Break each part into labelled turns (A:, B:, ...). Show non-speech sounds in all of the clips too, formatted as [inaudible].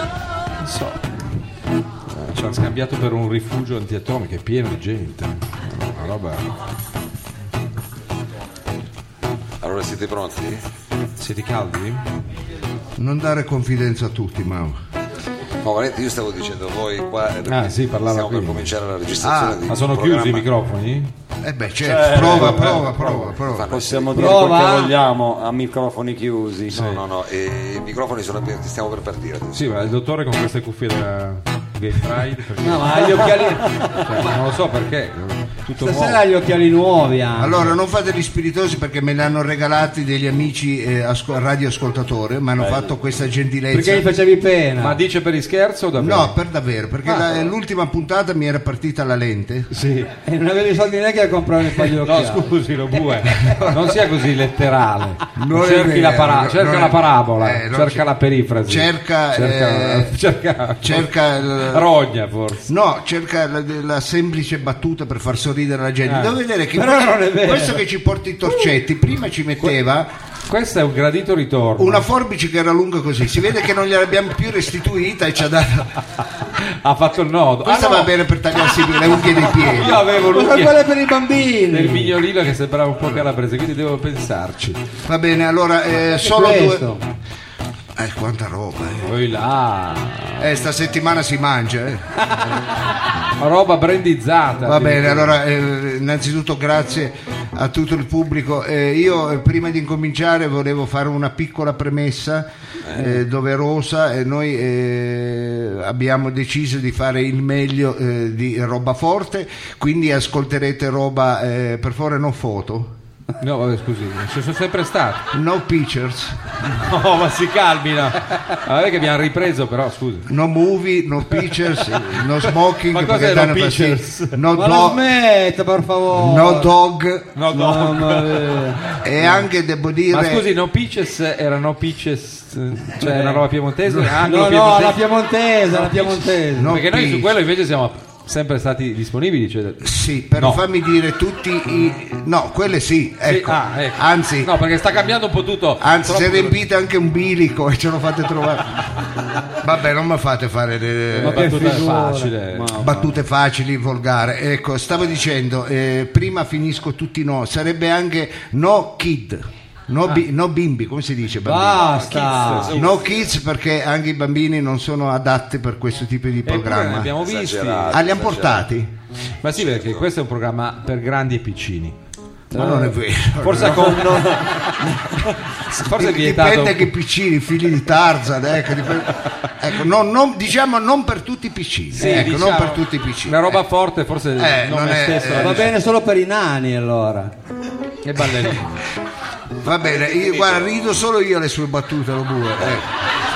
A: non so. Eh, Ci hanno scambiato per un rifugio antiatomico, è pieno di gente. Una roba.
B: Allora siete pronti?
A: Siete caldi?
C: Non dare confidenza a tutti, Mau.
B: No, guardate, io stavo dicendo voi qua. eh, perché
A: Ah, sì, parlava
B: Stiamo per
A: qui.
B: cominciare la registrazione
C: Ah,
B: di
A: Ma sono
B: un
A: chiusi i
B: programma.
A: microfoni?
C: Eh beh,
D: Cioè,
C: certo, prova, prova, prova, prova.
B: Fanno-
E: Possiamo dire quel che vogliamo a microfoni chiusi.
B: No, no, no, e i microfoni sono aperti, stiamo per partire. adesso.
A: Sì, ma il dottore con queste cuffie da Gay Pride. perché-
D: No, ma ha gli
E: [laughs]
D: occhiali.
A: cioè, non lo so perché. Tutto
D: Stasera
A: nuovo.
D: ha gli occhiali nuovi. ha.
C: Allora, non fate gli spiritosi perché me l'hanno regalati degli amici eh, asco- radioascoltatori, mi hanno fatto questa
D: Perché gli
C: gentilezza.
D: facevi pena?
A: Ma dice per il scherzo o davvero?
C: No, per davvero, perché
D: Ah.
C: la- l'ultima puntata mi era partita la lente.
A: Sì.
D: [laughs] E non avevi soldi neanche a comprare il paio
C: [laughs]
D: di
A: No,
D: occhiali.
A: scusi, lo bue, non sia così letterale.
C: Non è
A: cerchi la,
C: vero,
A: para-
C: no,
A: cerca
C: non è-
A: la parabola,
C: eh, non
A: cerca
C: c'è-
A: la perifrasi.
C: cerca,
A: cerca,
C: eh,
A: [laughs] cerca-
C: Cerca il-
A: Rogna forse.
C: No, cerca la, la semplice battuta per far sorridere la gente.
A: Ah.
C: Devo vedere che
D: Però
C: questo,
D: non è vero.
C: questo che ci porta i torcetti, prima ci metteva
A: Questo è un gradito ritorno.
C: una forbice che era lunga così. Si vede che non gliel'abbiamo più restituita e ci ha dato.
A: Ha fatto il nodo.
C: Questa
A: Ah, no,
C: va bene per tagliarsi le unghie dei piedi.
A: Io avevo
D: Ma
A: l'unghia
D: quella per i bambini.
A: del mignolino che sembrava un po' calabrese, quindi devo pensarci.
C: Va bene, allora eh, solo
D: questo.
C: due. Eh, quanta roba, eh.
A: Poi là,
C: Eh, sta settimana si mangia, eh.
A: roba brandizzata.
C: Va bene, allora eh, innanzitutto grazie a tutto il pubblico. Eh, io eh, prima di incominciare volevo fare una piccola premessa eh, doverosa. Eh, noi eh, abbiamo deciso di fare il meglio eh, di roba forte, quindi ascolterete roba, eh, per favore no foto,
A: No, vabbè, scusi, ci sono sempre stato. [laughs]
C: no pictures,
A: No, ma si calmino. Vabbè che abbiamo ripreso però, scusi.
C: no movie, no
A: [laughs]
C: pictures, no smoking,
A: Ma
C: perché
A: cos'è
C: danno
A: no
C: fastidio,
A: pictures?
C: no
D: Ma la
C: do-
D: smetta, per favore.
C: no dog
A: No, no.
D: Mamma
C: [laughs]
D: mia.
C: e anche devo dire...
A: Ma scusi, no pitches era no pitches, eh, cioè una roba piemontese? anglo
D: No, no,
A: piemontese?
D: la piemontese, la piemontese.
C: no
A: Perché noi su
C: pitch.
A: quello invece siamo sempre stati disponibili. Cioè...
C: Sì, però
A: No.
C: fammi dire tutti i... No, quelle sì, ecco.
A: Ah, ecco.
C: Anzi,
A: No, perché sta cambiando un po' tutto.
C: anzi
A: Troppo-
C: se riempite anche un bilico e ce lo fate
A: [laughs]
C: trovare. Vabbè, non mi fate fare le
A: Una battuta
D: figura.
A: facile.
D: Ma-
C: battute facili, volgare. Ecco, stavo dicendo, eh, prima finisco tutti no, sarebbe anche no kid, no, bi- no bimbi, come si dice? bambini?
D: Basta.
C: No kids perché anche i bambini non sono adatti per questo tipo di
A: Eppure ne
C: programma.
A: abbiamo visti.
B: Esagerato.
C: Ah, li hanno portati?
A: Ma sì, perché questo è un programma per grandi e piccini.
C: Ma non è vero.
A: Forse con
C: [laughs]
A: Forse è vietato.
C: dipende che piccini, figli di Tarzan, ecco, dipende- ecco, non, non- diciamo non per tutti i piccini,
A: Sì,
C: ecco,
A: diciamo,
C: non per tutti i piccini.
A: Una roba forte, forse
C: Eh,
A: il nome
C: non è-
A: stesso.
C: eh,
D: Va bene solo per i nani allora.
A: E ballerini.
C: [laughs] Eh, va bene, io, guarda, rido solo io alle sue battute, lo bue. ecco.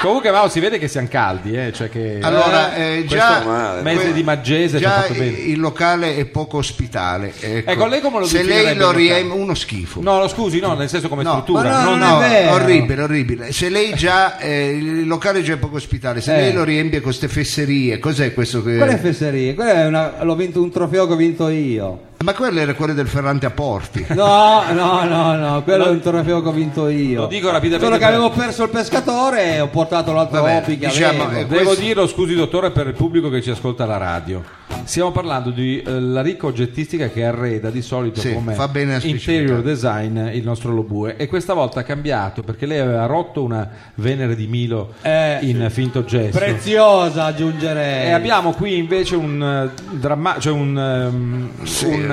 A: Comunque, Mao, si vede che siamo caldi, eh, cioè che
C: Allora, eh, già,
B: questo male.
A: mese
C: que-
A: di Maggese ci ha
C: già
A: fatto bene.
C: il locale è poco ospitale. Ecco,
A: Ecco, lei come lo
C: Se lei
A: definirebbe
C: lo
A: il locale?
C: riempie, uno schifo.
A: No, lo scusi, no, nel senso come
C: No,
A: struttura.
D: ma
A: non-
D: no, no, è vero.
C: orribile, orribile. Se lei già eh, il locale già è poco ospitale, se
D: Eh.
C: lei lo riempie con queste fesserie, cos'è questo che
D: Quella è fesseria, quella è una- l'ho vinto un trofeo che ho vinto io.
C: Ma quello era quello del Ferrante a Porti.
D: No, no, no, no, quello è un trofeo che ho vinto io.
A: Lo dico rapidamente
D: Solo che
A: per-
D: avevo perso il pescatore e ho portato l'altro
C: Vabbè,
D: hobby che
C: diciamo,
D: avevo.
C: eh,
A: Devo
C: questo-
A: dirlo, scusi dottore, per il pubblico che ci ascolta alla radio. Stiamo parlando di eh, la ricca oggettistica che arreda di solito
C: Sì,
A: come
C: fa bene a specificare.
A: interior design il nostro Lobue e questa volta ha cambiato perché lei aveva rotto una Venere di Milo
D: Eh,
A: in finto gesso.
D: Preziosa aggiungerei.
A: E Eh, abbiamo qui invece un eh, dramma- cioè un, ehm, un,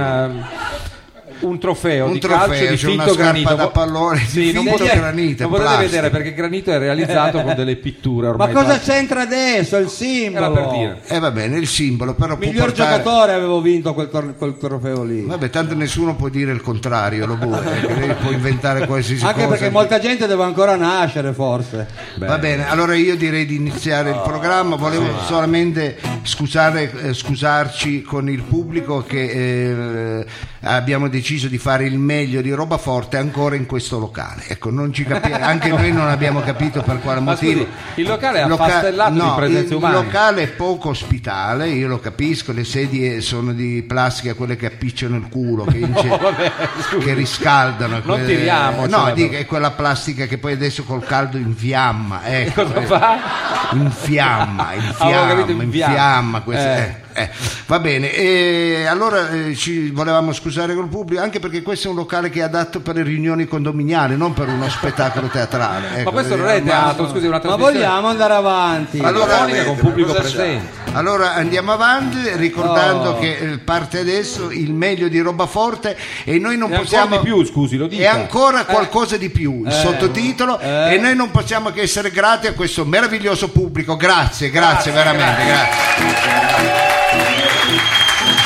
A: eh, un trofeo
C: Un
A: di
C: trofeo,
A: calcio di
C: cioè una
A: finto
C: scarpa
A: granito.
C: da pallone di
A: non
C: finto
A: potete-
C: granito,
A: Non potete
C: plastica.
A: vedere perché il granito è realizzato con delle pitture
D: Ma
A: ormai.
D: cosa
A: plastiche.
D: c'entra adesso? Il
A: Era
D: simbolo.
A: per dire.
C: E Eh, va bene, il simbolo, però può
D: Miglior
C: portare...
D: giocatore avevo vinto quel, tor- quel trofeo lì.
C: Vabbè, tanto nessuno può dire il contrario, lo vuoi, perché lei può inventare qualsiasi
D: Anche
C: cosa.
D: perché molta gente deve ancora nascere, forse.
C: Va bene, allora io direi di iniziare
A: Ah,
C: il programma, volevo solamente scusare, eh, scusarci con il pubblico che eh, abbiamo deciso di fare il meglio di roba forte ancora in questo locale. Ecco, non ci
A: [laughs]
C: capi- anche noi non abbiamo capito per quale
A: Ma
C: motivo.
A: scusi, il locale è
C: Loca-
A: affastellato di
C: no,
A: presenze
C: il
A: umane.
C: locale è poco ospitale, io lo capisco, le sedie sono di plastica, quelle che appicciano il culo,
A: [laughs]
C: che, ince-
A: vabbè, scusi.
C: che riscaldano.
A: Non tiriamocela,
C: No,
A: però.
C: dico, è quella plastica che poi adesso col caldo infiamma. Ecco,
A: Cosa
C: eh,
A: fa? [laughs]
C: Infiamma,
A: Avevo
C: infiamma,
A: Ah, capito, infiamma.
C: infiamma. questo-
A: Eh.
C: eh, eh. Va bene, e allora eh, ci volevamo scusare col pubblico anche perché questo è un locale che è adatto per le riunioni condominiali, non per uno spettacolo teatrale.
A: Ma
C: Ecco,
A: questo non è
C: vediamo.
A: teatro, scusi, è una
D: Ma
A: trasmissione.
D: vogliamo andare avanti.
C: Allora-
A: radiofonica con pubblico
B: Cosa c'è?
A: presente.
C: Allora andiamo avanti ricordando
D: Oh.
C: che eh, parte adesso il meglio di roba forte e noi non
A: E ancora
C: possiamo
A: di più, scusi, lo dica. Eh.
C: E ancora qualcosa di più, il sottotitolo
D: eh.
C: e noi non possiamo che essere grati a questo meraviglioso pubblico. Grazie, grazie, veramente, grazie.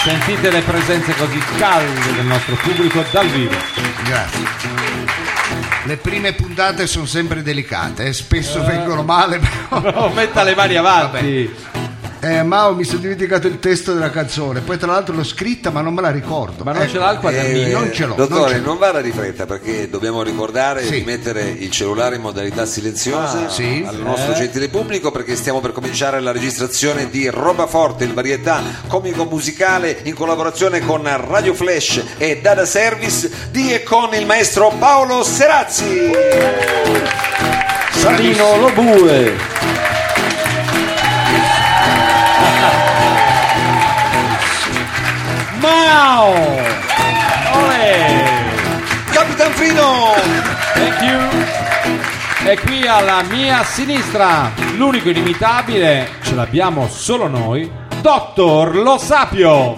A: Sentite le presenze così calde del nostro pubblico dal vivo.
C: Grazie. Le prime puntate sono sempre delicate, eh, spesso vengono male, però.
A: Oh, metta le mani avanti.
C: Eh, Mao, mi sono dimenticato il testo della canzone, poi tra l'altro l'ho scritta ma non me la ricordo.
A: Ma non
C: Ecco.
A: ce l'ha il quadernino.
C: Eh, non ce l'ho, non
B: Dottore,
C: ce
B: non,
C: l'ho.
B: vada di fretta perché dobbiamo ricordare
C: Sì.
B: di mettere il cellulare in modalità silenziosa
C: sì.
B: al nostro gentile pubblico perché stiamo per cominciare la registrazione di Roba Forte, il varietà comico-musicale in collaborazione con Radio Flash e Dada Service di e con il maestro Paolo Serazzi.
E: Sarino Lobue.
A: Mao! Olè!
B: Capitan Frino!
A: Thank you. E qui alla mia sinistra, l'unico inimitabile, ce l'abbiamo solo noi, Dottor Lo Sapio.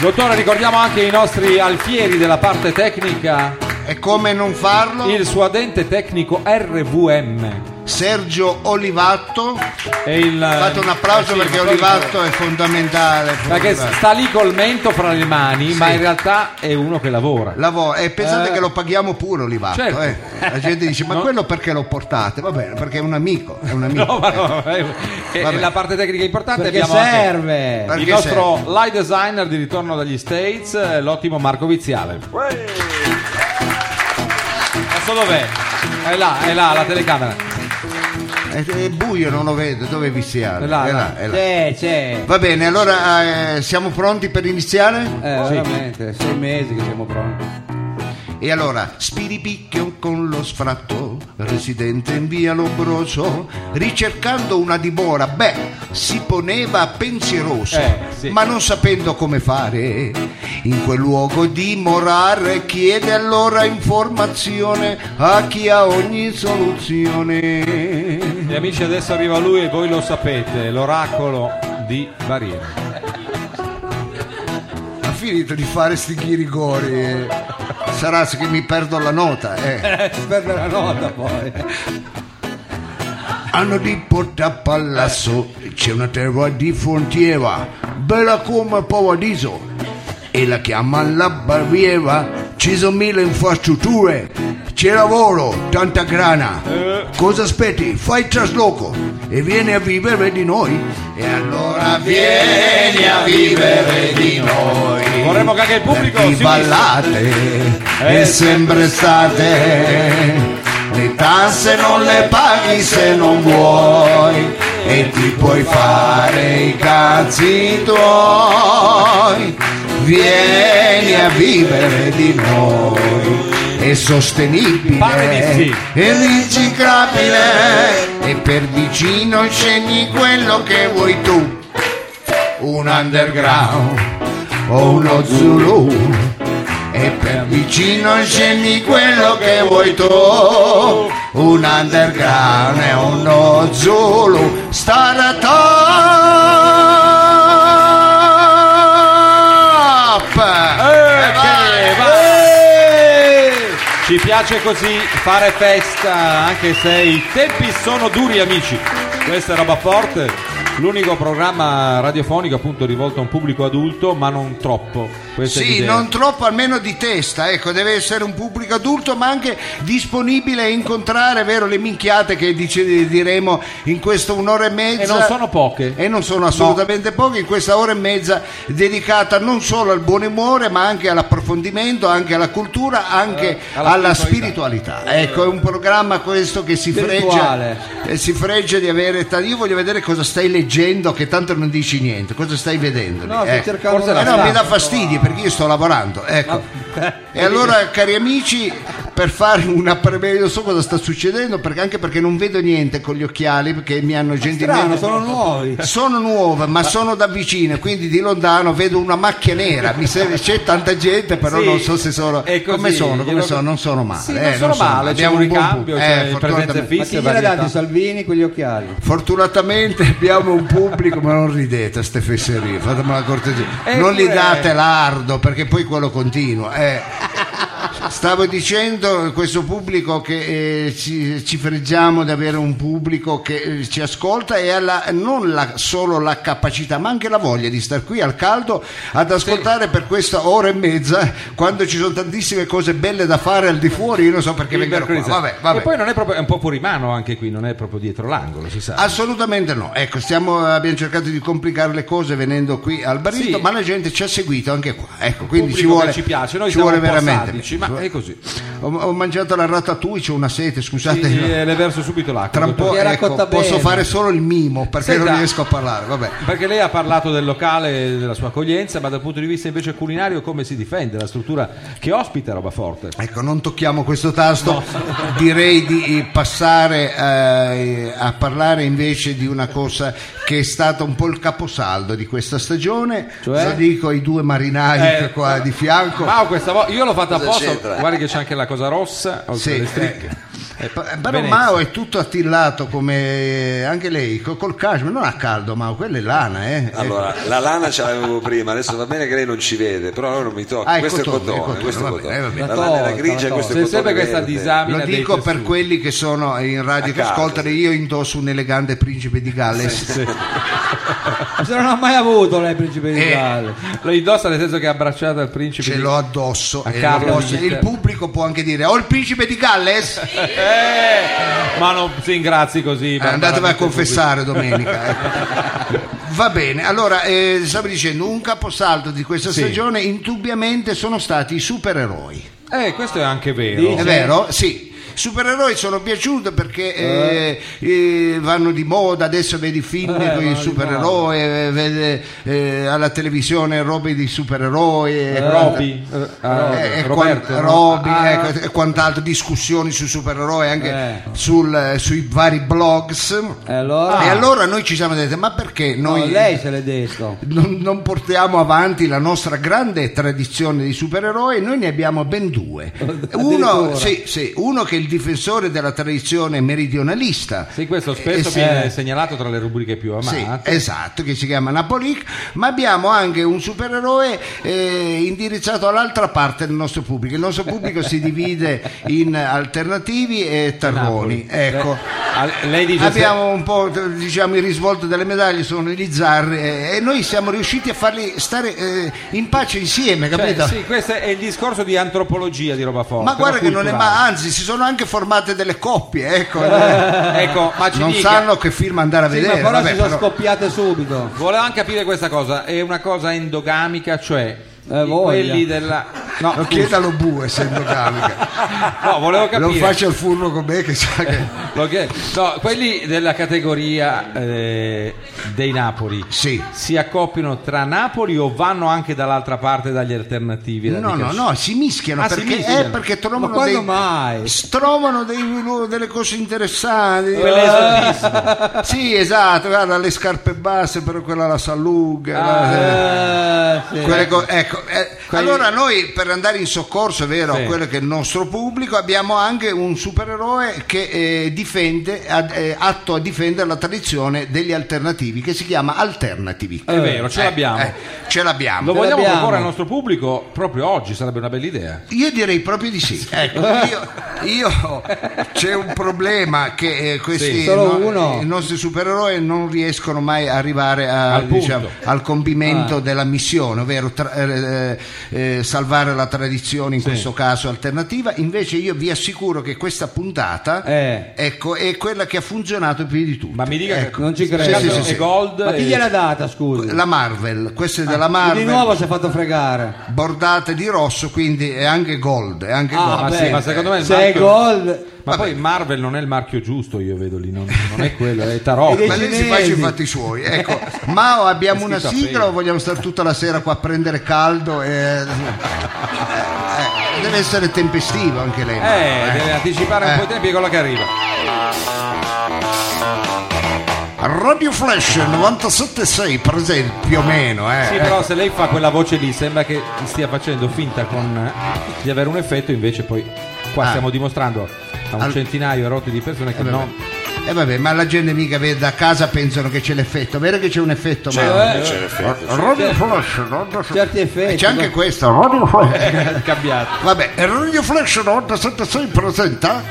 A: Dottore, ricordiamo anche i nostri alfieri della parte tecnica,
C: E come non farlo?
A: il suadente tecnico RVM
C: Sergio Olivatto,
A: e il
C: fate un applauso
A: eh sì,
C: perché
A: dottore-
C: Olivatto è fondamentale.
A: perché
C: fondamentale.
A: sta lì col mento fra le mani, ma in realtà è uno che lavora.
C: Lavoro. E pensate che lo paghiamo pure Olivatto.
A: Eh. Certo.
C: eh. La gente dice: Ma quello perché lo portate? Va bene, perché è un amico.
A: [laughs]
C: È un
A: [laughs]
C: amico.
A: No, ma no, eh, eh,
C: Vabbè.
A: la parte tecnica è importante
D: Perché
A: abbiamo anche
D: serve.
C: Perché
A: il nostro live designer di ritorno dagli States, eh, l'ottimo Marco Viziale. Adesso dov'è? È là, è là, la telecamera.
C: È, Eh, è buio, non lo vedo. Dove vi siate?
A: È là,
C: È
A: là.
C: Eh, là, è là.
D: C'è, c'è.
C: Va bene, allora eh, siamo pronti per iniziare?
D: Eh,
A: Sì.
D: veramente, sei mesi che siamo pronti.
C: E allora, spiripicchio con lo sfratto, residente in via Lombroso, ricercando una dimora, beh, si poneva pensieroso,
A: Eh, sì.
C: ma non sapendo come fare, in quel luogo dimorare, chiede allora informazione a chi ha ogni soluzione.
A: Gli amici adesso arriva lui e voi lo sapete, l'oracolo di Barriera.
C: Ha finito di fare sti ghirigori, eh. sarà che mi perdo la nota, eh.
D: Aspetta la nota poi.
C: Hanno di Porta Palazzo c'è una terra di frontiera, bella come paradiso, e la chiamano la barriera. Ci sono mille infrastrutture, c'è lavoro, tanta grana.
A: Eh.
C: Cosa aspetti? Fai il trasloco e vieni a vivere di noi. E allora vieni a vivere di noi.
A: Vorremmo che anche il pubblico
C: Perché
A: si
C: ballate e sempre state le tasse non le paghi se non vuoi e ti puoi fare i cazzi tuoi vieni a vivere di noi è
A: Pare
C: sostenibile
A: di sì.
C: è riciclabile e per vicino scegli quello che vuoi tu un underground o uno Zulu e per vicino scegli quello che vuoi tu un underground e uno Zulu stare top E Eh, vai! Eh!
A: Ok, vai. Ci piace così fare festa, anche se i tempi sono duri, amici. Questa è roba forte, l'unico programma radiofonico appunto rivolto a un pubblico adulto, ma non troppo. Questa è
C: sì,
A: l'idea.
C: non troppo, almeno di testa, ecco, deve essere un pubblico adulto ma anche disponibile a incontrare, vero, le minchiate che dice- diremo in questa un'ora e mezza.
A: E non sono poche.
C: E non sono assolutamente poche, in questa ora e mezza dedicata non solo al buon umore ma anche all'approfondimento, anche alla cultura, anche alla, spiritualità. Ecco, è un programma questo che si freggia,
D: Spirituale.
C: eh, si fregge di avere... ta- Io voglio vedere cosa stai leggendo che tanto non dici niente, cosa stai vedendo. lì,
D: No, sto
C: ecco.
D: cercando
A: forse
C: Eh
D: una
C: no, mi
D: frase.
C: dà fastidio perché io sto lavorando, ecco. E allora, cari amici, per fare una premessa, non so cosa sta succedendo, perché anche perché non vedo niente con gli occhiali perché mi hanno
D: Strano,
C: gentilmente.
D: sono nuovi.
C: Sono nuova, ma sono da vicino, quindi di lontano vedo una macchia nera. Mi sembra c'è tanta gente, però
A: Sì,
C: non so se sono.
A: è così,
C: come sono? Come
A: glielo-
C: sono? Non sono male.
A: Sì,
C: eh,
A: non sono male, c'è un
C: buon punto.
A: ricambio, cioè, presenze fisse.
C: fortunatamente.
D: Ma
A: Viste
D: chi gliel'ha
A: varietà.
D: dato Salvini quegli occhiali?
C: Fortunatamente abbiamo un pubblico, ma non ridete a ste fesserie, fatemi la cortesia. non gli
A: Eppure-
C: date l'ardo perché poi quello continua. eh. Stavo dicendo questo pubblico che eh, ci, ci freggiamo di avere un pubblico che eh, ci ascolta e ha la- non la- solo la capacità ma anche la voglia di star qui al caldo ad ascoltare per questa ora e mezza quando ci sono tantissime cose belle da fare al di fuori, io non so perché
A: Il
C: vengono qua.
A: mercoledì.
C: Vabbè, vabbè.
A: E poi non è proprio, è un po' furimano anche qui, non è proprio dietro l'angolo, si
C: Ah,
A: sa.
C: Assolutamente no, ecco, stiamo- abbiamo cercato di complicare le cose venendo qui al barito,
A: Sì.
C: ma la gente ci ha seguito anche qua, ecco, quindi ci
A: Pubblico che
C: vuole,
A: ci piace, noi
C: ci
A: siamo
C: vuole
A: un po'
C: veramente.
A: sadici,
C: bene.
A: ma è
C: [laughs]
A: così.
C: Ho, ho mangiato la ratatouille, c'ho una sete, scusate,
A: Sì,
C: no.
A: eh, le verso subito l'acqua.
C: tra un po'
D: Perché era
C: ecco,
D: cotta
C: posso
D: bene.
C: fare solo il mimo perché
A: Senta.
C: non riesco a parlare, vabbè.
A: Perché lei ha parlato del locale e della sua accoglienza, ma dal punto di vista invece culinario come si difende la struttura che ospita roba forte?
C: Ecco, non tocchiamo
A: [laughs]
C: questo tasto, direi di eh, passare eh, a parlare invece di una cosa che è stata un po' il caposaldo di questa stagione,
D: Cioè?
C: lo dico ai due marinai
A: Eh,
C: qua di fianco.
A: Mao questa volta io l'ho fatta
B: Cosa
A: apposta,
B: c'entra?
A: guardi che c'è anche la cosa rossa, oltre
C: Sì,
A: le stricche.
C: Eh, pa- Però
A: Venezia.
C: Mao è tutto attillato come eh, anche lei, co- col cashmere, non a caldo Mao, quella è lana. Eh.
B: Allora, la lana ce l'avevo prima, adesso va bene che lei non ci vede, però allora non mi tocca.
C: Ah, è
B: questo
C: cotone,
B: è
C: è
B: il cotone,
C: cotone,
B: questo è il
C: va bene,
B: cotone.
C: va bene.
B: La lana
D: La
B: era grigia,
D: torta,
B: questo è
A: C'è
B: il cotone
A: sempre questa
B: verde.
C: Eh,
A: disamina
C: Lo
A: dei
C: dico per
A: tessuti.
C: quelli che sono in radio
B: A
C: che
B: caldo,
C: ascoltano, io indosso un elegante principe di Galles.
D: Ma Se non ha mai avuto lei principe di
C: Eh.
D: Galles.
A: Lo indossa nel senso che è abbracciato al principe.
C: Ce
A: di-
C: l'ho addosso
A: A
C: e
A: Carlo
C: lo posso- il
A: d'Inghilterra.
C: pubblico può anche dire: Ho il principe di Galles?
A: [laughs] Eh, ma non si ingrazi così.
C: Eh, andatevi a
A: barbaramente
C: confessare domenica. ecco. Va bene, allora eh, stavo dicendo un caposaldo di questa stagione indubbiamente sono stati i supereroi.
A: così. Eh, questo è anche vero.
C: È vero? Sì. Supereroi sono piaciuti perché eh, eh, vanno di moda, adesso vedi film
D: Eh,
C: con
D: vanno
C: i
D: di
C: supereroi, eh, vede, eh, alla televisione robe di supereroi, eh,
A: Roby,
C: eh, e
A: Roberto, no?
C: quan- Roby,
A: Ah,
C: ecco, e quant'altro, discussioni sui supereroi anche
D: Eh.
C: sul- sui vari blogs.
D: E allora?
C: E allora noi ci siamo detti, ma perché
D: No,
C: noi
D: lei se l'è detto.
C: non, non portiamo avanti la nostra grande tradizione di supereroi, noi ne abbiamo ben
A: [laughs]
C: due. Uno,
D: Addirittura.
C: sì, sì, uno che è il difensore della tradizione meridionalista.
A: Sì, questo spesso
C: Eh, sì.
A: viene
D: eh.
A: segnalato tra le rubriche più
C: Sì,
A: amate.
C: esatto, che si chiama Napolic, ma abbiamo anche un supereroe eh, indirizzato all'altra parte del nostro pubblico. Il nostro pubblico si divide in alternativi e tarroni. Ecco.
A: Ah, Lei dice
C: Abbiamo un po' diciamo il risvolto delle medaglie sono gli zarri eh, e noi siamo riusciti a farli stare eh, in pace insieme,
A: se-
C: capito?
A: cioè, sì, questo è il discorso di antropologia di roba forte.
C: Ma guarda che non è
A: culturale.
C: mai, anzi si sono anche formate delle coppie, ecco,
A: [laughs]
C: eh.
A: Ecco, ma ci
C: non
A: dica,
C: sanno che film andare a
D: Sì,
C: vedere.
D: ma però
C: vabbè,
D: si sono
C: però-
D: scoppiate subito.
A: Volevo anche capire questa cosa, è una cosa endogamica, cioè
D: Eh,
A: i-
D: voglia.
A: quelli della No,
C: Lo chiedalo bue se
A: [laughs]
C: endogamica.
A: no, volevo
C: non
A: capire. Eh,
C: faccia il furbo con me che sa che
A: Lo chiedo. No, quelli della categoria eh, dei Napoli
C: Sì.
A: si accoppiano tra Napoli o vanno anche dall'altra parte dagli alternativi?
C: No, no,
A: radicali?
C: no, si mischiano
A: Ah, si
C: perché,
A: mischiano.
C: eh, perché trovano
D: Ma quando
C: dei-
D: mai?
C: strovano dei- delle cose interessanti.
A: Quell'esotismo.
C: Sì, esatto, guarda le scarpe basse, però quella la saluga. la-
D: Eh, sì.
C: quelle co- ecco, eh, Allora noi per andare in soccorso, è vero,
A: Sì.
C: a quello che è il nostro pubblico, abbiamo anche un supereroe che eh, difende, ad- eh, atto a difendere la tradizione degli alternativi, che si chiama Alternativi.
A: È vero, ce
C: Eh,
A: l'abbiamo.
C: eh, ce l'abbiamo.
A: Lo vogliamo
D: l'abbiamo.
A: proporre al nostro pubblico proprio oggi, sarebbe una bella idea.
C: Io direi proprio di sì. Ecco, io, io- c'è un problema che eh, questi
D: Sì,
C: no-
D: solo
C: eh,
D: uno.
C: i nostri supereroi non riescono mai a arrivare a-
A: Al punto.
C: diciamo, al compimento della missione, ovvero tra- eh, eh, salvare la tradizione, in questo caso alternativa. Invece io vi assicuro che questa puntata
D: Eh.
C: ecco, è quella che ha funzionato più di tutte.
A: Ma mi dica
C: Ecco.
A: che
D: Non ci
C: Sì,
D: credo.
C: sì, sì, sì.
A: E Gold
D: Ma chi
A: e-
D: gliel'ha data, scusi?
C: La Marvel, questa è della
D: Di
C: Marvel.
D: nuovo si è fatto fregare.
C: Bordate di rosso, quindi è anche gold. È anche
D: Ah,
C: gold.
A: ma,
D: vabbè.
A: sì, ma secondo me il
D: Se è
A: marchio-
D: gol...
A: ma poi Marvel non è il marchio giusto io vedo lì non, non è quello è
D: E dei
A: Tarocco
C: Ma lei si faccia i
D: cinesi.
C: fatti
A: [laughs]
C: suoi, ecco. Ma o abbiamo una
A: scritto
C: sigla
A: appena.
C: o vogliamo stare tutta la sera qua a prendere caldo? e- eh, eh, deve essere tempestivo anche lei.
A: eh,
C: no? Eh.
A: deve anticipare un po' i tempi di quello che arriva
C: Radio Flash 976 presente più o meno, eh.
A: sì
C: Eh,
A: però se lei fa quella voce lì sembra che stia facendo finta con, di avere un effetto invece poi qua
C: Ah.
A: stiamo dimostrando a un
C: Al-
A: centinaio e rotti di persone che
C: vabbè.
A: no
C: Eh, vabbè, ma la gente mica vede da casa pensano che c'è l'effetto, vero che c'è un effetto,
A: eh.
C: ma
B: C'è, c'è l'effetto.
C: Radio Flash 976.
D: Certi effetti,
C: Eh, C'è anche
D: ma-
C: questo, Radio Flash.
A: è cambiato
C: Vabbè, Radio Flash 976 presenta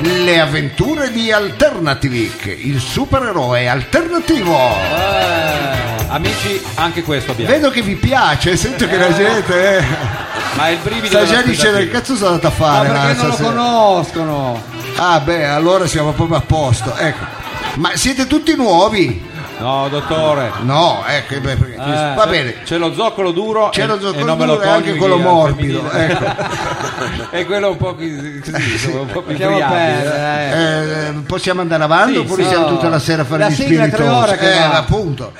C: Le avventure di Alternativik, il supereroe alternativo.
A: Eh, amici anche questo abbiamo
C: Vedo che vi piace, sento che la gente eh,
A: ma il brivido
C: sta
A: della
C: già dicendo che
A: aspettativa.
C: cazzo sono andato a
D: Ma
C: fare là
D: perché non lo
C: stasera?"
D: conoscono?
C: Ah beh, allora siamo proprio a posto, ecco. Ma siete tutti nuovi?
A: no dottore
C: No, ecco, beh, perché-
A: Eh,
C: va
A: c'è-
C: bene.
A: c'è lo zoccolo duro
C: C'è
A: e-
C: lo
A: e
C: zoccolo
A: non me
C: duro e
A: togli
C: anche quello
A: via,
C: morbido,
A: femminile. [laughs]
C: ecco.
A: e quello un po' chi- così, insomma, un po' più
D: Lasciamo
A: friabile.
D: perdere, eh.
C: Eh, possiamo andare avanti
A: Sì,
C: oppure
D: sì.
C: siamo tutta la sera a fare
D: La
C: gli
D: sigla è tre
C: spiritosi?
D: ore che
C: eh,
D: va.
C: appunto.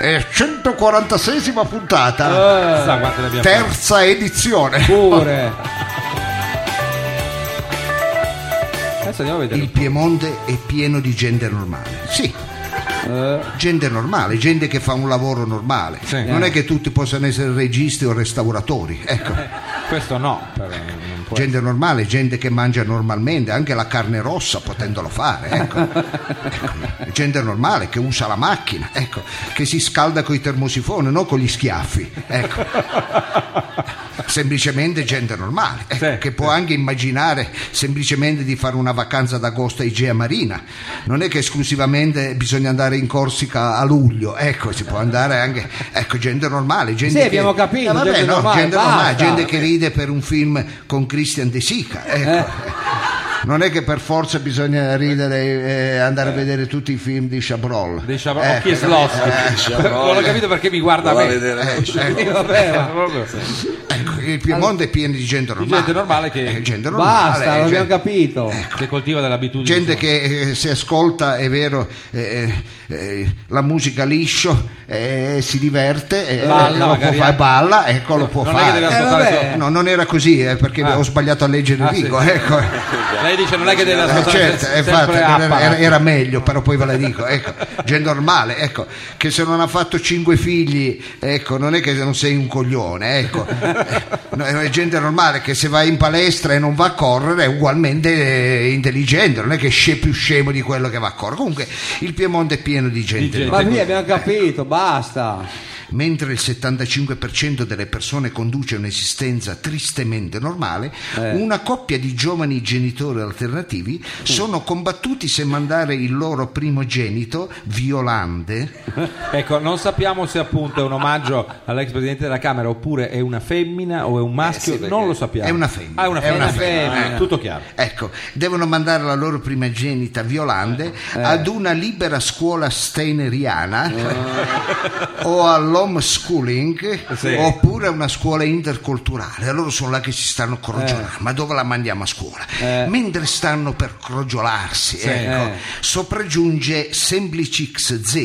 C: Eh, 146esima
D: Eh.
C: puntata,
A: Chissà Eh. quante ne abbiamo fatte.
C: terza edizione.
D: Pure.
A: Adesso andiamo a vedere.
C: Il Piemonte è pieno di gente normale. Sì. Gente normale, gente che fa un lavoro normale.
A: Sì.
C: Non è che tutti possano essere registi o restauratori. Ecco.
A: Questo no, però non può.
C: Gente normale, gente che mangia normalmente, anche la carne rossa potendolo fare, ecco.
A: [laughs]
C: Ecco. Gente normale che usa la macchina, ecco, che si scalda con i termosifoni, non con gli schiaffi, ecco. Semplicemente gente normale, ecco,
A: Sì,
C: che può anche immaginare semplicemente di fare una vacanza d'agosto a Igea Marina. Non è che esclusivamente bisogna andare in Corsica a luglio, ecco, si può andare anche, ecco, gente normale, gente
D: Sì,
C: che-
D: abbiamo capito,
C: Eh, vabbè,
D: gente
C: no,
D: normale,
C: gente normale,
D: basta. Eh.
C: gente che ride per un film con Christian De Sica. Ecco. Non è che per forza bisogna ridere e andare a vedere tutti i film di Chabrol.
A: Dei Chabrol-
C: Ecco,
A: occhi e slossi. [laughs]
C: diciamo,
A: non ho capito perché mi guarda
B: Vado a
A: me.
B: vedere lei.
A: Eh, vabbè, ma
C: [laughs]
A: proprio. Di
C: ecco, il Piemonte è pieno di gente normale.
A: gente normale
C: Eh,
A: che,
C: gente normale,
D: Basta, non abbiamo
C: gente,
D: capito.
A: che coltiva dell'abitudine.
C: gente che eh, si ascolta, è vero, eh, eh, la musica liscio, eh, si diverte, eh,
A: Balla,
C: lo può
A: magari
C: fare,
A: anche.
C: balla, ecco, lo può
A: Non è che
C: fare.
A: deve
D: Eh,
A: ascoltare
D: vabbè.
A: solo-
C: No, non era così, eh, perché ho sbagliato a leggere
A: Ah,
C: il
A: sì.
C: rigo, ecco.
A: [laughs] Lei dice non è che deve
C: Eh,
A: ascoltare
C: certo,
A: se-
C: eh, infatti,
A: sempre
C: era,
A: Apparat.
C: era- era meglio, però poi ve la dico, ecco, gente normale, ecco, che se non ha fatto cinque figli, ecco, non è che non sei un coglione, ecco. Eh, no, è gente normale che se va in palestra e non va a correre è ugualmente eh, intelligente, non è che è più scemo di quello che va a correre. Comunque il Piemonte è pieno di gente.
A: gente.
D: Ma qui abbiamo capito, basta.
C: Mentre il 75% delle persone conduce un'esistenza tristemente normale, una coppia di giovani genitori alternativi sono combattuti se mandare il loro primogenito, Violande,
A: [laughs] Ecco, non sappiamo se appunto è un omaggio all'ex presidente della Camera oppure è una femmina o è un maschio,
B: perché
A: non lo sappiamo.
C: Eh, è una femmina,
A: Ah, è una
C: è
A: femmina.
C: una femmina.
A: Eh, Tutto chiaro.
C: ecco, devono mandare la loro primogenita, Violande,
D: Eh.
C: ad una libera scuola steineriana
D: Eh.
C: [laughs] o all'homeschooling
A: Sì.
C: oppure a una scuola interculturale. Loro sono là che si
D: Eh.
C: stanno crogiolando, ma dove la mandiamo a scuola? Mentre stanno per crogiolarsi, ecco,
D: eh.
C: sopraggiunge SempliCXZ.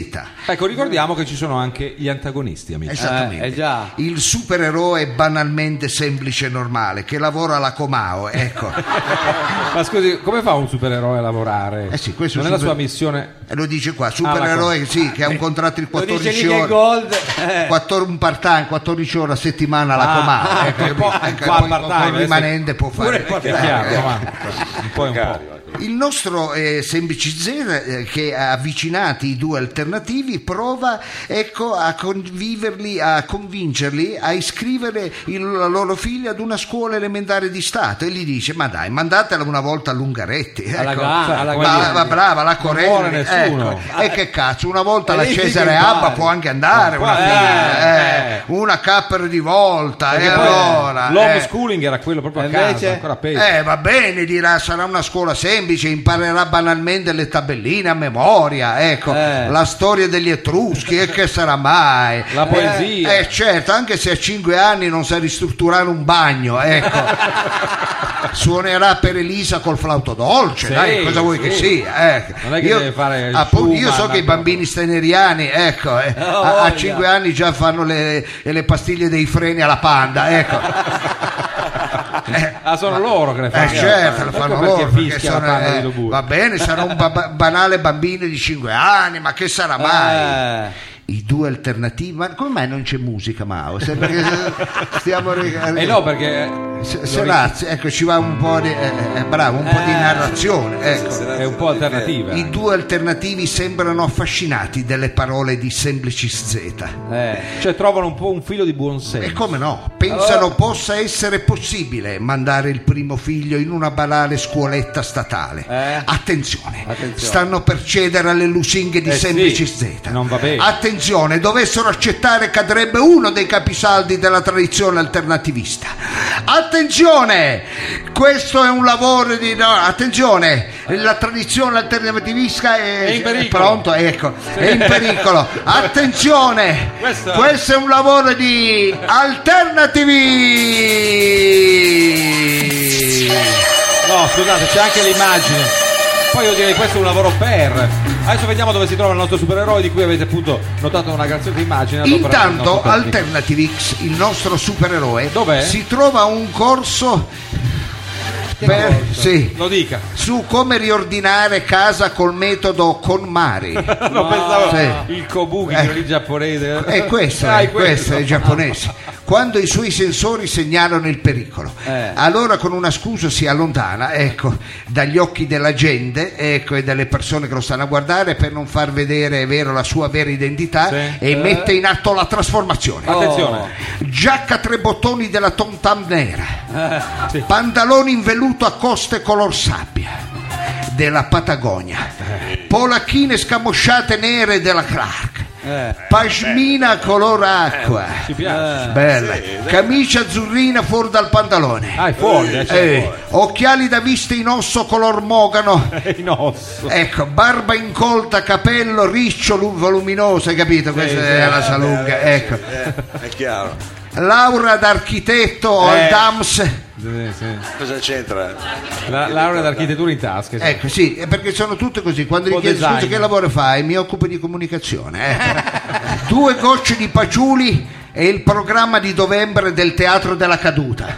A: Ecco, ricordiamo che ci sono anche gli antagonisti, amici.
C: Esattamente.
D: Eh, eh già.
C: Il supereroe banalmente semplice e normale che lavora alla Comao, ecco.
D: [laughs]
A: Ma scusi, come fa un supereroe a lavorare?
C: Eh sì, questo
A: non è
C: super-
A: la sua missione.
C: E lo dice qua,
A: Ah,
C: supereroe sì, che ha un contratto di
D: Lo dice
C: 14
D: lì che è
C: ore.
D: gold. eh.
C: 14 un part time, 14 ore a settimana alla
A: Ah,
C: Comau,
A: ah,
C: ecco,
A: un po'
C: ecco,
A: qua
C: poi
A: part-time, eh,
C: con il
A: adesso-
C: rimanente può
A: Pure
C: fare.
A: è chiaro, ma- un po' e un po'.
C: Ecco, Il nostro eh, Sembicizzer, eh, che ha avvicinato i due alternativi, prova ecco, a conviverli, a convincerli a iscrivere il- la loro figlia ad una scuola elementare di Stato e gli dice: Ma dai, mandatela una volta a Lungaretti.
A: Alla
C: ecco.
A: Gana, alla
C: ma,
A: Gana.
C: ma brava, la
A: Non
C: Corelli.
A: muore nessuno.
C: ecco. E che cazzo, una volta
D: E
C: la
D: lì
C: Cesare
D: figa
C: Abba
D: impari.
C: può anche andare, una,
A: Eh,
C: figlia, eh,
A: eh.
C: una capper di volta. E
A: Perché poi
C: allora, eh.
A: l'homeschooling era quello proprio a
D: E
A: casa,
D: invece-
A: ancora peggio.
C: Eh, va bene, dirà, sarà una scuola semplice, imparerà banalmente le tabelline a memoria, ecco,
D: Eh.
C: la storia degli Etruschi e che sarà mai.
A: La poesia.
C: Eh, eh, certo, anche se a 5 anni non sa ristrutturare un bagno, ecco.
A: [laughs]
C: Suonerà per Elisa col flauto dolce,
A: Sì,
C: dai, cosa vuoi
A: sì.
C: che sia? ecco.
A: Non è che deve fare il
C: appunto, io
A: Schumann,
C: so che
A: no.
C: i bambini steneriani, ecco, eh,
D: Oh,
C: a,
D: voglia.
C: 5 anni già fanno le, le pastiglie dei freni alla panda, ecco.
A: Ah, sono loro che le fanno.
C: Eh certo, lo
A: Ecco
C: fanno
A: perché
C: loro perché
A: fischia la
C: sono,
A: panna
C: eh,
A: di Dobur.
C: va bene, sarà un ba- ba- banale bambino di 5 anni, ma che
A: Eh.
C: sarà mai? I due alternativi, ma come mai non c'è musica Mao? Se [laughs] perché stiamo reg-
A: E Eh. no, perché
C: Se- Serazzi, ecco, ci va un po' di eh, eh, bravo, un po' di narrazione, ecco.
A: è un po' alternativa.
C: I due alternativi sembrano affascinati delle parole di Semplici Z.
D: Eh.
A: Cioè trovano un po' un filo di
C: E
A: buonsenso.
C: come no? Pensano possa essere possibile mandare il primo figlio in una banale scuoletta statale.
D: Eh?
C: Attenzione,
D: Attenzione.
C: stanno per cedere alle lusinghe di
A: Eh
C: Semplici
A: sì,
C: Z.
A: non va bene.
C: Attenzione, dovessero accettare cadrebbe uno dei capisaldi della tradizione alternativista. Attenzione, questo è un lavoro di... no, attenzione, la tradizione alternativista è,
A: È in pericolo.
C: pronto, ecco, è in pericolo. Attenzione,
A: Questo-
C: questo è un lavoro di alternativi.
A: No, scusate, c'è anche l'immagine. Poi io direi che questo è un lavoro per. Adesso vediamo dove si trova il nostro supereroe di cui avete appunto notato una graziosa immagine. ad opera del
C: Intanto
A: nostro tecnico.
C: Alternative X, il nostro supereroe,
A: Dov'è?
C: si trova a un corso per- sì,
A: Lo dica.
C: su come riordinare casa col metodo KonMari.
A: Non pensavo
C: Ah. Sì.
A: il kobuki,
C: Eh.
A: quello lì giapponese.
C: E questo,
A: Ah,
C: è, questo è il giapponese. Quando i suoi sensori segnalano il pericolo,
D: Eh.
C: allora con una scusa si allontana ecco, dagli occhi della gente ecco, e dalle persone che lo stanno a guardare per non far vedere è vero, la sua vera identità
A: Sì.
C: e mette in atto la trasformazione.
A: Attenzione.
C: Giacca tre bottoni della Tom Tam
A: Eh,
C: nera, pantaloni in velluto a coste color sabbia della Patagonia,
A: Eh.
C: polacchine scamosciate nere della Clark,
A: Eh.
C: pasmina color acqua,
A: Ci
C: Eh.
A: piace.
C: bella, camicia azzurrina fuori dal pantalone,
A: Ah, è fuori, [laughs] eh, c'è
C: eh, occhiali da vista in osso color
A: [laughs]
C: mogano.
A: fuori. in osso.
C: Ecco, barba incolta, capello riccio lu- voluminoso, hai capito? Questa
A: sì,
C: è la salunga, ecco.
B: Eh, è chiaro.
C: Laura d'architetto o al
A: Eh.
C: DAMS.
A: Sì, sì.
B: Cosa c'entra?
A: La laurea d'architettura in tasca. sì.
C: Ecco, sì, è perché sono tutte così. Quando
A: Un
C: gli
A: po'
C: chiedo
A: design.
C: scusa che lavoro fai, mi occupo di comunicazione. ecco. [laughs] Due gocce di paciuli e il programma di novembre del Teatro della
A: [laughs]
C: Caduta.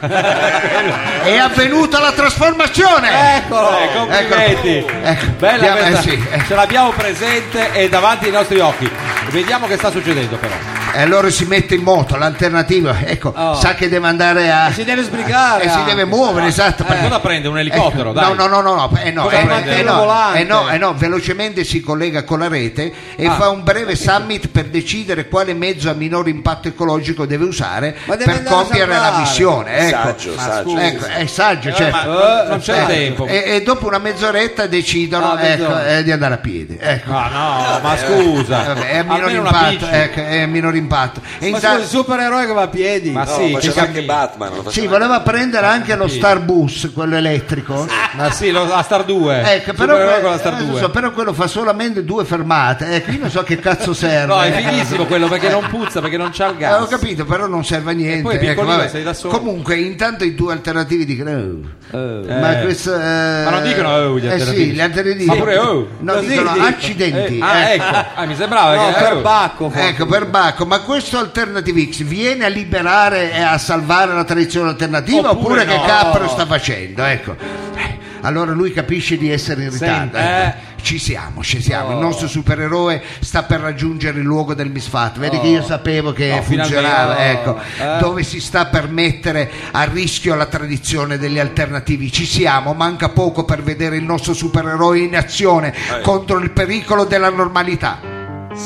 C: è avvenuta la trasformazione.
A: Eccolo, eh, complimenti.
C: Ecco.
A: Bella
C: Abbiamo- eh,
A: questa.
C: sì, eh.
A: Ce l'abbiamo presente e davanti ai nostri occhi. Vediamo che sta succedendo però.
C: E allora si mette in moto l'alternativa. Ecco,
D: Oh.
C: sa che deve andare a...
D: E si deve sbrigare
C: E si
D: anche.
C: deve muovere, esatto.
A: Ma
C: perché-
A: cosa prende un elicottero?
C: Eh,
A: dai.
C: No, no, no, no, no, eh, no,
A: Cosa
C: eh,
A: prende?
C: eh, no,
D: Il volante.
C: eh, no, eh, no, velocemente si collega con la rete e
A: Ah.
C: fa un breve summit per decidere quale mezzo a minor impatto ecologico deve usare
D: Ma deve
C: per
D: andare a
C: compiere la
D: salvare.
C: missione. Ecco,
B: Saggio, saggio.
C: Ecco, è saggio, certo.
A: Eh, Ma non c'è
C: Eh,
A: tempo.
C: E, e dopo una mezz'oretta decidono
D: Ah, mezz'ora.
C: ecco, eh, di andare a piedi. Ecco.
A: Ah, no, ma
C: Eh,
A: scusa.
C: vabbè, è a minor
A: Ah, Almeno una
C: impatto,
A: bici.
C: ecco, è a minor impatto. E
D: Ma
C: inta-
D: scusa, il supereroe che va a piedi.
A: Ma
B: No,
A: sì, che
B: faceva anche
A: cammini.
B: Batman. lo faceva
C: sì,
B: anche-
C: voleva
A: Ah,
C: prendere anche lo Starbus, quello elettrico.
A: Ma sì, lo- la Star 2.
C: Ecco, però,
A: Supereroe
C: que-
A: Eh, con la Star
C: eh, non
A: 2.
C: so, però quello fa solamente due fermate. Ecco, io non so che cazzo serve.
A: [laughs] No, è fighissimo quello perché non puzza, perché non c'ha il
C: Eh,
A: gas.
C: ho capito, però non serve a niente.
A: poi è
C: ecco,
A: piccolino,
C: vabbè.
A: sei da solo.
C: Comunque, intanto i due alternativi dicono. "Oh, Ma,
A: Eh.
C: questo, eh,
A: Ma non dicono, "Oh", gli
C: eh,
A: alternativi.
C: sì, gli alternativi.
A: Ma pure, "Oh".
C: No,
D: Così
C: dicono
D: dico.
C: accidenti.
A: Eh, ah,
C: ecco.
A: ecco. Ah, mi sembrava
D: No,
A: che
D: per Bacco. forse.
C: Ecco, per Bacco, ma questo Alternative X viene a liberare e a salvare la tradizione alternativa
A: Oppure
C: oppure,
A: no?
C: che Capro sta facendo? Ecco. Eh, Allora lui capisce di essere in
A: Senti,
C: ritardo. ecco.
A: eh. Oh.
C: ci siamo, ci siamo. Il nostro supereroe sta per raggiungere il luogo del misfatto. Vedi che io sapevo che
A: Oh. No,
C: funzionava,
A: finalmente. oh. Eh.
C: ecco. Dove si sta per mettere a rischio la tradizione degli alternativi. Ci siamo, manca poco per vedere il nostro supereroe in azione
A: Eh.
C: contro il pericolo della normalità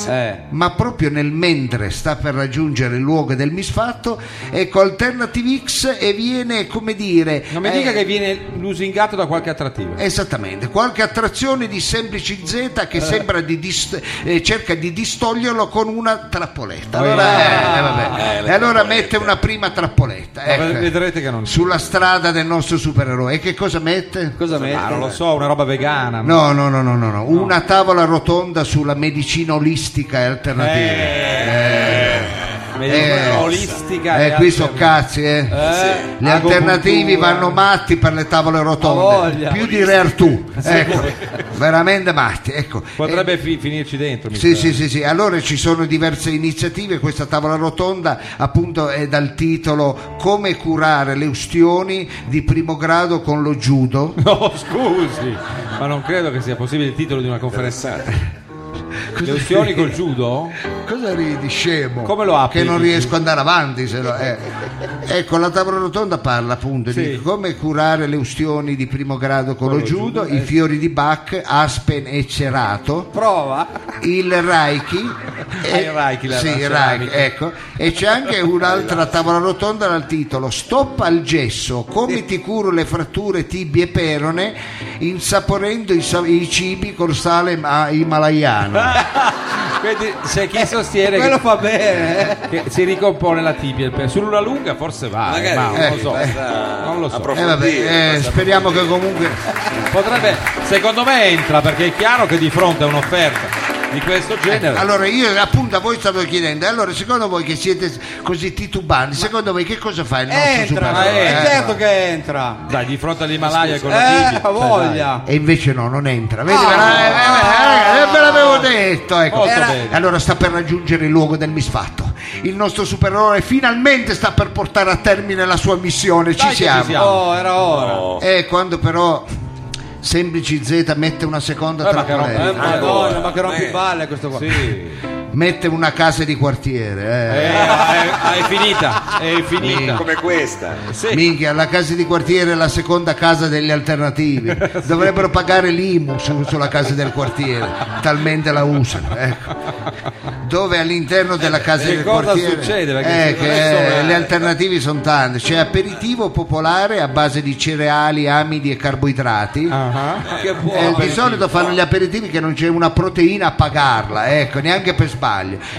D: Eh.
C: ma proprio nel mentre sta per raggiungere il luogo del misfatto, ecco Alternative X e viene, come dire...
A: Non mi
C: eh,
A: dica che viene lusingato da qualche attrattiva.
C: Esattamente, qualche attrazione di semplici Z che sembra di dist- eh, cerca di distoglierlo con una trappoletta. Allora, eh, eh, vabbè.
B: Eh, le
C: E allora
B: trappolette.
C: mette una prima trappoletta
A: Ma
C: ecco,
A: Vedrete che non
C: sulla strada del nostro supereroe. E che cosa mette?
D: Cosa
A: Ah, non lo
D: metti?
A: so, una roba vegana.
C: No, no, no, no, no, no. una tavola rotonda sulla medicina olistica e alternativa.
A: Medicina
C: eh,
A: olistica.
C: Eh,
A: e
C: qui
A: altre-
C: so cazzi, eh. Gli alternativi vanno matti per le tavole
D: Ha
C: rotonde,
D: voglia.
C: più di Reartù, ecco, veramente matti, ecco.
A: Potrebbe fi- finirci dentro. mi
C: Sì,
A: sa.
C: sì, sì, sì, allora ci sono diverse iniziative, questa tavola rotonda appunto è dal titolo Come curare le ustioni di primo grado con lo judo.
A: [laughs] No, scusi, ma non credo che sia possibile il titolo di una conferenza. Le ustioni col judo?
C: Cosa ridi, scemo?
A: Come lo apri?
C: Che non riesco ad andare avanti. Se no, eh. Ecco, la tavola rotonda parla appunto
A: Sì.
C: di come curare le ustioni di primo grado con lo judo,
A: eh.
C: i fiori di Bach, aspen e cerato,
A: Prova.
C: il reiki.
A: [laughs] Ah, il reiki, la-
C: sì,
A: la
C: il
A: ceramica.
C: reiki, ecco. E c'è anche un'altra tavola rotonda dal titolo Stoppa al gesso, come ti curo le fratture tibie e perone insaporendo i, sa- i cibi col sale ma- himalayano.
A: [laughs] Ah, Quindi c'è chi sostiene
D: Quello
A: che,
D: fa bene. eh.
A: che si ricompone la tibia. il pe- Sull'una lunga forse va, eh,
B: Magari,
A: ma non lo so.
B: basta
A: Non lo so.
C: Eh,
B: approfondire,
C: vabbè, eh,
B: basta
C: speriamo che comunque
A: Potrebbe, secondo me entra perché è chiaro che di fronte a un'offerta di questo genere.
C: Eh, Allora io appunto a voi stavo chiedendo, allora secondo voi che siete così titubanti, secondo voi che cosa fa il nostro
D: Entra,
A: ma
C: supereroe? ecco.
D: eh,
A: entra.
D: certo che entra.
A: Dai, di fronte all'Himalaya con la cioè,
D: Eh,
A: tibia.
D: ha voglia.
C: E invece no, non entra. Vedi,
D: Ah.
C: ve, la- eh, eh, eh, eh, ve l'avevo detto. ecco.
A: Molto
C: Era-
A: bene.
C: Allora sta per raggiungere il luogo del misfatto. Il nostro supereroe finalmente sta per portare a termine la sua missione.
A: Dai
C: Ci
A: che ci
C: siamo.
A: siamo.
D: Oh, era ora.
C: E quando però Semplici Z mette una seconda
A: Eh, ma che
C: trappoletta,
A: roba, eh,
D: Ah,
B: Allora,
D: no, ma che rompi
B: eh.
D: palle questo qua.
A: Sì.
C: mette una casa di quartiere. eh.
A: Eh, eh, è finita, è finita.
B: come questa.
A: Sì.
C: Minchia, la casa di quartiere è la seconda casa degli alternativi.
A: [laughs]
C: Dovrebbero pagare l'IMU su- sulla casa del quartiere, talmente la usano. ecco. Dove all'interno della casa
A: Eh, che
C: del
A: cosa
C: quartiere.
A: succede? Perché
C: eh,
A: se-
C: che,
A: adesso-
C: eh, le alternativi sono tante. C'è aperitivo popolare a base di cereali, amidi e carboidrati.
A: Ah.
D: Che
C: Eh,
D: buono.
C: di solito fanno gli aperitivi che non c'è una proteina a pagarla, ecco, neanche per sbaglio.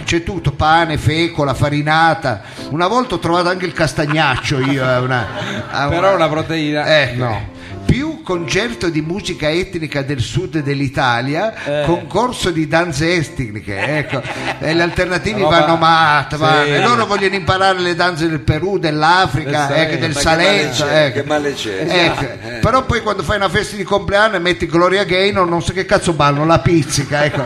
C: C'è tutto, pane, fecola, farinata. Una volta ho trovato anche il castagnaccio io. a una- a una-
A: Però la proteina
C: ah. Ecco.
A: no.
C: Più concerto di musica etnica del sud
A: Eh.
C: dell'Italia, concorso di danze etniche, ecco. E gli alternativi
A: Roba-
C: vanno matte,
A: Sì.
C: vanno. E loro vogliono imparare le danze del Perù, dell'Africa,
A: Del
C: ecco, del Salento.
B: Ma che male c'è,
C: ecco.
B: che Eh. male c'è.
C: Ecco, Però poi quando fai una festa di compleanno e metti Gloria Gaynor, non so che cazzo ballano, la pizzica, ecco.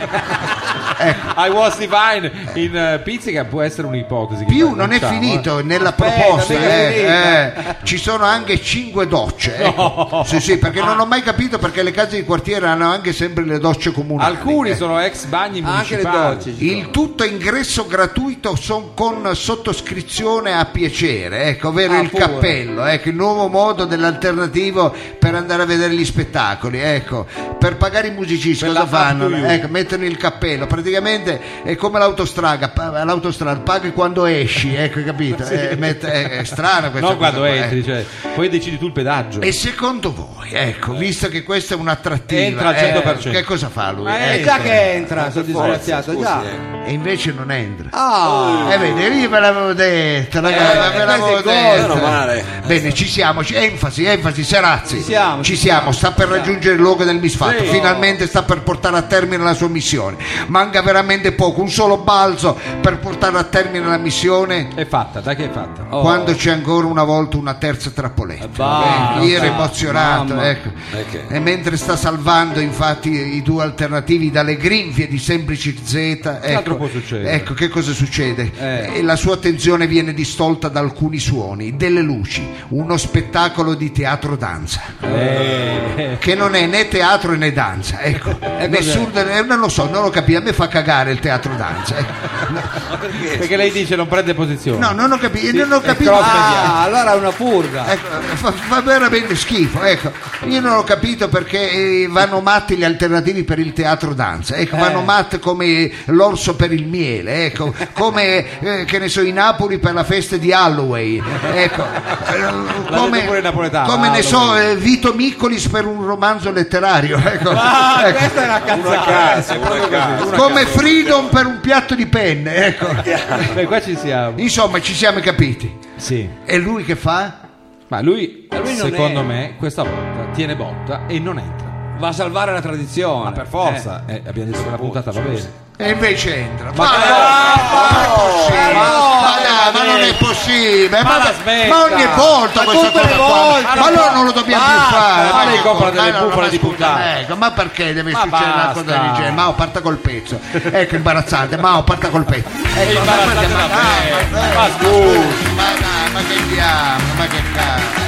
C: Ecco.
A: I was divine in eh, pizzica può essere un'ipotesi. che
C: Più
A: poi
C: non è
A: facciamo,
C: finito nella
D: Aspetta,
C: proposta,
D: mica è
C: eh, eh. ci sono anche cinque docce. ecco. Sì, sì, perché non ho mai capito perché le case di quartiere hanno anche sempre le docce
A: eh.
C: comunali.
A: Alcuni
C: eh.
A: sono ex bagni
D: Anche le
A: municipali.
D: docce. ci
C: Il tutto è ingresso gratuito son- con sottoscrizione a piacere, ecco, ovvero
D: Ah,
C: il
D: pure.
C: cappello, ecco, il nuovo modo dell'alternativo per andare a vedere gli spettacoli. Ecco. Per pagare i musicisti
A: Per
C: cosa
A: la
C: fanno?
A: Factory.
C: Ecco, mettono il cappello, praticamente è come l'autostrada, pa- l'autostrada paghi quando esci, ecco, hai capito? Eh, met- è, è strana questa
A: Non
C: cosa.
A: quando
C: qua,
A: entri,
C: eh.
A: cioè, poi decidi tu il pedaggio.
C: E secondo voi, ecco, visto che questa è un'attrattiva,
A: Entra al
C: eh,
A: 100%.
C: che cosa fa lui?
A: Eh,
D: Eh,
C: Ecco.
D: già che entra, sono
B: Forza,
D: disgraziato,
B: scusi,
D: già.
B: eh.
C: E invece non entra.
D: Ah,
C: Eh vedi, io ve l'avevo detto, ragazzi,
D: Eh,
C: ve l'avevo
D: queste cose.
C: detto.
B: Meno male.
C: Bene, ci siamo, ci- enfasi, enfasi, Serazzi.
D: Ci siamo,
C: ci
D: ci
C: siamo, sta per raggiungere il luogo del misfatto.
A: Sì.
C: Finalmente sta per portare a termine la sua missione. Manca manca veramente poco, un solo balzo per portare a termine la missione
A: È fatta, dai che è fatta.
D: Oh.
C: quando c'è ancora una volta una terza
A: Eh,
C: trappoletta. Eh,
D: basta,
C: Io ero emozionato,
D: mamma.
C: ecco.
B: Perché?
C: E mentre sta salvando infatti i due alternativi dalle grinfie di semplici Z,
A: altro
C: ecco,
A: può succedere?
C: ecco che cosa succede?
A: Eh.
C: E la sua attenzione viene distolta da alcuni suoni, delle luci, uno spettacolo di teatro danza
A: Eh,
C: che non è né teatro né
A: [laughs]
C: danza, ecco. Nessun, eh, non lo so, non lo capisco, a me fa cagare il teatro danza. ecco.
A: perché lei dice non prende posizione.
C: No, non ho capito, non ho
A: è
C: capito.
A: cross
C: Ah,
D: Ah, allora è una purga.
C: Ecco, fa, fa veramente schifo, ecco. Io non ho capito perché eh, vanno matti gli alternativi per il teatro danza, ecco, vanno
A: Eh.
C: matti come l'orso per il miele, ecco, come eh, che ne so, i Napoli per la festa di Halloween, ecco, eh, come,
A: pure il napoletano,
C: come ne so,
A: Halloween.
C: eh, Vito Miccolis per un romanzo letterario, ecco,
A: Ah,
C: ecco.
A: questa è una
B: Una
A: cazzata.
B: casa, una casa.
C: come Freedom per un piatto di penne, ecco.
A: Beh, qua ci siamo.
C: Insomma, ci siamo capiti.
A: Sì.
C: E lui che fa?
A: Ma lui,
D: non
A: secondo
D: entra.
A: me, questa volta tiene botta e non entra.
D: Va a salvare la tradizione.
A: Ma per forza, eh, abbiamo detto che la puntata va bene.
C: E invece entra. Ma,
A: Ma
C: Ma dai, ma non è possibile, ma,
A: Ma la
C: ma-
A: smetta.
C: ma ogni volta
D: Ma
C: questa
D: tutte le
C: cosa qua,
D: volte.
C: ma allora non lo dobbiamo più
A: Basta,
C: fare.
A: ma lei
C: ecco,
A: compra delle
C: ma allora,
A: bufale
C: ma
A: di
C: scusa,
A: puttane.
C: ecco, ma perché deve
A: Ma
C: succedere una cosa
A: basta.
C: del genere? Ma oh, parta col pezzo, ecco imbarazzante, ma oh, parta col pezzo.
A: Eh,
C: Ecco, ma, ma,
A: imbarazzante
C: ma-
A: da
C: ma-
A: me.
C: ma-
A: Ma scusi.
C: ma dai, ma che diavolo, ma che cazzo.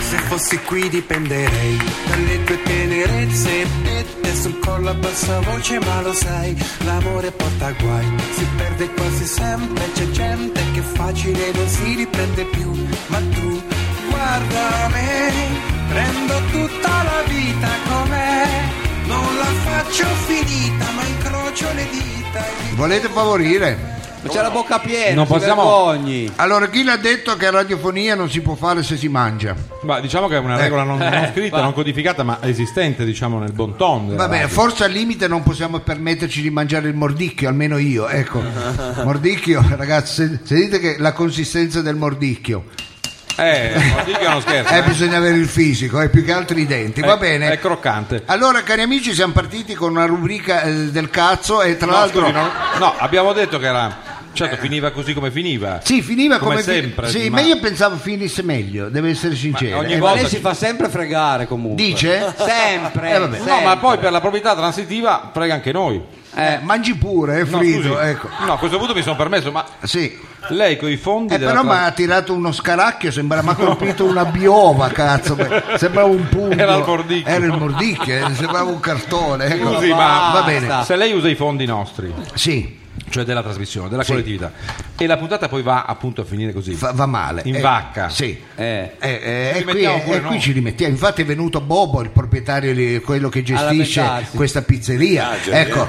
F: Se fossi qui dipenderei dalle tue tenerezze e nessun collo a bassa voce ma lo sai l'amore porta guai si perde quasi sempre c'è gente che facile non si riprende più ma tu guarda me prendo tutta la vita com'è non la faccio finita ma incrocio le dita e mi
C: Volete favorire?
D: Ma c'è la bocca piena.
A: Non
D: si
A: possiamo-
D: vergogni.
C: Allora, chi l'ha detto che radiofonia non si può fare se si mangia?
A: Ma diciamo che è una regola non, non scritta, non codificata, ma esistente, diciamo, nel bon ton. della
C: Va bene,
A: radio.
C: forse al limite non possiamo permetterci di mangiare il mordicchio, almeno
A: [laughs]
C: io, ecco. Mordicchio, ragazzi, se- sentite che la consistenza del mordicchio.
A: Eh, non dica uno scherzo.
C: Eh,
A: eh.
C: bisogna avere il fisico, e più che altro i denti, va
A: È-
C: bene.
A: È croccante.
C: Allora, cari amici, siamo partiti con una rubrica eh, del cazzo e tra
A: No,
C: l'altro...
A: scusi, no, no, abbiamo detto che era... Certo, finiva così come finiva.
C: Eh. Sì, finiva come, fi-
A: sempre.
C: Sì, ma... io pensavo finisse meglio, devo essere sincero.
A: ogni
C: Eh,
A: volta
D: Ma lei
A: ci-
D: si fa sempre fregare comunque.
C: Dice?
D: Sempre.
C: [laughs] Eh, vabbè.
A: No,
D: sempre.
A: ma poi per la proprietà transitiva frega anche noi.
C: eh, mangi pure, è
A: No,
C: frido,
A: scusi.
C: ecco.
A: No, a questo punto mi sono permesso, ma
C: Sì.
A: lei con i fondi
C: Eh,
A: della
C: però mi
A: trans-
C: ha tirato uno scaracchio, sembra mi ha colpito una biova, cazzo, beh, sembrava un pugno.
A: Era il mordicchio.
C: Era il mordicchio, eh, sembrava un cartone. ecco.
A: Scusi, ma-
C: va bene.
A: se lei usa i fondi nostri,
C: Sì,
A: cioè della trasmissione, della collettività, e la puntata poi va appunto a finire così.
C: fa- va male.
A: In
C: Eh,
A: vacca.
C: Sì.
D: Eh.
C: Eh, eh,
A: Ci
C: e qui,
A: rimettiamo
C: eh,
A: pure
C: e qui
A: noi.
C: ci rimettiamo. Infatti è venuto Bobo, il proprietario, di quello che gestisce
D: lamentarsi.
C: questa pizzeria.
B: Ah, già,
C: ecco.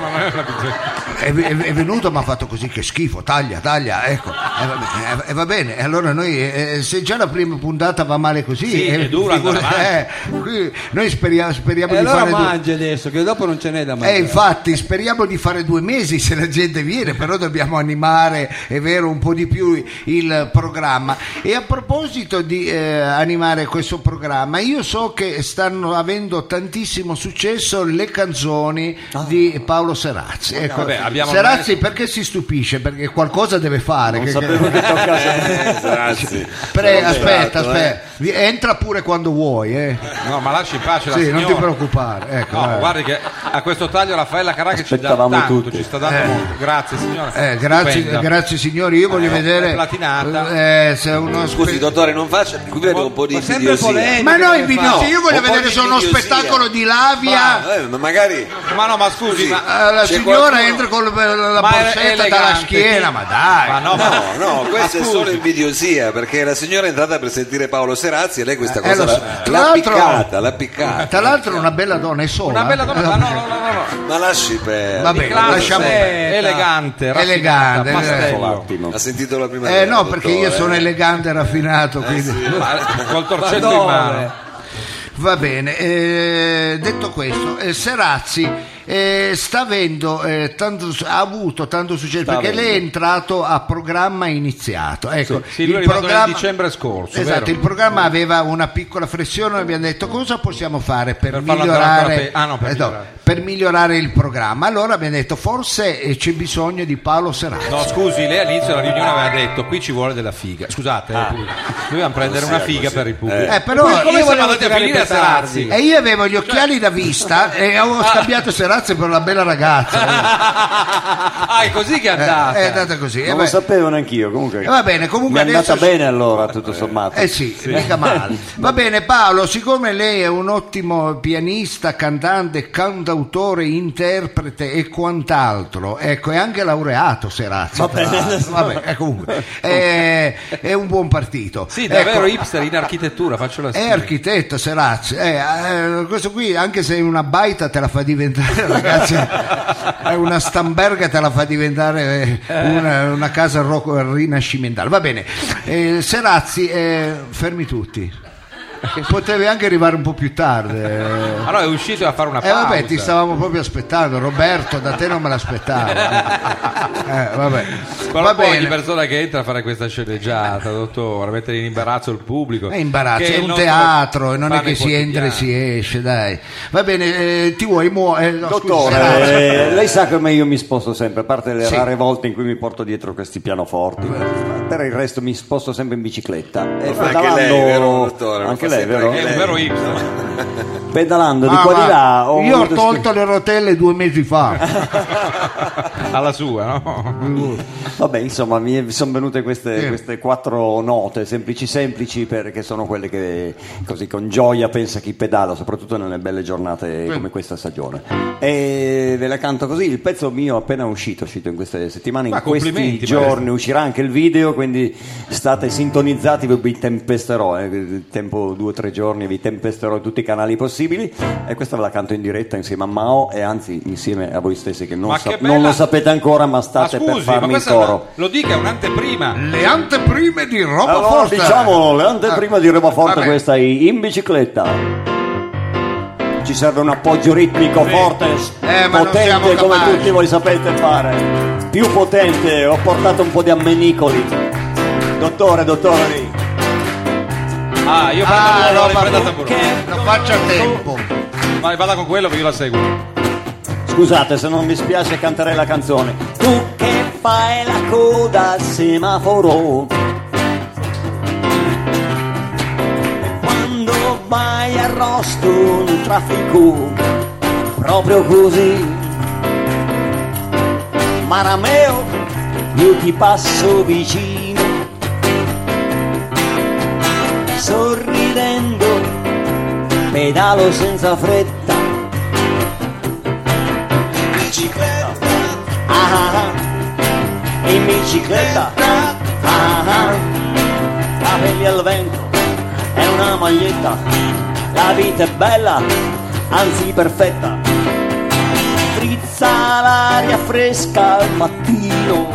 C: È, è- è venuto ma ha fatto così che schifo, taglia, taglia, ecco. E va bene, eh, va bene, e allora noi eh, se già la prima puntata va male così,
A: Sì,
C: eh,
A: è duro andare
C: figura- eh, qui noi speriamo, speriamo
D: E
C: di
D: Eh, allora
C: fare due-
D: mangi adesso, che dopo non ce n'è da
C: Eh,
D: mangiare.
C: infatti, speriamo di fare due mesi se la gente viene, però dobbiamo animare, è vero, un po' di più il programma. E a proposito di eh, animare questo programma, io so che stanno avendo tantissimo successo le canzoni di Paolo Serazzi. Ecco,
A: Ah. vabbè, abbiamo
C: Serazzi perché si stupisce? Perché qualcosa deve fare. che-
E: Sapevo che
B: Eh,
E: toccasse.
B: Grazie.
C: Pre- aspetta,
B: eh.
A: eh.
C: aspetta, Vi- entra pure quando vuoi, eh.
A: No, ma lasci in pace la
C: Sì, non
A: signora.
C: ti preoccupare. Ecco,
A: No,
C: vai.
A: guardi che a questo taglio Raffaella Caracca ci dà
E: Aspettavamo
A: tanto,
E: tutti.
A: ci sta dando
C: Eh.
A: molto. Grazie signora.
C: Eh, grazie,
A: Stupenda.
C: grazie signori, io voglio
A: Eh,
C: vedere
A: è platinata.
C: eh, se uno
B: Scusi,
C: spe-
B: dottore, non faccia. Qui vedo un po' di
D: Ma sempre
B: invidiosia.
D: polemica.
C: Ma no, in
D: No,
C: io voglio
B: un po'
C: vedere
B: di
C: se uno
B: invidiosia.
C: spettacolo di lavia.
B: Ah, eh, ma magari.
A: Ma no, ma scusi,
B: Sì.
A: ma
C: eh, la
B: c'è
C: signora
B: qualcuno-
C: entra con la, la
A: Ma è
C: borsetta dalla
A: elegante,
C: schiena,
A: sì.
C: ma dai.
A: Ma no,
C: Ah,
A: ma-
B: No, no,
A: ma
B: questa è
A: scusi.
B: solo invidiosia perché la signora è entrata per sentire Paolo Serazzi e lei questa
C: Eh,
B: cosa
C: lo so.
B: l'ha,
C: Tra
B: l'ha
C: l'altro-
B: piccata, l'ha piccata.
C: Eh, Tra l'altro è una bella donna, è sola.
A: Una bella domanda.
C: Eh,
A: No, no, no, no, no.
B: Ma lasci per.
C: Va bene,
A: Classe,
C: lasciamo perdere.
A: elegante, raffinata,
C: Elegante,
A: pastello.
E: Un attimo.
B: Ha sentito la prima
C: Eh
B: vera,
C: no, perché io
B: dottore.
C: sono elegante e raffinato,
B: Eh,
C: quindi
A: Ma col torcetto
D: Ma
A: in
D: dove?
A: mano.
C: va bene. eh, detto questo, eh, Serazzi eh, sta avendo eh, tanto su- ha avuto tanto successo
E: Sta
C: perché lei è
E: avendo.
C: entrato a programma iniziato ecco
A: Sì, sì, lui è arrivato nel dicembre scorso,
C: esatto
A: vero?
C: il programma aveva una piccola flessione abbiamo detto cosa possiamo fare per,
A: Per farlo andare ancora
C: migliorare
A: pe- ah, no, per
C: eh,
A: migliorare.
C: per migliorare il programma allora abbiamo detto forse eh, c'è bisogno di Paolo Serrano
A: No, scusi, lei all'inizio della riunione aveva detto qui ci vuole della figa. Scusate, eh, dovevamo prendere una figa per il pubblico.
C: Ah. Eh, però
A: Poi come siamo
C: io
D: volevo
A: andati a
D: tirare
A: finire a
D: i petardi.
A: Serazzi? Cioè,
C: E io avevo gli occhiali da vista e ho scambiato Serazzi per una bella ragazza.
A: ah, è così che è
C: Eh,
A: andata.
C: è andata così. eh,
E: Non
C: beh.
E: lo sapevo neanch'io, comunque.
C: Eh, va bene, comunque
E: Mi è andata
C: adesso-
E: bene allora, tutto sommato.
C: Eh sì, mica
E: [laughs]
C: male. Va bene Paolo, siccome lei è un ottimo pianista, cantante, cantautore, interprete e quant'altro, ecco, è anche laureato Serazzi. tra l'altro. Vabbè, eh,
E: [laughs]
C: comunque, è, è un buon partito.
A: Sì, davvero
C: Ecco,
A: hipster in architettura, faccio la
C: È
A: schifo.
C: architetto Serazzi, eh, eh, questo qui anche se è una baita te la fa diventare [laughs] ragazzi, è una stamberga te la fa diventare eh, una, una casa ro- rinascimentale. Va bene, Eh, Serazzi, eh, fermi tutti, Che potevi anche arrivare un po' più tardi. eh.
A: Ah no, è uscito a fare una
C: Eh
A: pausa.
C: vabbè, ti stavamo proprio aspettando, Roberto, da te non
A: [laughs]
C: me l'aspettavo. Eh, vabbè.
A: Però
C: Va
A: poi ogni
C: bene.
A: persona che entra a fare questa sceneggiata, dottore, mettere in imbarazzo il pubblico.
C: È imbarazzo,
A: Ecco. che
C: è
A: il
C: un
A: nostro
C: teatro e non è
A: pane
C: che si entra e si
A: quotidiano.
C: esce, dai. Va bene, eh, Ah, ti vuoi muovere?
E: Dottore, eh, lei sa come io mi sposto sempre, a parte le
C: Sì.
E: rare volte in cui mi porto dietro questi pianoforti, per il resto mi sposto sempre in bicicletta. E
B: Anche
E: pedalando-
B: lei, vero, dottore? Lo
E: Anche
B: fa
E: lei,
B: sempre
E: vero?
B: anche
A: È un
B: lei.
A: vero hipster.
E: Pedalando di qua di là.
C: io ho
E: avuto
C: tolto le rotelle due mesi
E: [laughs]
C: fa.
E: Eh.
A: [laughs] Alla sua, no?
E: Vabbè, insomma, mi sono venute queste,
C: Sì.
E: queste quattro note semplici semplici perché sono quelle che così con gioia pensa chi pedala, soprattutto nelle belle giornate come questa stagione. E ve la canto così, il pezzo mio appena uscito, è uscito in queste settimane,
A: Ma
E: in questi
A: complimenti,
E: giorni
A: maestro.
E: uscirà anche il video, quindi state sintonizzati, vi tempesterò, eh, tempo due o tre giorni vi tempesterò in tutti i canali possibili e questa ve la canto in diretta insieme a Mao e anzi insieme a voi stessi che non,
A: Ma
E: sa-
A: che
E: non
A: bella-
E: lo sapete ancora ma
C: Ah,
E: state
A: Ma
E: per
A: scusi, ma
E: farmi il
A: questa è una-
E: coro.
A: lo dica, è un'anteprima.
C: Le anteprime di roba
E: Allora diciamo-
C: forte. Ah,
E: diciamolo, Leante, prima di roba forte
C: vabbè.
E: questa è in bicicletta. Ci serve un appoggio ritmico forte, s-
C: Eh, ma non siamo
E: potente come
C: capaci.
E: tutti voi sapete fare. Più potente, ho portato un po' di ammenicoli. Dottore, dottore.
A: Ah, io prendo
C: Ah,
A: il
C: roba
A: tamburo, lei prenda il tamburo.
E: Che-
C: Lo faccio a tempo.
A: Vai, vada con quello che io la seguo.
E: Scusate se non mi spiace canterei la canzone. Tu che fai la coda al semaforo. E Quando vai arrosto in traffico, proprio così. Marameo, io ti passo vicino. Sorridendo, pedalo senza fretta. Ah, ah, in bicicletta, ah, ah, capelli al vento e una maglietta, la vita è bella, anzi perfetta, frizza l'aria fresca al mattino,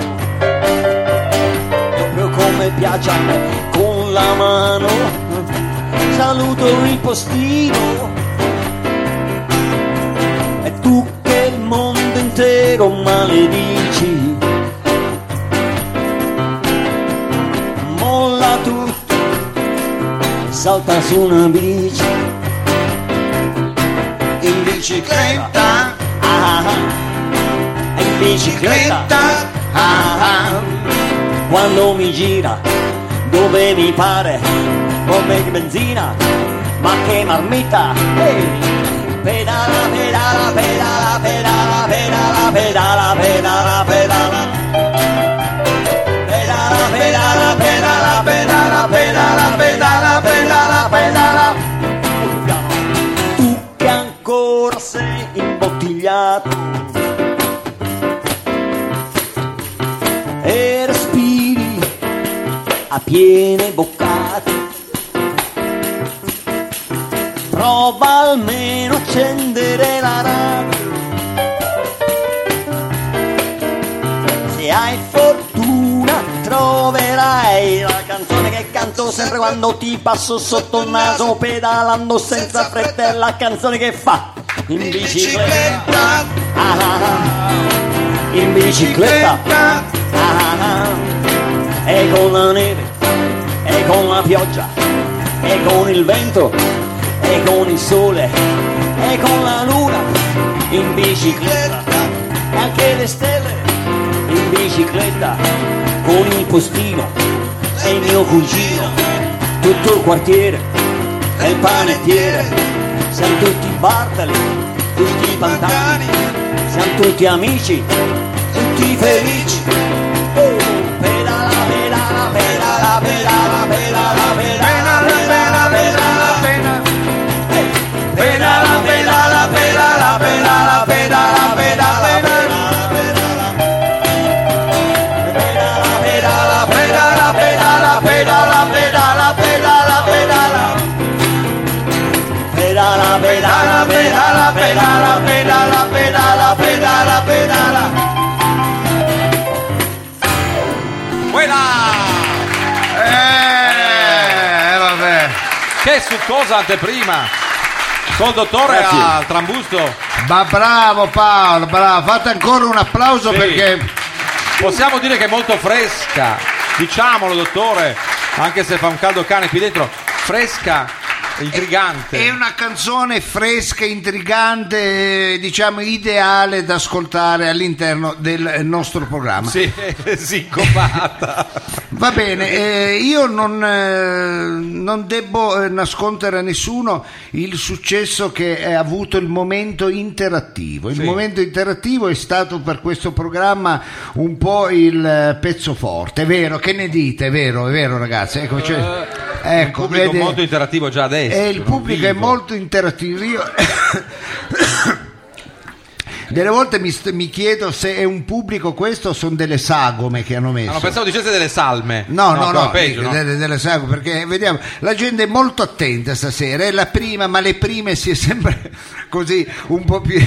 E: proprio come piace a me, con la mano, saluto il postino e tu che il mondo intero maledici. Molla tutto, e salta su una bici. In bicicletta, ah, ah, ah. in bicicletta, ah, ah. quando mi gira, dove mi pare, come benzina, ma che marmita, ehi! pedala, pedala, pedala, pedala, pedala, pedala, pedala, pedala. Pedala, pedala, pedala, pedala, pedala, pedala, pedala, pedala. Tu che ancora sei imbottigliato e respiri a piene boccate prova almeno accendere la radio. Se hai fortuna troverai la canzone che canto sempre quando ti passo sotto il naso pedalando senza fretta è la canzone che fa. in bicicletta, ah, ah, ah. in bicicletta, ah, ah, ah. e con la neve, e con la pioggia, e con il vento, e con il sole, e con la luna, in bicicletta, e anche le stelle, in bicicletta, con il postino, e il mio cugino, tutto il quartiere, e il panettiere, siamo tutti bartali, tutti pantani, siamo tutti amici, tutti felici. Oh, pedala, pedala, pedala, pedala, pedala, pedala, pedala, pedala, Eh, pedala, pedala, pedala, pedala, pedala,
B: Ah,
E: pedala, pedala, pedala, pedala, pedala, pedala, pedala, pedala, pedala. Pedala, pedala, pedala, pedala, pedala, pedala, pedala, pedala.
A: Quella!
C: Eh, vabbè.
A: Che succosa anteprima! Col dottore
E: Grazie.
A: al trambusto.
C: Ma bravo Paolo, bravo. Fate ancora un applauso
A: Sì.
C: perché
A: Possiamo dire che è molto fresca, diciamolo dottore, anche se fa un caldo cane qui dentro, fresca, intrigante.
C: è una canzone fresca, intrigante, eh, diciamo ideale da ascoltare all'interno del nostro programma.
A: Sì, sincopata.
C: Va bene, eh, io non, eh, non debbo eh, nascondere a nessuno il successo che ha avuto il momento interattivo. Il
A: Sì.
C: momento interattivo è stato per questo programma un po' il eh, pezzo forte, è vero, che ne dite? È vero, è vero ragazzi. Ecco, cioè, [laughs] ecco,
A: Eh,
C: Eh,
A: il pubblico
C: vede-
A: molto interattivo già adesso.
C: e il
A: non
C: pubblico è
A: vivo.
C: molto interattivo. Io [coughs] delle volte mi, st- mi chiedo se è un pubblico questo o sono delle sagome che hanno messo.
A: Ah, no, pensavo dicesse delle salme.
C: No, no,
A: ancora
C: no,
A: peggio, Eh, no?
C: delle, delle sagome, perché vediamo, la gente è molto attenta stasera, è la prima, ma le prime si è sempre [laughs] così un po'
A: [laughs]
C: più...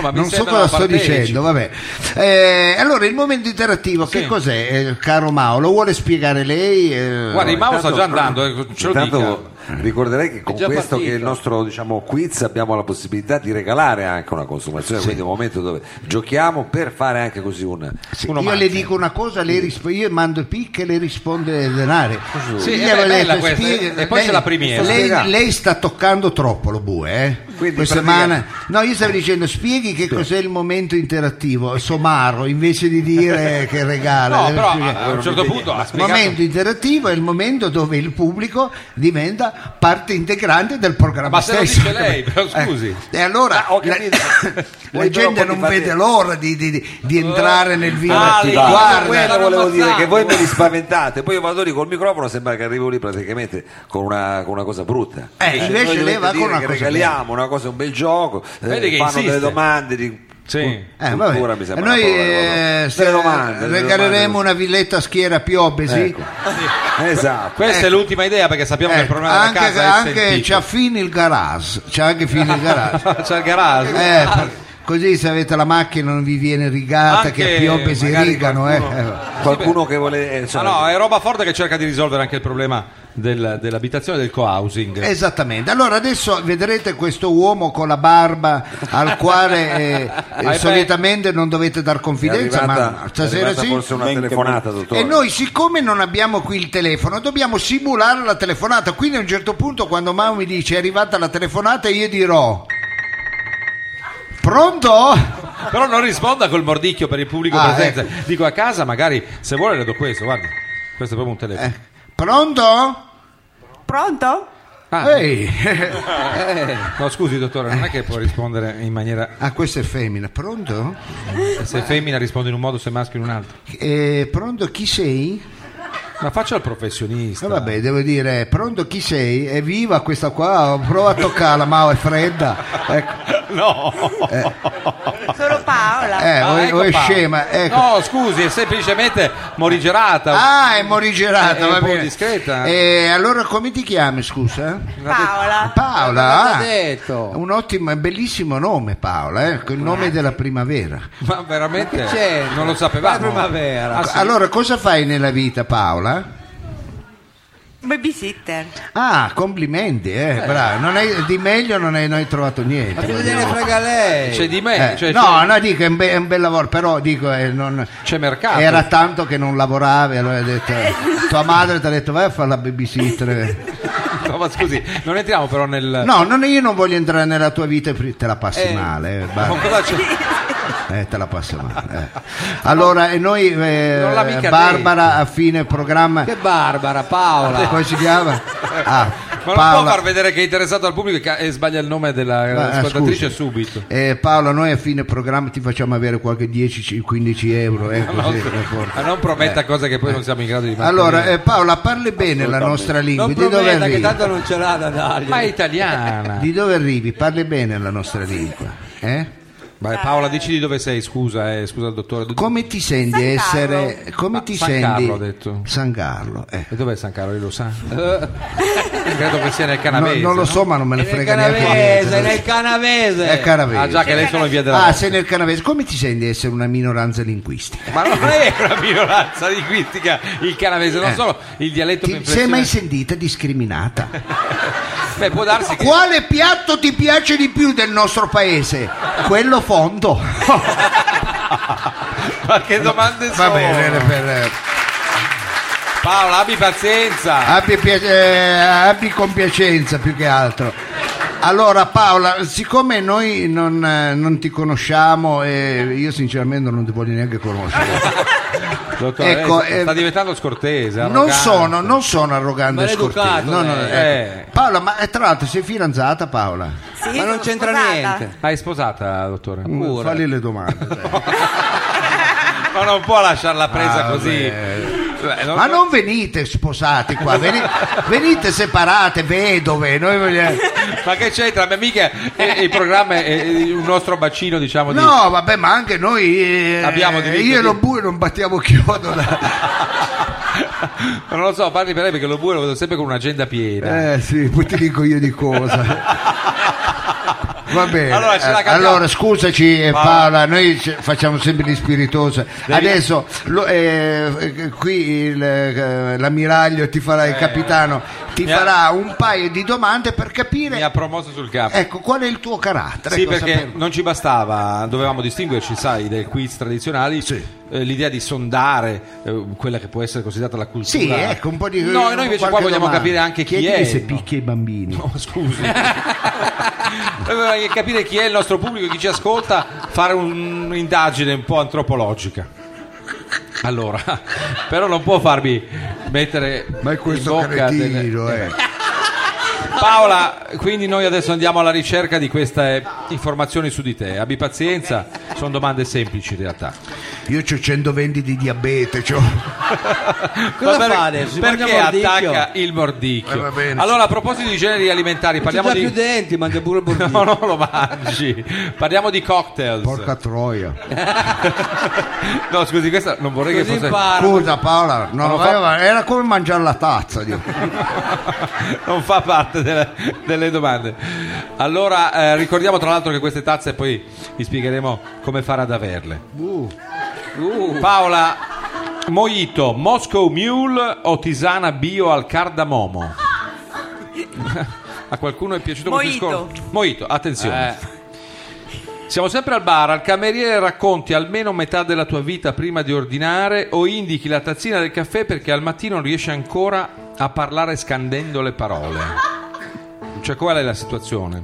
A: ma mi
C: non so
A: sembrano
C: cosa sto
A: partecipi.
C: dicendo, vabbè. Eh, allora, il momento interattivo, che
A: Sì.
C: cos'è, eh, caro Mao? Lo vuole spiegare lei? Eh,
A: Guarda, il Mao sta già andando, eh, ce lo dica.
B: Intanto ricorderei che con
A: già
B: questo
A: partito.
B: che il nostro diciamo, quiz abbiamo la possibilità di regalare anche una consumazione, quindi è un momento dove giochiamo per fare anche così un...
C: Sì,
A: uno
C: io
A: mangia.
C: le dico una cosa, lei risp- io mando il pic e lei risponde denari.
A: Sì,
C: Io
A: eh beh,
C: avevo
A: bella questa, eh,
C: spiega-
A: e poi c'è la primiera.
C: Lei,
B: Spiega.
C: lei sta toccando troppo lo bue, eh?
B: Quindi
C: Questa
B: pratica-
C: settimana- No, io stavo dicendo, spieghi che cos'è il momento interattivo, somaro, invece di
A: [laughs]
C: dire che regala.
A: No,
C: deve
A: però
C: spiegare.
A: a a un certo punto ha
C: Il
A: spiegato.
C: momento interattivo è il momento dove il pubblico diventa parte integrante del programma
A: Ma se lo
C: stesso.
A: dice lei, però scusi.
C: Eh, E allora
B: Ah, ho
C: la,
B: capito.
C: [laughs] la
B: Vuoi
C: gente
B: però
C: non
B: un po' di
C: vede
B: fate-
C: l'ora di, di- di- di entrare nel vivo.
A: Ah,
B: Sì,
A: lì,
B: dai.
A: guarda,
B: quello
A: stanno
B: volevo dire che
A: ammazzando.
B: voi me li spaventate, poi io vado lì col microfono, sembra che arrivo lì praticamente con una, con una cosa brutta.
C: Eh, invece
B: voi
C: lei
B: dovete
C: va con
B: dire
C: una
B: che
C: cosa
B: regaliamo una cosa, un bel gioco, eh,
A: Vedi che
B: fanno
A: insiste.
B: delle domande di
A: Sì.
C: Eh, vabbè.
B: cultura, mi sembra.
C: Noi
B: una parola,
C: eh,
B: proprio.
C: se-
B: Delle domande, delle
C: regaleremo
B: domande
C: una villetta a schiera più obesi.
B: Ecco. così. Esatto.
A: Questa è l'ultima idea perché sappiamo che il
C: Ecco,
A: problema della
C: Eh. anche,
A: casa è
C: anche
A: sentito.
C: c'ha fino il garage. C'ha anche fino
B: [laughs]
C: il garage.
A: c'è il garage.
C: Eh, per- così se avete la macchina non vi viene rigata che
A: Anche
C: a più obesi
B: magari
C: rigano.
B: qualcuno-
C: eh.
B: Qualcuno che vuole... eh, insomma,
A: Ah, no, è roba forte che cerca di risolvere anche il problema del- dell'abitazione e del co-housing.
C: Eh, Esattamente, allora adesso vedrete questo uomo con la barba al quale
B: [laughs]
C: eh, eh,
A: beh.
C: solitamente non dovete dar
B: è
C: confidenza,
B: arrivata-
C: ma
B: è
C: stasera
B: arrivata
C: sì.
B: forse una
E: Ben che-
B: telefonata, dottore.
C: E noi, siccome non abbiamo qui il telefono, dobbiamo simulare la telefonata. Quindi, a un certo punto, quando Mau mi dice è arrivata la telefonata, io dirò: Pronto?
A: Però non risponda col mordicchio per il pubblico
C: Ah,
A: presente. Dico a casa, magari se vuole le do questo, guardi. Questo è proprio un telefono.
C: Eh, Pronto?
G: Pronto?
A: Ah,
C: Ehi, [laughs]
A: no, scusi dottore, non è che può rispondere in maniera...
C: ah, questa è femmina. Pronto?
A: Se è femmina risponde in un modo, se è maschio in un altro.
C: Eh, pronto, chi sei?
A: Ma faccia il
C: Eh,
A: professionista.
C: vabbè, devo dire, pronto chi sei? È viva questa qua? Prova a toccarla, ma è fredda. Ecco.
A: [laughs] No.
G: Sono Paola.
C: Eh, o,
A: Ah,
C: è-
A: ecco
C: o è
A: qua.
C: scema. Ecco.
A: No, scusi, è semplicemente morigerata.
C: Ah, è morigerata,
A: Eh, È
C: va
A: un po'
C: bene.
A: discreta.
C: Eh, allora come ti chiami, scusa?
D: Ah,
G: Paola.
C: Paola.
D: l'ha
C: ah.
D: detto.
C: Un ottimo e bellissimo nome, Paola, eh, il nome della primavera.
A: Ma veramente
D: Che c'è?
A: non lo sapevamo.
D: La primavera.
A: Ah, sì?
C: Allora, cosa fai nella vita, Paola?
G: Babysitter.
C: Ah, complimenti, eh, bravo. Non hai- di meglio non hai, non hai trovato
D: Ma che
C: niente.
D: gliene frega lei?
A: C'è di me,
C: Eh,
A: cioè,
C: no,
A: c'è,
C: no, dico, è un, be- è un bel lavoro, però dico, eh, non-
A: c'è mercato.
C: era tanto che non lavoravi, allora hai detto, tua madre ti ha detto vai a fare la babysitter.
A: [laughs] Eh. No, ma scusi, non entriamo però nel...
C: No, non- io non voglio entrare nella tua vita, pri- te la passi
A: Eh,
C: male, eh,
A: Ma
C: Barbara.
A: cosa c'è?
C: Eh, te la passo male. eh. Allora, e noi, eh,
A: Non l'ha mica
C: Barbara, a fine programma,
D: Che Barbara,
C: come
D: Paola.
C: si chiama? Ah,
A: Ma non può far vedere che è interessato al pubblico e ca- e sbaglia il nome
C: Ma,
A: della
C: eh,
A: ascoltatrice
C: scusi.
A: subito.
C: Eh, Paolo, noi a fine programma ti facciamo avere qualche 10-15 euro. eh,
A: Ma
C: così,
A: non,
C: per forza.
A: ma non prometta cose che poi non siamo in grado di fare.
C: Eh. Allora, eh, Paola, parli bene la nostra lingua.
D: Non
C: Di dove
D: prometta che
C: arrivi?
D: tanto non ce l'ha da dargli.
A: ma è italiana.
C: Di dove arrivi? Parli bene la nostra lingua. eh?
A: Vai, Paola, dici di dove sei, scusa, eh, scusa il dottore. Do-
C: Come ti senti
G: San
C: essere... Come
A: Ah,
C: ti
A: San
C: senti...
A: Carlo, ho detto.
C: San Carlo, eh.
A: E dov'è San Carlo? Lei lo sa? Credo che sia nel
C: No,
A: canavese.
C: non lo so, ma non me
D: È
C: ne
D: nel
C: frega neanche
D: canavese, è
C: niente.
D: nel canavese.
C: È
A: no?
C: canavese.
A: Ah, già che lei sono in via della
C: Ah, sei nel canavese. Come ti senti essere una minoranza linguistica?
A: Ma non è una minoranza linguistica il canavese, non solo il dialetto mi
C: Eh. Ti sei
A: impressiona.
C: mai sentita discriminata?
A: Beh, può darsi che
C: Quale piatto ti piace di più del nostro paese? Quello fondo.
A: ma che domande sono.
C: Va bene, per-
A: Paola, abbi pazienza.
C: abbi, pia- eh, abbi compiacenza più che altro. Allora Paola, siccome noi non, eh, non ti conosciamo e io sinceramente non ti voglio neanche conoscere,
A: Dottore,
C: Ecco,
A: lei sta
C: eh,
A: diventando scortese.
C: non
A: arrogante.
C: sono, non sono arrogante e
D: Maleducato,
C: scortese. No, no,
D: lei.
C: ecco.
A: Eh.
C: Paola, ma eh, tra l'altro sei fidanzata Paola?
G: Sì,
D: Ma non
G: sono
D: c'entra
G: sposata.
D: niente.
A: Ah, è sposata, dottore?
D: Pure.
C: Fagli
A: [laughs]
C: le domande. dai.
A: Ma non può lasciarla presa
C: Ah,
A: così.
C: beh.
A: Beh,
C: Ma non venite sposati qua, veni- venite, separate, vedove. Noi vogliamo...
A: ma che c'entra? Ma mica eh, il programma è è un nostro bacino, diciamo, di...
C: No, vabbè, ma anche noi. eh,
A: Abbiamo diritto
C: io e
A: di-
C: lo bue non battiamo chiodo. da-
A: Ma non lo so, parli per lei perché lo bue lo vedo sempre con un'agenda piena.
C: Eh sì, poi ti dico io di cosa. Va bene,
A: Allora, ce la
C: Eh,
A: cambiamo.
C: allora, scusaci eh,
A: Ma-
C: Paola, noi ce- facciamo sempre gli spiritosi. Adesso lo- eh, eh, qui il, eh, l'ammiraglio ti farà, il capitano ti
A: Eh. Mi ha-
C: farà un paio di domande per
A: Mi
C: capire
A: ha promosso sul capo.
C: Ecco, qual è il tuo carattere?
A: Sì,
C: Ecco,
A: perché
C: sapere-
A: non ci bastava, dovevamo distinguerci, sai, dai quiz tradizionali, eh, l'idea di sondare eh, quella che può essere considerata la cultura.
C: Sì, ecco, un po' di...
A: No, e noi invece qua
C: qualche
A: vogliamo
C: domanda.
A: capire anche chi
C: Chiedimi
A: è.
C: se
A: no?
C: picchia i bambini.
A: Oh, [laughs] scusi. Noi Vogliamo capire chi è il nostro pubblico, chi ci ascolta, fare un- un'indagine un po' antropologica. Allora, [laughs] però non può farmi mettere
C: Ma è questo
A: in bocca delle-
C: cretino, eh.
A: Paola, quindi noi adesso andiamo alla ricerca di queste informazioni su di te. Abbi pazienza, sono domande semplici in realtà.
C: Io ho 120 di diabete, c'ho...
A: Esatto.
D: Cosa
A: Ma per-
D: fa adesso? Si
A: Perché
D: mangia il mordicchio?
A: attacca il mordicchio?
C: Eh, va bene.
A: allora, a proposito di generi alimentari,
D: C'è
A: parliamo
D: già più
A: di...
D: denti,
A: [laughs]
D: mangia pure il bordino.
A: No, no, lo mangi. Parliamo di cocktails.
C: Porca troia.
A: No, scusi, questa non vorrei
D: Così
A: che fosse...
D: impara.
C: Scusa Paola, no,
A: Ma lo
C: vai
A: fa-
C: avanti, era come mangiare la tazza. Dio.
A: [laughs] non fa parte delle, delle domande. Allora, eh, ricordiamo tra l'altro che queste tazze poi vi spiegheremo come fare ad averle. Paola, Mojito, Moscow Mule o tisana bio al cardamomo? A qualcuno è piaciuto questo
G: Mojito.
A: discorso? Mojito, attenzione. Siamo sempre al bar, al cameriere racconti almeno metà della tua vita prima di ordinare o indichi la tazzina del caffè perché al mattino non riesci ancora a parlare scandendo le parole. Cioè qual è la situazione?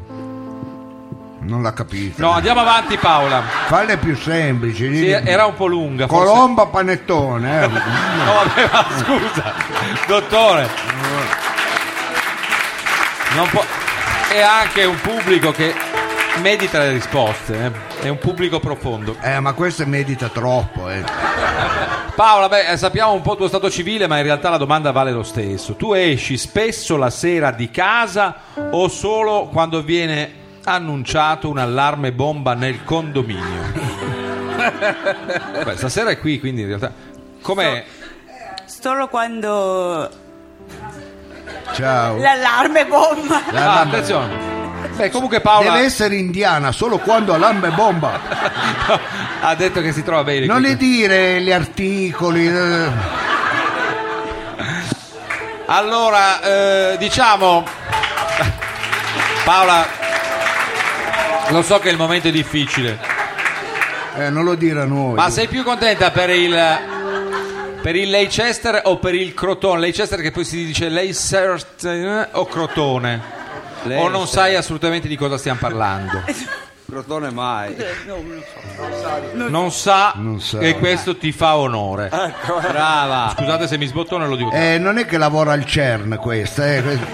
C: Non l'ha capito.
A: No, andiamo avanti Paola.
C: Falle più semplici.
A: Sì,
C: digli-
A: era un po' lunga. forse.
C: Colomba panettone. eh.
A: No, vabbè, ma scusa, dottore. Non può... È anche un pubblico che medita le risposte, eh. è un pubblico profondo.
C: Eh, ma questo medita troppo. eh.
A: Paola, beh, eh, sappiamo un po' il tuo stato civile, ma in realtà la domanda vale lo stesso. Tu esci spesso la sera di casa o solo quando viene annunciato un allarme bomba nel condominio? Beh, stasera è qui, quindi in realtà... Com'è?
G: Solo quando
C: Ciao.
G: l'allarme bomba.
A: Ah, attenzione. Beh, comunque Paola...
C: Deve essere indiana solo quando ha l'ambe bomba.
A: ha detto che si trova bene.
C: Non
A: qui.
C: le dire gli articoli. eh.
A: Allora, eh, diciamo, Paola, lo so che il momento è difficile,
C: Eh, non lo dire a noi.
A: ma sei più contenta per il... Per il Leicester o per il Crotone? Leicester che poi si dice Leicester eh, o Crotone? O non sai assolutamente di cosa stiamo parlando?
D: Crotone mai.
A: Non sa,
C: Non sa.
A: e questo ti fa onore. Brava. Scusate se mi sbottone, lo dico.
C: Eh, non è che lavora al CERN questa, eh, questa-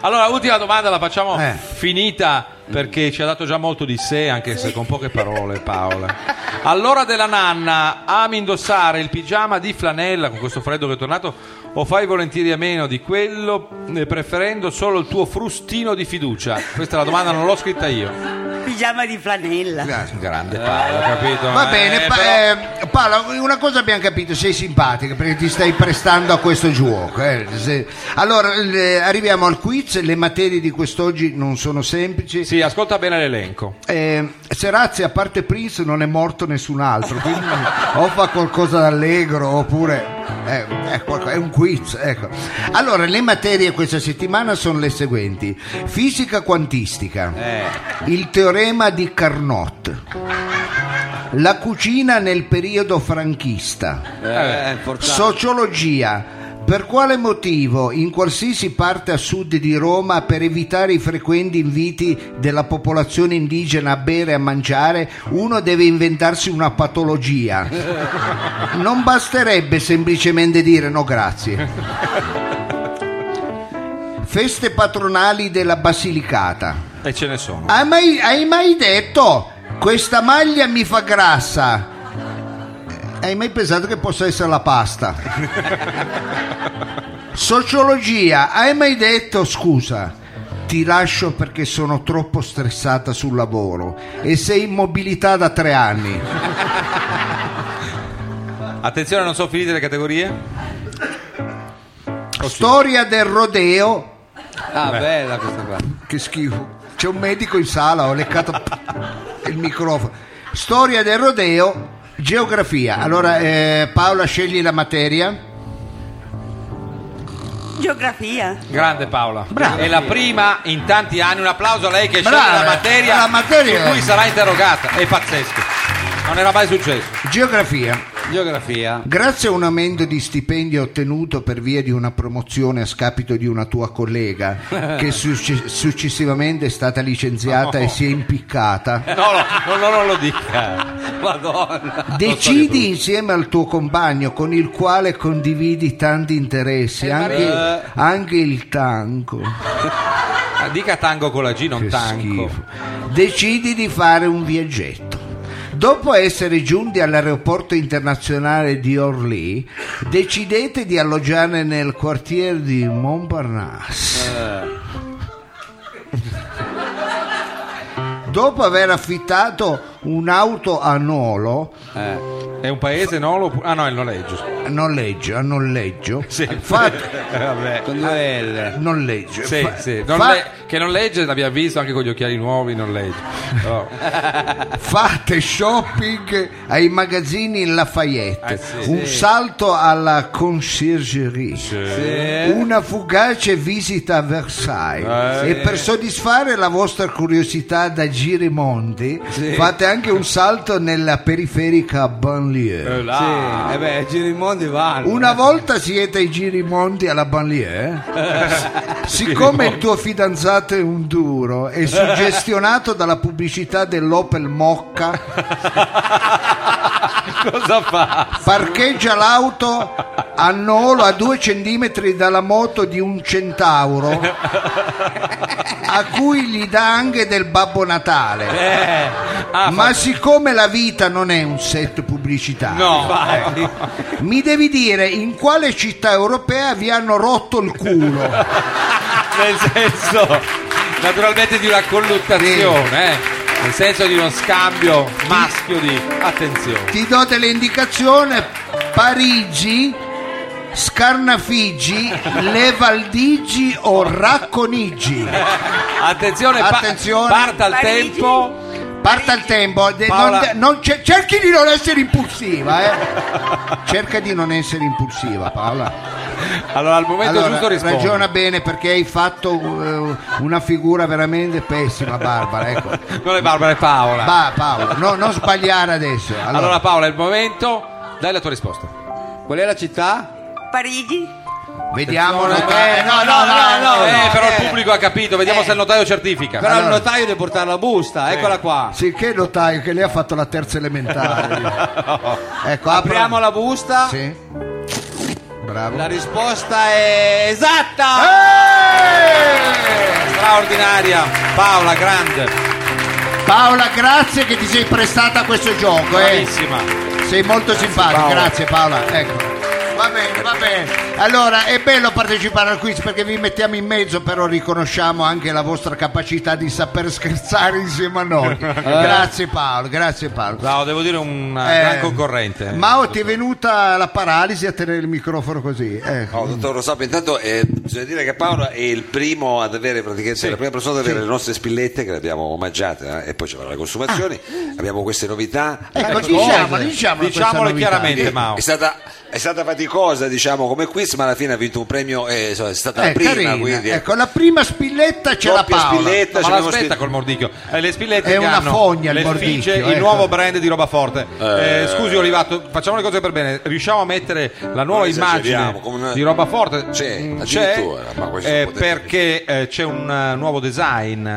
A: Allora, ultima domanda, la facciamo
C: Eh.
A: finita perché ci ha dato già molto di sé, anche se con poche parole, Paola. Allora della nanna, ami indossare il pigiama di flanella con questo freddo che è tornato o fai volentieri a meno di quello eh, preferendo solo il tuo frustino di fiducia? Questa è la domanda, non l'ho scritta io. Eh,
G: Pigiama di flanella.
A: Ah, Grande Paola, capito?
C: Va
A: Eh,
C: bene, pa-
A: però-
C: eh, Paola, una cosa abbiamo capito, sei simpatica perché ti stai prestando a questo gioco. eh. Se- Allora, le- arriviamo al quiz, le materie di quest'oggi non sono semplici.
A: eh, Sì, ascolta bene l'elenco.
C: Eh, Serazzi, a parte Prince, non è morto nessun altro, quindi o fa qualcosa d'allegro oppure eh, è, qualco- è un quiz. Ecco. Allora, le materie questa settimana sono le seguenti: fisica quantistica, il teorema di Carnot, la cucina nel periodo franchista,
D: Eh, importante.
C: sociologia. Per quale motivo in qualsiasi parte a sud di Roma per evitare i frequenti inviti della popolazione indigena a bere e a mangiare uno deve inventarsi
A: [laughs]
C: una patologia? Non basterebbe semplicemente dire no grazie. Feste patronali della Basilicata.
A: E ce ne sono.
C: Hai mai, hai mai detto questa maglia mi fa grassa? Hai mai pensato che possa essere la pasta? Sociologia, hai mai detto scusa? Ti lascio perché sono troppo stressata sul lavoro e sei in mobilità da tre anni.
A: Attenzione, non sono finite le categorie.
C: Storia del rodeo,
D: Ah, bella questa qua.
C: che schifo. C'è un medico in sala, ho leccato il microfono. Storia del rodeo, geografia. Allora eh, Paola scegli la materia.
G: Geografia.
A: Grande Paola, è la prima in tanti anni. Un applauso a lei che
C: Brava,
A: sceglie la materia,
C: la materia.
A: su cui sarà interrogata. È pazzesco, non era mai successo.
C: Geografia.
D: Geografia.
C: Grazie a un aumento di stipendio ottenuto per via di una promozione a scapito di una tua collega, che succe- successivamente è stata licenziata e si è impiccata,
A: No, no, no, no, non lo dica.
D: Madonna.
C: decidi insieme al tuo compagno con il quale condividi tanti interessi, anche, anche il tango.
A: Dica tango con la G, non
C: Che
A: tango.
C: schifo. Decidi di fare un viaggetto. Dopo essere giunti all'aeroporto internazionale di Orly, decidete di alloggiare nel quartiere di Montparnasse. Dopo aver affittato un'auto a Nolo,
A: È un paese, no? Lo- Ah, no, è il noleggio.
C: a noleggio, a noleggio,
A: Sì.
C: fate-
A: Eh, vabbè.
D: Con due L.
C: noleggio,
A: Sì,
C: fa-
A: sì. Non
C: fa-
A: le- Che non legge, l'abbiamo visto anche con gli occhiali nuovi. Non
C: [laughs]
A: legge. Oh.
C: fate shopping ai magazzini Lafayette,
A: Eh, sì.
C: un salto alla conciergerie, una fugace visita a
A: Ah,
C: Versailles e per soddisfare la vostra curiosità da girimonti fate anche un salto nella periferica banlieue.
A: Eh, là.
D: Sì, eh beh, giri il mondo e vanno.
C: Una volta siete ai girimonti alla banlieue, eh?
A: [laughs]
C: siccome il tuo fidanzato è un duro e suggestionato dalla pubblicità dell'Opel Mocca,
A: [laughs] Cosa fa?
C: parcheggia l'auto a Nolo a due centimetri dalla moto di un centauro a cui gli dà anche del Babbo Natale
A: Eh. Ah,
C: ma siccome la vita non è un set pubblicitario [laughs]
A: No.
C: eh, mi devi dire in quale città europea vi hanno rotto il culo
A: nel senso naturalmente di una colluttazione eh, nel senso di uno scambio maschio di attenzione
C: ti do delle indicazioni Parigi Scarnafigi Levaldigi o Racconigi
A: attenzione, pa-
C: Attenzione.
A: parta il
G: Parigi.
A: tempo
C: Parta il tempo, de-
A: Paola.
C: non- non ce- cerchi di non essere impulsiva, eh. Cerca di non essere impulsiva, Paola.
A: Allora, al momento
C: Allora,
A: giusto rispondo.
C: ragiona bene perché hai fatto eh, una figura veramente pessima, Barbara. Ecco.
A: Non è Barbara, è Paola.
C: Va Paolo, no, non sbagliare adesso. Allora,
A: allora, Paola, è il momento. Dai la tua risposta.
D: Qual è la città?
G: Parigi?
C: vediamo.
A: attenzione,
C: notare-
D: eh, no, no, no, no,
A: eh, però il
D: eh.
A: pubblico ha capito, vediamo se il notaio certifica.
D: Però il
C: Allora.
D: notaio deve portare la busta, eccola qua.
C: Sì, che notaio che lei ha fatto la terza
D: [laughs]
C: elementare. ecco, apro-
D: Apriamo la busta.
C: Sì. Bravo.
D: La risposta è esatta.
C: Eh!
A: Straordinaria, Paola, grande,
C: Paola, grazie che ti sei prestata a questo gioco. eh.
A: bravissima.
C: Sei molto simpatico, grazie Paola. Ecco. Va bene, va bene. Allora, è bello partecipare al quiz perché vi mettiamo in mezzo, però riconosciamo anche la vostra capacità di saper scherzare insieme a
D: [laughs]
C: noi.
D: Eh.
C: Grazie Paolo, grazie Paolo.
A: No, devo dire un
C: Eh,
A: Ah, gran concorrente.
C: Mao ti è venuta la paralisi a tenere il microfono così. ecco.
B: No, dottor Rosapo, intanto eh, bisogna dire che Paolo è il primo ad avere praticamente la prima persona ad avere le nostre spillette che le abbiamo omaggiate eh, e poi ci vanno le consumazioni. Abbiamo queste novità.
C: Ecco,
A: Ecco,
C: diciamolo,
A: cose.
C: diciamolo questa
A: Diciamolo
C: novità.
A: chiaramente,
B: Eh,
A: Mao.
B: È stata, è stata faticosa, diciamo, come quiz, ma alla fine ha vinto un premio. eh, insomma, è stata
C: Eh,
B: la prima,
C: carina.
B: quindi
C: Ecco, la prima spilletta ce l'ha
B: doppia
C: Paola.
B: spilletta.
A: Ma
B: ci abbiamo
A: l'aspetta
B: scritto-
A: col mordicchio. Eh, le spillette
C: È
A: che
C: una
A: hanno,
C: fogna il
A: le
C: mordicchio,
A: sfice, il
C: ecco.
A: nuovo brand di roba forte. Eh,
B: Eh.
A: scusi Olivato, facciamo le cose per bene. Riusciamo a mettere la nuova
B: Non
A: immagine
B: esageriamo, come una-
A: di roba forte?
B: C'è,
A: Mm,
B: addirittura, ma questo
A: eh,
B: non potete-
A: perché eh, c'è un eh, nuovo design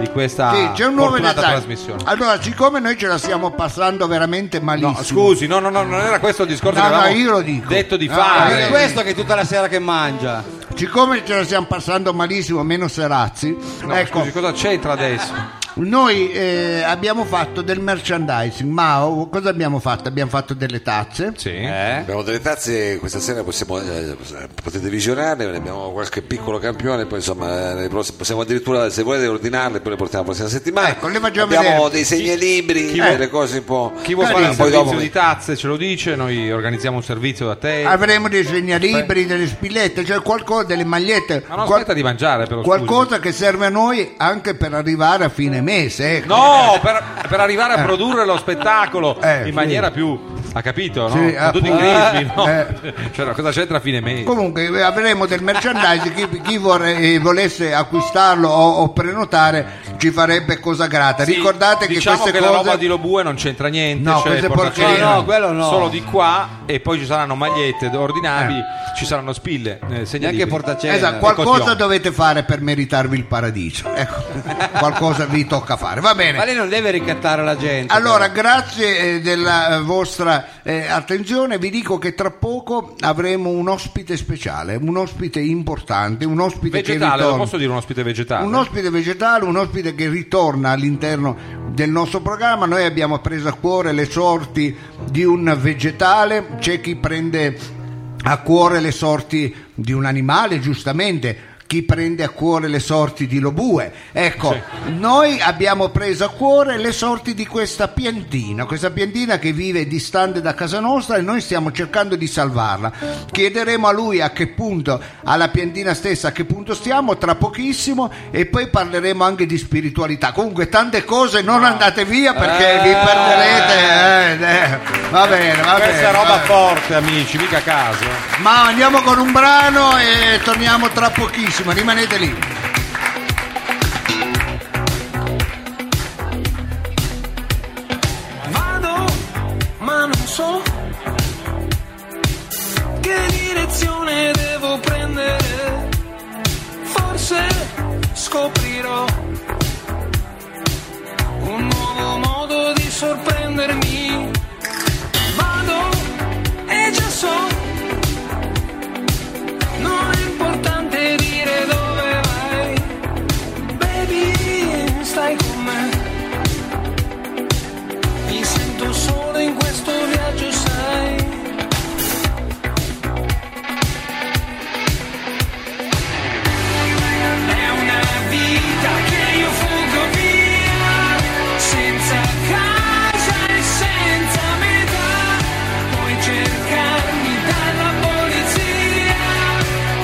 A: di questa
C: Sì, c'è un nuovo
A: Ah, fortunata
C: design.
A: trasmissione.
C: Allora, siccome noi ce la stiamo passando veramente malissimo.
A: No, scusi, no, no, no, non era questo il discorso
C: No,
A: che
C: no,
A: avevamo
C: io lo dico.
A: detto di
C: No,
A: fare.
D: Ah, È questo che è tutta la sera che mangia.
C: Eh. Siccome ce la stiamo passando malissimo, meno Serazzi,
A: No,
C: ecco,
A: scusi, cosa c'entra adesso?
C: noi eh, abbiamo fatto del merchandising, ma oh, cosa abbiamo fatto? Abbiamo fatto delle tazze.
A: Sì.
B: Abbiamo delle tazze, questa sera possiamo, eh, potete visionarle, ne abbiamo qualche piccolo campione, poi insomma eh, le pross- possiamo addirittura se volete ordinarle, poi le portiamo la prossima settimana.
C: Ecco, le facciamo
B: abbiamo
C: vedere.
B: dei segnalibri,
A: chi-
B: delle cose un po'...
A: Chi vuole fare
B: Poi
A: un servizio
B: dopo-
A: di tazze ce lo dice, noi organizziamo un servizio da te.
C: Avremo dei segnalibri, delle spillette, cioè qualcosa, delle magliette,
A: Ma non
C: qual-
A: aspetta di mangiare però. scusi.
C: qualcosa che serve a noi anche per arrivare a fine mese. ecco. [laughs]
A: No, per, per arrivare a produrre lo spettacolo
C: Eh,
A: in
C: sì.
A: maniera più... Ha capito, no?
C: Sì,
A: Con tutti i
C: appunto.
A: crismi, no?
C: Eh.
A: [laughs] Cioè, no, cosa c'entra a fine mese?
C: Comunque eh, avremo del merchandising, chi, chi vorre- eh, volesse acquistarlo o, o prenotare ci farebbe cosa grata.
A: Sì,
C: Ricordate che
A: diciamo
C: queste
A: che
C: cose...
A: la roba di Lobue non c'entra niente,
C: No,
A: cioè,
C: queste
A: portaci-
C: porcherie
D: no. No, quello no.
A: Solo di qua e poi ci saranno magliette ordinabili, ci saranno spille, eh, segnalibri.
D: Neanche portacena.
C: Esatto, qualcosa dovete fare per meritarvi il paradiso.
A: [laughs]
C: Ecco, qualcosa vi tocca fare. Va
D: Ma
C: bene.
D: lei non deve ricattare la gente.
C: Allora,
D: però.
C: grazie eh, della eh, vostra eh, attenzione. Vi dico che tra poco avremo un ospite speciale, un ospite importante, un ospite che
A: Vegetale, lo
C: ritorna.
A: posso dire un ospite vegetale?
C: Un ospite vegetale, un ospite che ritorna all'interno del nostro programma. Noi abbiamo preso a cuore le sorti di un vegetale, c'è chi prende a cuore le sorti di un animale, giustamente. Chi prende a cuore le sorti di Lobue? Ecco, noi abbiamo preso a cuore le sorti di questa piantina, questa piantina che vive distante da casa nostra e noi stiamo cercando di salvarla. Chiederemo a lui a che punto, alla piantina stessa, a che punto stiamo tra pochissimo e poi parleremo anche di spiritualità. Comunque tante cose,
A: Ah.
C: non andate via perché vi perderete. eh, eh. Va bene, va
A: Eh. Questa
C: bene.
A: è roba
C: va bene.
A: forte, amici, mica a caso. eh.
C: Ma andiamo con un brano e torniamo tra pochissimo, rimanete lì.
F: Vado, ma non so che direzione devo prendere. Forse scoprirò un nuovo modo di sorprendermi. Vado e già so, non è importante dire dove vai. Baby, stai con me. Mi sento solo in questo viaggio, sai. È una vita che io fuggo via, senza casa e senza metà. Puoi cercarmi dalla polizia,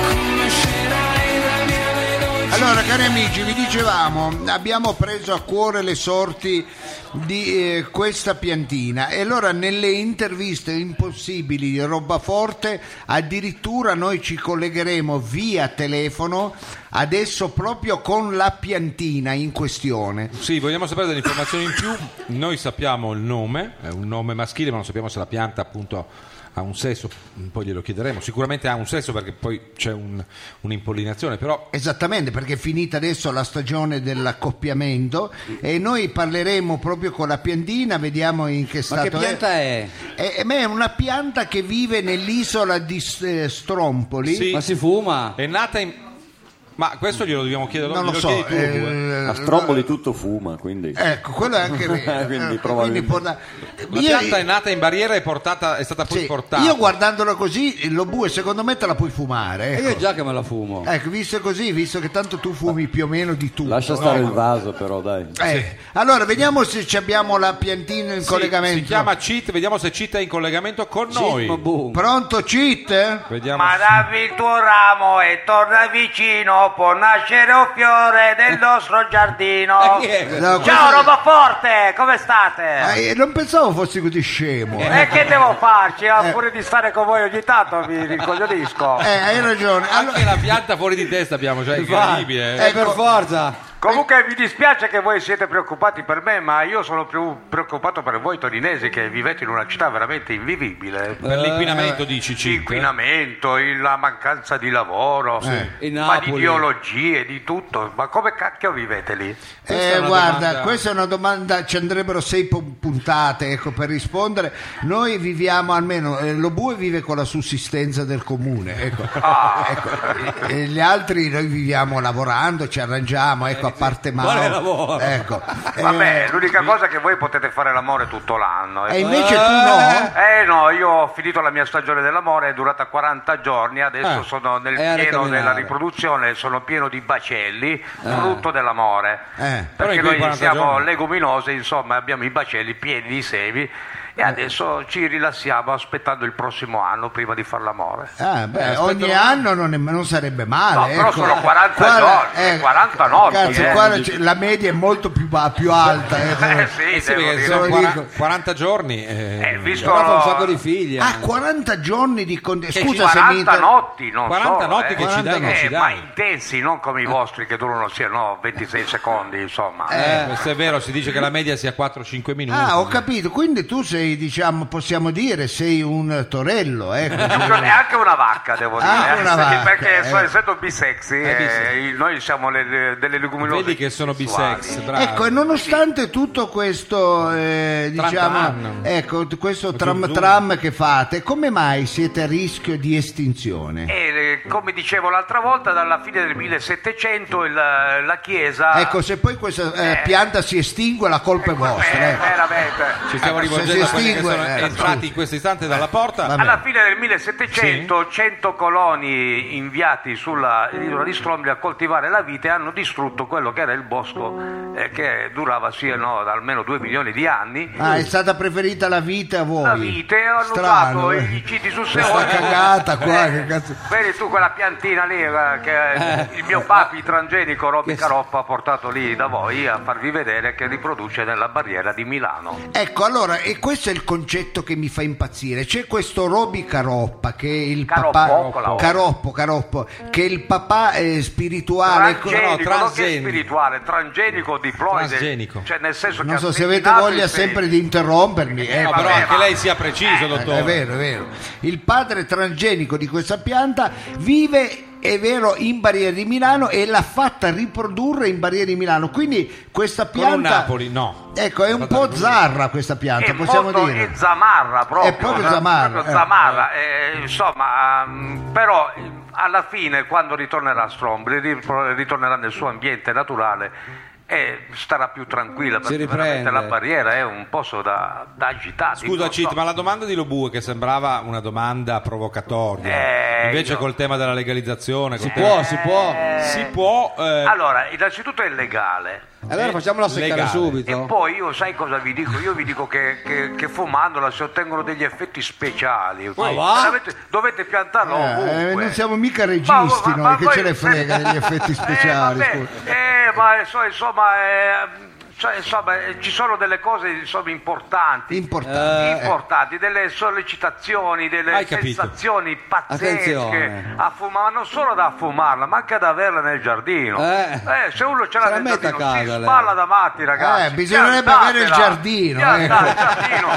F: conoscerai la mia velocità.
C: Allora, cari amici, vi dicevamo, abbiamo preso a cuore le sorti di eh, questa piantina e allora nelle interviste impossibili di Robaforte addirittura noi ci collegheremo via telefono adesso proprio con la piantina in questione.
A: Sì, vogliamo sapere delle informazioni in più. Noi sappiamo il nome, è un nome maschile, ma non sappiamo se la pianta appunto ha un sesso, poi glielo chiederemo. Sicuramente ha un sesso perché poi c'è un- un'impollinazione, però
C: Esattamente, perché è finita adesso la stagione dell'accoppiamento e noi parleremo proprio con la piantina, vediamo in che
D: Ma
C: stato eh.
D: che pianta è?
C: È, è- ma è una pianta che vive nell'isola di S- eh, Strompoli.
A: Sì.
D: Ma si fuma?
A: è nata in... Ma questo glielo dobbiamo chiedere,
C: Non lo
A: glielo
C: so.
A: chiedi tu, eh.
C: eh,
E: A Stromboli tutto fuma, quindi...
C: Ecco, quello è
E: [laughs]
C: anche vero.
E: Quindi
C: Eh,
E: probabilmente.
C: può da-
A: La
C: Io-
A: pianta è nata in barriera e portata, è stata poi
C: sì,
A: portata.
C: Io guardandolo così, lo bue secondo me te la puoi fumare.
D: E
A: Eh,
C: Ecco.
D: io già che me la fumo.
C: Ecco, visto così, visto che tanto tu fumi più o meno di tutto.
E: Lascia stare
C: no?
E: il vaso però, dai.
C: Eh, Allora, vediamo se ci abbiamo la piantina in
A: Sì,
C: collegamento.
A: Si chiama Cit, vediamo se Cit è in collegamento con
D: Sì, ma
A: noi.
D: boom.
C: Pronto, cheat?
A: Vediamo.
H: Ma dammi il tuo ramo e torna vicino, può nascere un fiore nel
D: [laughs]
H: nostro giardino.
D: Ma chi è?
C: No,
H: Ciao
C: questo-
H: Robaforte, come
C: Ah,
H: state?
C: eh, non pensavo fossi così scemo. Eh,
H: E che devo farci?
D: Eh.
H: Ah, pure di stare con voi ogni tanto
D: [laughs]
H: mi rincoglionisco.
C: Eh, hai ragione.
A: Anche
C: Allora,
A: la pianta fuori di testa abbiamo, cioè è incredibile. eh.
D: Eh, per forza.
H: Comunque mi dispiace che voi siete preoccupati per me, ma io sono più preoccupato per voi torinesi che vivete in una città veramente invivibile.
A: Per l'inquinamento dici Cit.
H: L'inquinamento, il- la mancanza di lavoro,
D: Eh, In
H: ma di
D: Napoli.
H: ideologie, di tutto. Ma come cacchio vivete lì?
A: questa è
C: eh,
A: una
C: guarda,
A: domanda-
C: questa è una domanda, ci andrebbero sei pu- puntate ecco, per rispondere. Noi viviamo almeno, eh, lo bue vive con la sussistenza del comune, ecco.
H: Ah.
C: Ecco, e- e gli altri noi viviamo lavorando, ci arrangiamo,
H: Eh,
C: ecco, a parte
D: quale
C: Mao.
D: lavoro?
H: [laughs]
C: Ecco.
H: Vabbè,
C: Eh,
H: l'unica cosa è che voi potete fare l'amore tutto l'anno.
C: e
H: Eh,
C: invece tu no?
H: Eh, no, io ho finito la mia stagione dell'amore, è durata 40 giorni, adesso
A: Eh,
H: sono nel
D: è a
H: pieno
D: ricominciare.
H: della riproduzione, sono pieno di bacelli, frutto dell'amore.
C: Eh,
A: però in
H: Perché
A: quei
H: noi
A: 40
H: siamo
A: giorni-
H: leguminose, insomma, abbiamo i bacelli pieni di semi e adesso ci rilassiamo aspettando il prossimo anno prima di fare l'amore.
C: Ah, beh, ogni anno non, è- non sarebbe male.
H: Eh, No, però
C: ecco. eh,
H: sono 40 giorni, 40 notti,
C: Cazzo,
H: eh.
C: qua c'è- la media è molto più, ba- più alta.
H: [laughs]
C: eh.
H: Eh sì,
A: Eh sì,
H: devo
A: perché
H: dire.
A: sono
C: Lo
A: quara-
C: dico.
A: 40 giorni. eh,
H: Eh, visto
D: Però fa un sacco di figli.
C: Ah,
D: eh.
C: 40 giorni di con- Scusa se mi
H: 40
C: inter-
H: notti, non
A: 40
H: solo,
A: notti
H: eh.
A: che ci dai, che
H: Eh,
A: ci Eh.
H: ma
A: dai.
H: intensi, non come i vostri che durano sì, no, 26 secondi, insomma.
A: Eh, questo è vero, si dice che la media sia 4-5 minuti.
C: Ah, ho capito. Quindi tu sei, diciamo, possiamo dire, sei un torello,
H: [laughs]
C: ecco.
H: E anche una vacca, devo dire,
C: Ah,
H: eh,
C: una vacca,
H: perché so-
C: eh.
H: essendo bisexy, eh,
A: bisexy.
H: noi siamo le- le- delle leguminose.
A: Vedi che sono
H: sessuali.
A: bisex, bravo.
C: Ecco, e nonostante tutto questo, eh, diciamo,
A: Tran-tran.
C: ecco, t- questo tram
A: zoom.
C: tram che fate, come mai siete a rischio di estinzione?
H: E eh, come dicevo l'altra volta, dalla fine del 1700 il- la Chiesa.
C: Ecco, se poi questa eh, pianta si estingue, la colpa è
H: eh,
C: vostra. ecco.
H: veramente.
A: Ci stiamo
C: Eh, se
A: rivolgendo
C: si
A: a quelli che
C: estingue,
A: sono
C: eh, scusa.
A: entrati in questo istante dalla porta.
C: Vabbè.
H: Alla fine del 1700 100 coloni inviati sulla isola di Stromboli a coltivare la vite hanno distrutto quello che era il bosco eh, che durava sì e no da almeno 2 milioni di anni.
C: Ah, è stata preferita la vite a voi.
H: La vite hanno
C: Strano,
H: dato
C: eh.
H: i citi su
C: Questa
H: [laughs]
C: cagata qua, che cazzo.
H: Vedi tu quella piantina lì eh, che il mio papi transgenico Robby Caroppa ha portato lì da voi a farvi vedere che riproduce nella barriera di Milano.
C: Ecco, allora, e questo è il concetto che mi fa impazzire. C'è questo Roby Caroppa, che è il
H: Caroppo, con la
C: papà...
H: O.
C: Caroppo, Caroppo, che è il papà eh, spirituale...
A: no,
H: transgenico, non che
A: transgenico.
H: spirituale, transgenico diploide,
A: Transgenico.
H: cioè nel senso che
C: Non
H: ha
C: so se avete
H: seminato
C: voglia
H: il seme.
C: sempre di interrompermi. eh,
A: No,
C: vabbè.
A: però
H: vabbè,
A: anche
H: ma-
A: lei sia preciso,
C: È
A: dottore.
C: vero, è vero. Il padre transgenico di questa pianta vive, è vero, in Barriere di Milano e l'ha fatta riprodurre in Barriere di Milano. Quindi questa
A: Con
C: pianta...
A: un Napoli, no.
C: Ecco, è un po' zarra questa pianta,
H: È
C: possiamo
H: molto-
C: dire.
H: è Zamarra proprio.
C: È proprio Zamarra,
H: proprio
C: eh.
H: Zamarra, eh, insomma, mm, però eh, alla fine quando ritornerà Stromboli, ri- ritornerà nel suo ambiente naturale e starà più tranquilla perché veramente
D: riprende.
H: la barriera è un posto da, da agitati.
A: Scusa
H: non
A: Cit,
H: so.
A: ma la domanda di Lobue che sembrava una domanda provocatoria,
H: Eh,
A: invece
H: io-
A: col tema della legalizzazione, col
D: Può, si può.
A: tema- si può eh,
H: Allora, innanzitutto Eh, è legale.
D: Allora facciamola seccare
A: legale.
H: E
D: subito.
H: poi io sai cosa vi dico? Io vi dico che, che, che fumandola si ottengono degli effetti speciali. Poi
D: va?
H: veramente dovete piantarlo
C: Eh,
H: ovunque.
C: eh, non siamo mica
H: Ma-
C: registi
H: ma- ma
C: noi, che
H: voi-
C: ce ne
H: [laughs]
C: frega degli effetti speciali.
H: Eh, vabbè,
C: scusa.
H: eh, ma so- insomma, eh, cioè, insomma, eh, ci sono delle cose insomma, importanti.
D: Eh,
C: Importante.
H: importanti, delle sollecitazioni, delle
A: Hai capito.
H: sensazioni pazzesche
D: Attenzione.
H: a fumare, ma non solo da fumarla, ma anche ad averla nel giardino.
D: Eh.
H: se uno ce
D: Se
H: l'ha
D: la
H: nel
D: mette a
H: giardino, si
D: casa, lei.
H: spalla da matti, ragazzi.
C: Eh, bisognerebbe
H: Piantatela.
C: avere il giardino,
H: Piantate il
C: ecco.
H: giardino, ma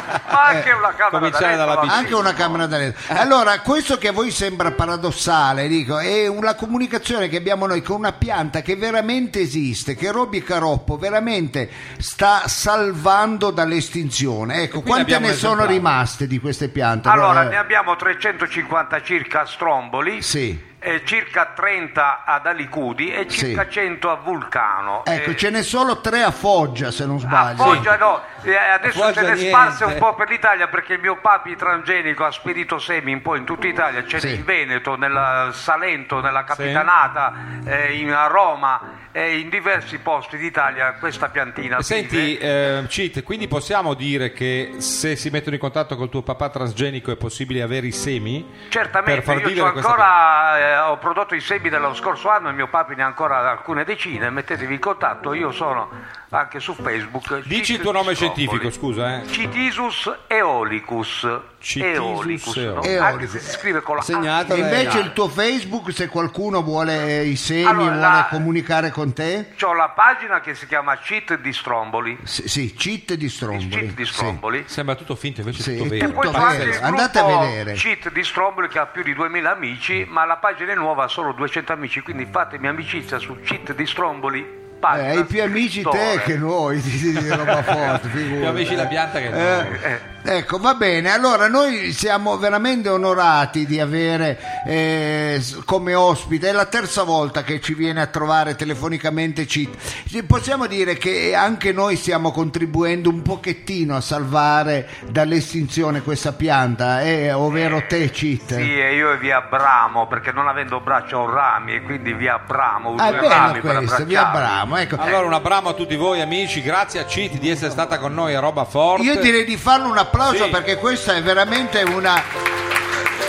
D: Eh,
H: anche una camera
A: cominciare
H: da
A: dalla
H: letto, va
A: piscina.
C: Anche una
H: benissimo.
C: camera da letto. Allora, questo che a voi sembra paradossale, dico, è una comunicazione che abbiamo noi con una pianta che veramente esiste, che Robby Caroppo veramente sta salvando dall'estinzione. Ecco,
A: qui
C: quante
A: abbiamo
C: ne
A: un
C: sono
A: esemplare.
C: rimaste di queste piante?
H: Allora,
C: eh,
H: ne abbiamo 350 circa a Stromboli,
C: Sì.
H: e circa 30 ad Alicudi e
C: Sì.
H: circa 100 a Vulcano.
C: Ecco,
H: Eh,
C: ce ne sono tre a Foggia, se non
H: A
C: sbaglio.
H: Foggia no, eh, adesso
D: Foggia
H: te ne
D: niente.
H: sparse un po' per l'Italia perché il mio papi transgenico ha spedito semi un po' in tutta Italia, c'è
C: Sì.
H: in Veneto, nel Salento, nella Capitanata, eh, in a Roma e in diversi posti d'Italia questa piantina. vive.
A: Senti, eh, Cit, quindi possiamo dire che se si mettono in contatto col tuo papà transgenico è possibile avere i semi?
H: Certamente,
A: per far
H: io
A: vivere
H: ho
A: questa
H: ancora eh, ho prodotto i semi dello scorso anno e mio papi ne ha ancora alcune decine, mettetevi in contatto, io sono anche su Facebook.
A: Dici
H: Cit-
A: il tuo nome
H: Stromboli.
A: scientifico, scusa, eh.
H: Citisus eolicus.
A: Citisus
H: eolicus. no?
A: eolicus.
H: Anche se si scrive con la A.
D: Segnatelo.
C: E invece il tuo Facebook, se qualcuno vuole eh, i semi,
H: Allora,
C: vuole
H: la-
C: comunicare con te?
H: C'ho la pagina che si chiama Cheat di Stromboli.
C: Sì, sì, cheat di Stromboli.
H: Cheat di
C: Sì.
H: Stromboli.
A: Sembra tutto finto, invece
C: Sì,
A: è tutto
C: è
A: vero.
H: E poi
C: tutto
H: c'ho anche il
C: vero.
H: gruppo
C: Andate a vedere. Mm.
H: Cheat di Stromboli che ha più di 2000 amici, ma la pagina è nuova, ha solo 200 amici, quindi fatemi amicizia su Cheat di Stromboli.
C: Eh,
H: pagina
C: hai più amici te
H: scrittore.
C: che noi [laughs] di, di- di roba forte, figurati.
A: Più amici la pianta che
C: Eh, Ecco, va bene. Allora, noi siamo veramente onorati di avere eh, s- come ospite. È la terza volta che ci viene a trovare telefonicamente CIT. Ci- Possiamo dire che anche noi stiamo contribuendo un pochettino a salvare dall'estinzione questa pianta, eh, ovvero te, CIT.
H: Sì, e io vi abbramo perché non avendo braccia ho rami e quindi vi abbramo, uso
C: Ah,
H: i
C: è bello
H: rami per
C: questo, vi
H: abbracciarvi.
C: abbramo. Ecco.
A: Allora un abbramo a tutti voi amici, grazie a Citi di essere stata con noi a Roba Forte.
C: Io direi di farlo un applauso
A: Sì.
C: perché questa è veramente una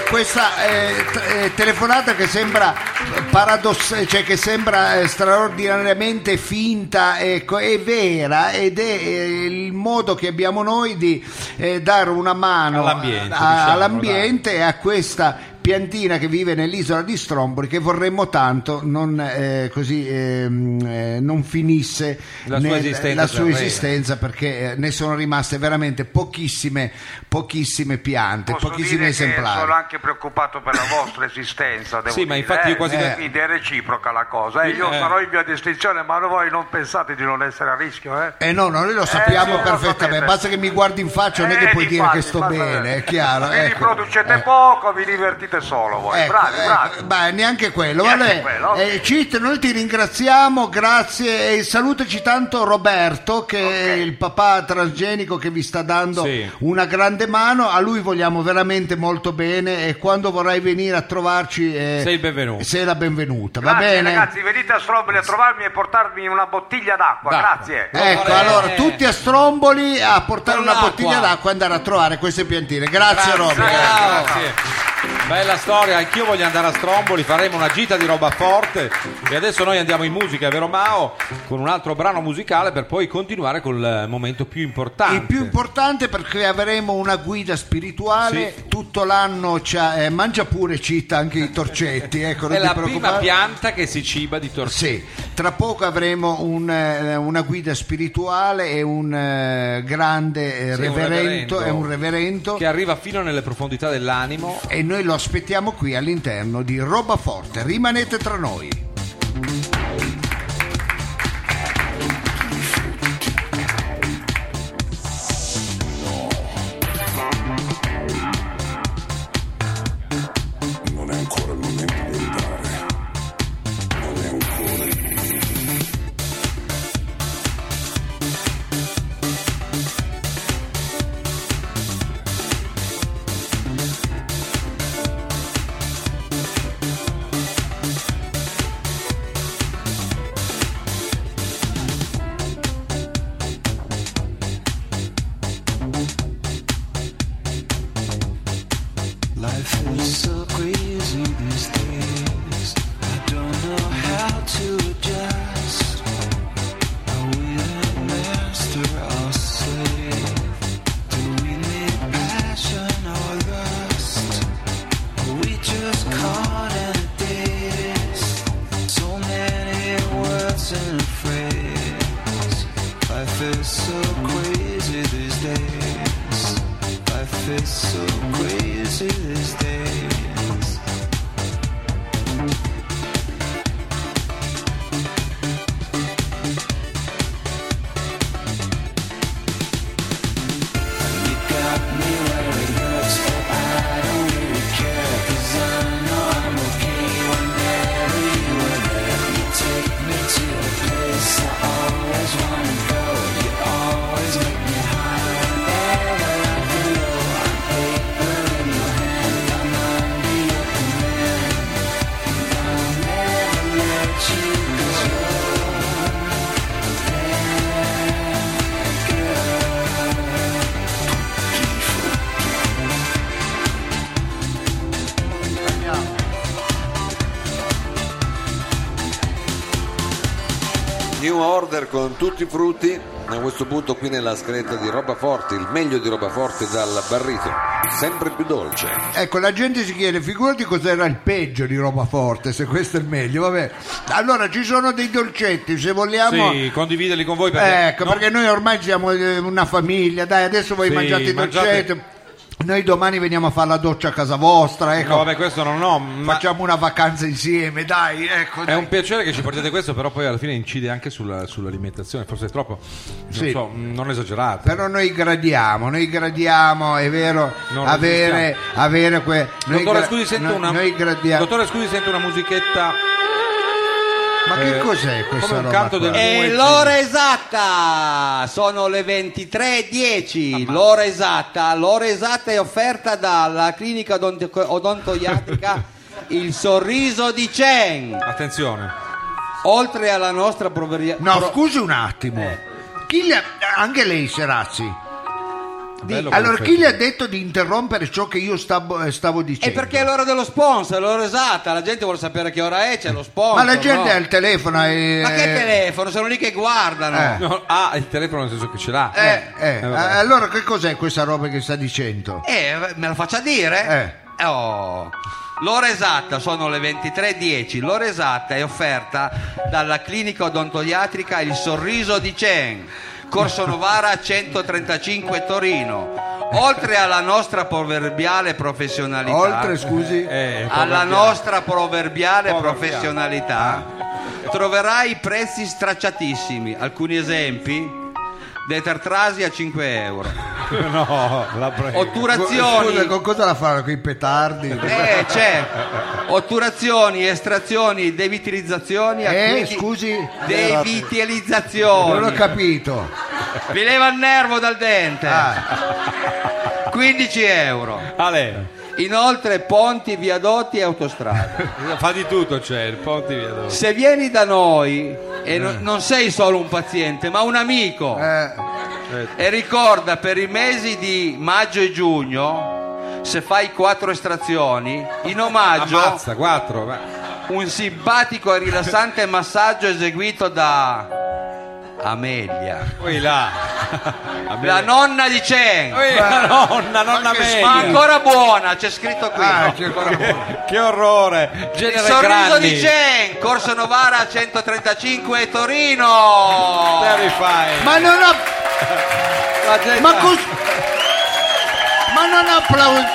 C: questa eh, t- eh, telefonata che sembra paradossale, cioè che sembra eh, straordinariamente finta ecco, è vera ed è eh, il modo che abbiamo noi di eh, dare una mano
A: All'ambiente,
C: a-
A: diciamo,
C: all'ambiente e a questa piantina che vive nell'isola di Stromboli che vorremmo tanto non, eh, così, ehm, eh, non finisse
A: La sua esistenza
C: la sua
A: terrena.
C: esistenza, perché eh, ne sono rimaste veramente pochissime, pochissime piante,
H: Posso
C: pochissimi
H: dire Che sono
C: esemplari.
H: anche preoccupato per la vostra esistenza. Devo
A: Sì, ma
H: dire,
A: infatti io
H: eh.
A: quasi-
H: Eh, Quindi è reciproca la cosa. eh. Io
A: Eh.
H: sarò in via di estinzione, ma voi non pensate di non essere a rischio, eh?
C: Eh no, no, noi lo sappiamo
H: sì, lo
C: perfettamente,
H: sapete.
C: basta che mi guardi in faccia, Cioè, non è
H: Eh,
C: che puoi dire
H: difatti,
C: che sto
H: basta-
C: bene, è chiaro.
H: Vi
C: ecco.
H: riproducete
C: Eh,
H: poco, vi divertite solo voi.
C: ecco,
H: bravi,
C: ecco,
H: bravi.
C: ma neanche quello,
H: Neanche
C: vabbè.
H: quello.
C: Eh, Cit, noi ti ringraziamo, grazie e salutaci tanto Roberto che è il papà transgenico che vi sta dando
A: Sì.
C: una grande mano, a lui vogliamo veramente molto bene e quando vorrai venire a trovarci eh,
A: Sei il benvenuto.
C: sei la benvenuta, va
H: Grazie,
C: bene?
H: ragazzi, venite a Stromboli a trovarmi e portarmi una bottiglia d'acqua.
A: D'acqua.
H: Grazie.
C: Ecco,
A: Lo faremo.
C: allora tutti a Stromboli a portare
A: Con
C: una
A: eh. l'acqua.
C: bottiglia d'acqua e andare a trovare queste piantine. Grazie,
A: Grazie,
C: Roby.
A: grazie. Bella storia, anch'io voglio andare a Stromboli, faremo una gita di roba forte e adesso noi andiamo in musica, vero Mao, con un altro brano musicale per poi continuare col eh, momento più importante.
C: Il più importante perché avremo una guida spirituale tutto l'anno. c'ha- eh, mangia pure, cita anche
A: [laughs]
C: i torcetti. Ecco, non
A: È
C: ti
A: la prima
C: preoccupare.
A: pianta che si ciba di tortura.
C: Sì, tra poco avremo un, eh, una guida spirituale e un eh, grande eh,
A: Sì, un
C: reverendo,
A: reverendo.
C: e un reverendo
A: che arriva fino nelle profondità dell'animo.
C: e noi lo aspettiamo qui all'interno di Roba Forte. Rimanete tra noi.
I: Non è ancora il momento di entrare. Non è ancora il
F: feel so crazy these days. I feel so crazy these days. You got me where it hurts, but I don't really care. 'Cause I know I'm okay whenever you are there. You take me to a place I always wanna go. You always make me high whenever I feel low. I'm paper in your hand, I'm under your command. And I'll never let you
B: New Order con tutti i frutti. A questo punto qui nella scaletta di roba forte, il meglio di roba forte dal barrito, sempre più dolce.
A: Ah,
C: Ecco, la gente si chiede, figurati cos'era il peggio di roba forte, se questo è il meglio, vabbè. Allora ci sono dei dolcetti, se vogliamo...
A: Sì, condividerli con voi perché,
C: Ecco,
A: non-
C: perché noi ormai siamo eh, una famiglia, dai, adesso voi
A: Sì,
C: mangiate i
A: mangiate-
C: dolcetti. Noi domani veniamo a fare la doccia a casa vostra, ecco.
A: No, vabbè, questo non ho, ma
C: Facciamo una vacanza insieme, dai, ecco.
A: è
C: dai.
A: un piacere che ci portiate questo, però poi alla fine incide anche sulla- sull'alimentazione, forse è troppo. Non
C: Sì.
A: so, mh, non esagerate.
C: Però noi gradiamo, noi gradiamo, è vero,
A: Non
C: avere,
A: resistiamo.
C: avere que... noi
A: Dottore,
C: gra-
A: scusi, sento
C: noi-
A: una
C: noi gradiamo.
A: Dottore, scusi, sento una musichetta
C: Ma che
A: eh,
C: cos'è questa
A: come un
C: roba
A: canto
C: qua?
A: del-
D: E
A: Muezzin.
D: l'ora esatta! Sono le 23.10. L'ora esatta. L'ora esatta è offerta dalla clinica
C: [laughs]
D: odonti- odontoiatrica Il Sorriso di Chen.
A: Attenzione.
D: Oltre alla nostra proveria-
C: No,
D: pro-
C: scusi un attimo. Chi le ha- Anche lei, Serazzi. Di-
A: Bello
C: Allora,
A: quello
C: chi le ha
A: effetto.
C: detto di interrompere ciò che io stavo, eh, stavo
D: È
C: dicendo?
D: perché è l'ora dello sponsor, è l'ora esatta. La gente vuole sapere che ora è, c'è lo sponsor.
C: Ma la gente
D: no?
C: ha il telefono e...
D: Ma che telefono? Sono lì che guardano.
C: Eh.
A: No, ah, il telefono nel senso che ce l'ha.
C: Eh, eh,
A: Eh, vabbè.
C: allora che cos'è questa roba che sta dicendo?
D: Eh, me lo faccia dire?
C: Eh.
D: Oh. L'ora esatta sono le 23.10. L'ora esatta è offerta dalla clinica odontoiatrica Il Sorriso di Chen, Corso Novara 135 Torino. Oltre alla nostra proverbiale professionalità,
C: Oltre, scusi.
A: Eh,
D: alla
A: povero
D: nostra proverbiale
A: Povero
D: professionalità
C: Eh.
D: troverai prezzi stracciatissimi. Alcuni esempi: detertrasi a 5 euro,
C: eh.
A: Piano. No, la prego.
D: otturazioni.
C: Scusa, con cosa la fanno con i petardi?
D: Eh, c'è otturazioni, estrazioni, devitalizzazioni.
C: Eh,
D: acquisti-
C: scusi. Non ho
D: Devitalizzazioni.
C: capito.
D: Vi leva il nervo dal dente.
C: Ah,
D: 15 euro.
A: Ale,
D: Inoltre ponti, viadotti e autostrade.
A: fa di tutto, c'è il ponti via dove.
D: Se vieni da noi e no- non sei solo un paziente, ma un amico.
C: eh,
D: E ricorda per i mesi di maggio e giugno, se fai quattro estrazioni, in omaggio
A: Ammazza, 4.
D: un simpatico e rilassante massaggio eseguito da Amelia,
A: Poi là. [laughs]
D: la nonna di Chen.
C: eh.
A: Poi la nonna, nonna
D: Ma
A: Melia.
D: ancora buona, c'è scritto qui.
C: ah, che-
A: Che orrore.
D: Il
A: Genere
D: sorriso
A: Granni.
D: di Chen, Corso Novara 135 Torino.
A: Terrifying.
C: ma non ho...
D: La gente-
C: Ma, cos- ma non applaudite.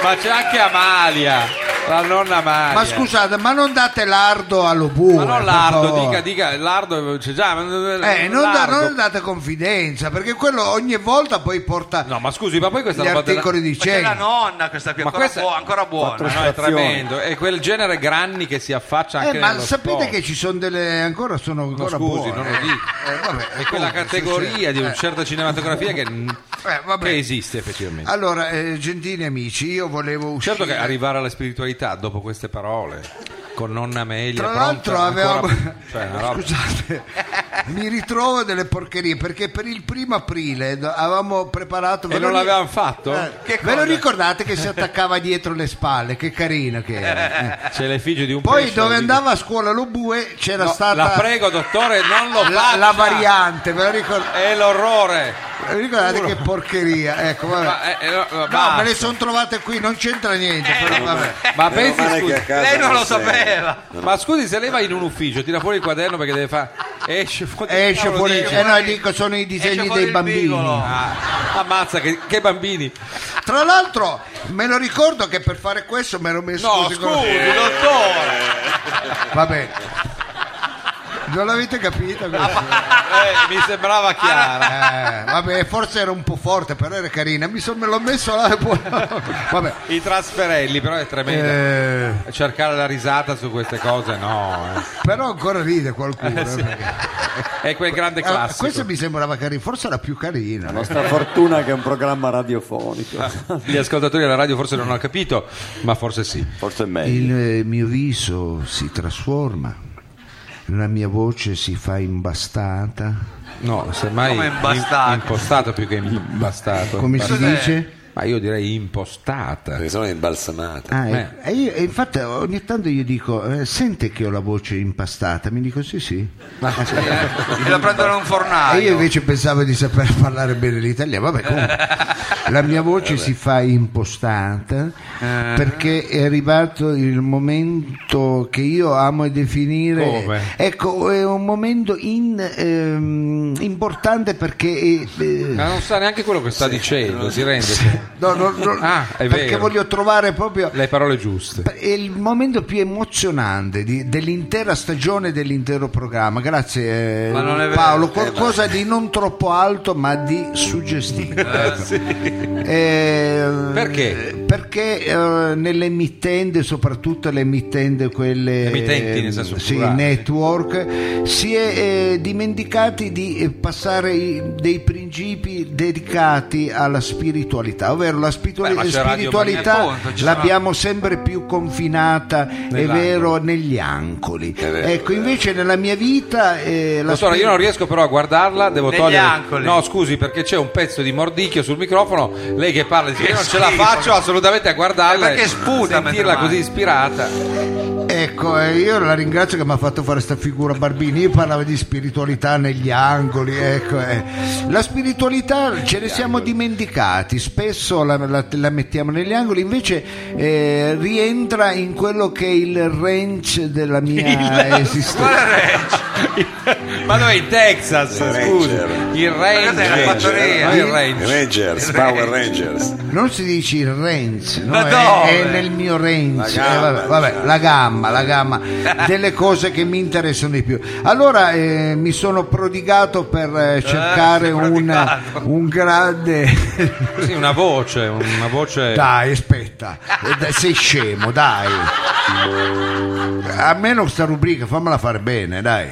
A: Ma c'è anche Amalia. La nonna Amalia.
C: Ma scusate, ma non date lardo allo
A: Ma
C: bue.
A: non
C: per
A: Lardo,
C: favore.
A: dica, dica, Lardo c'è già. ma-
C: Eh, non, da-
A: Lardo.
C: non date confidenza, perché quello ogni volta poi porta
A: No, ma scusi, ma poi questa
C: gli
A: roba della-
C: articoli di
D: Ma c'è la
C: Cenno.
D: nonna questa qui,
A: Ma
D: ancora,
A: questa-
D: buo- ancora buona.
A: Ma no, è
E: Frustrazione.
A: tremendo. È quel genere granni che si affaccia anche
C: Eh, ma
A: nello
C: sapete
A: sport.
C: che ci sono delle ancora sono
A: No,
C: ancora
A: scusi,
C: buone.
A: non lo dico.
C: Eh, vabbè,
A: È quella
C: comunque,
A: categoria
C: sì,
A: di
C: sì.
A: una
C: Eh,
A: certa cinematografia che,
C: [laughs] eh, vabbè.
A: che esiste effettivamente.
C: Allora, eh, gentili amici, io volevo uscire.
A: certo che arrivare alla spiritualità dopo queste parole con nonna Melia
C: Tra
A: pronta,
C: l'altro avevamo
A: ancora- [laughs] cioè, una roba-
C: [laughs] Scusate, mi ritrovo delle porcherie perché per il primo aprile do- avevamo preparato
A: E non
C: ri-
A: l'avevamo fatto?
C: Eh,
D: Che
C: ve lo
D: cosa?
C: ricordate che si attaccava dietro le spalle? Che carino che era. eh.
A: C'è l'effigie di un
C: Poi
A: pesce,
C: dove
A: lo dico.
C: andava a scuola lo bue c'era
A: No,
C: stata
A: La prego, dottore, non lo
C: la,
A: faccia.
C: la variante, ve lo ricor-
A: È l'orrore.
C: ve lo ricordate che porcheria? Ecco, vabbè.
A: Ma, eh, eh, no, ma
C: No,
A: basta. eh,
C: me le sono trovate qui, non c'entra niente, però vabbè.
A: Ma
B: Meno
A: pensi,
B: male
A: scusi,
B: che a casa
D: Lei non lo
B: sei.
D: sapeva.
A: ma scusi, se lei va in un ufficio, tira fuori il quaderno perché deve fare. Esce fuori,
C: Esce
A: cavolo,
C: fuori,
A: dice.
C: eh no, dico sono i disegni
D: fuori
C: dei
D: il
C: bambini.
D: bigolo.
A: Ah, ammazza, che, che bambini.
C: Tra l'altro, me lo ricordo che per fare questo me l'ho messo
A: No,
C: così con-
A: scusi, dottore. eh,
C: Va bene. Non l'avete capito? questa?
A: Eh, mi sembrava chiara.
C: Eh, vabbè, forse era un po' forte, però era carina. Mi son- me l'ho messo là e poi... Vabbè.
A: I trasferelli, però è tremendo.
C: Eh,
A: Cercare la risata su queste cose, no. eh.
C: però ancora ride qualcuno. eh, perché-
A: È quel grande
C: Ah,
A: classico.
C: questa mi sembrava carina, forse era più carina. eh.
E: La nostra fortuna che è un programma radiofonico.
A: Gli ascoltatori della radio forse non hanno capito, ma forse sì.
E: Forse è meglio.
C: Il eh, mio viso si trasforma, la mia voce si fa imbastata.
A: No, semmai
D: Come
A: im-
D: imbastato.
A: impostato più che imbastato.
C: Come si
A: Imbastato.
C: dice?
A: Ma io direi impostata.
B: Perché sono imbalsamata.
C: Ah, e- e io- e infatti ogni tanto io dico, eh, sente che ho la voce impastata? Mi dico sì sì.
A: Ah,
C: [laughs]
D: e la
A: Eh,
C: E
D: prendono un
C: io
D: fornaio
C: invece pensavo di saper [laughs] parlare bene l'italiano,
A: [laughs]
C: vabbè comunque la mia voce si fa impostata
A: Eh.
C: perché è arrivato il momento che io amo definire,
A: Come?
C: ecco è un momento in- ehm, importante perché eh, eh,
A: Ma non sa neanche quello che sta dicendo, si rende conto.
C: no, no, no,
A: Ah, è
C: perché
A: vero.
C: voglio trovare proprio
A: le parole giuste.
C: è il momento più emozionante di- dell'intera stagione e dell'intero programma. Grazie eh,
D: Ma non è vero.
C: Paolo, qualcosa di non troppo alto ma di
A: [laughs]
C: suggestivo. Eh,
A: Perché?
C: Perché eh, nelle emittende, soprattutto le emittende quelle
A: Emittenti, nel senso
C: sì,
A: plurale.
C: network, si è eh, dimenticati di eh, passare i- dei principi dedicati alla spiritualità, ovvero la spirituali-
A: Beh, ma c'è Radio
C: spiritualità
D: Maria. Appunto, ci sarà-
C: l'abbiamo siamo sempre più confinata, è
A: Nell'angolo.
C: vero, negli angoli.
B: vero,
C: ecco, invece nella mia vita... eh, la
A: Dottore,
C: spe-
A: io non riesco però a guardarla, devo
D: Negli
A: togliere.
D: angoli.
A: No, scusi, perché c'è un pezzo di mordicchio sul microfono. Lei che parla, dice, io non ce la faccio assolutamente a guardarla.
D: Eh, perché
A: e
D: sputa mentre
A: sentirla
D: mangia.
A: così ispirata.
C: Ecco, eh, io la ringrazio che mi ha fatto fare sta figura Barbini, io parlavo di spiritualità negli angoli, ecco. eh. La spiritualità ce ne siamo dimenticati, spesso la, la- la mettiamo negli angoli, invece eh, rientra in quello che è il ranch della mia esistenza.
A: Ma dove in Texas?
B: Il
A: scusi.
B: Ranger.
A: Il
D: Guardate, la
A: Ranger.
D: fattoria.
A: No, il Ranger.
B: eh? Rangers, Power Rangers.
C: Non si dice il Renz, no?
D: Ma
C: è,
D: dove?
C: è nel mio Renz,
B: La gamma,
C: Eh, vabbè, vabbè,
B: diciamo.
C: la gamma, la gamma delle cose che mi interessano di più. Allora eh, mi sono prodigato per eh, cercare
D: sei
C: un,
D: prodigato.
C: un grande...
A: Sì, una voce, una
D: Eh.
A: voce.
C: Dai, aspetta, Eh, dai, sei scemo, dai. Almeno sta rubrica, fammela fare bene, dai.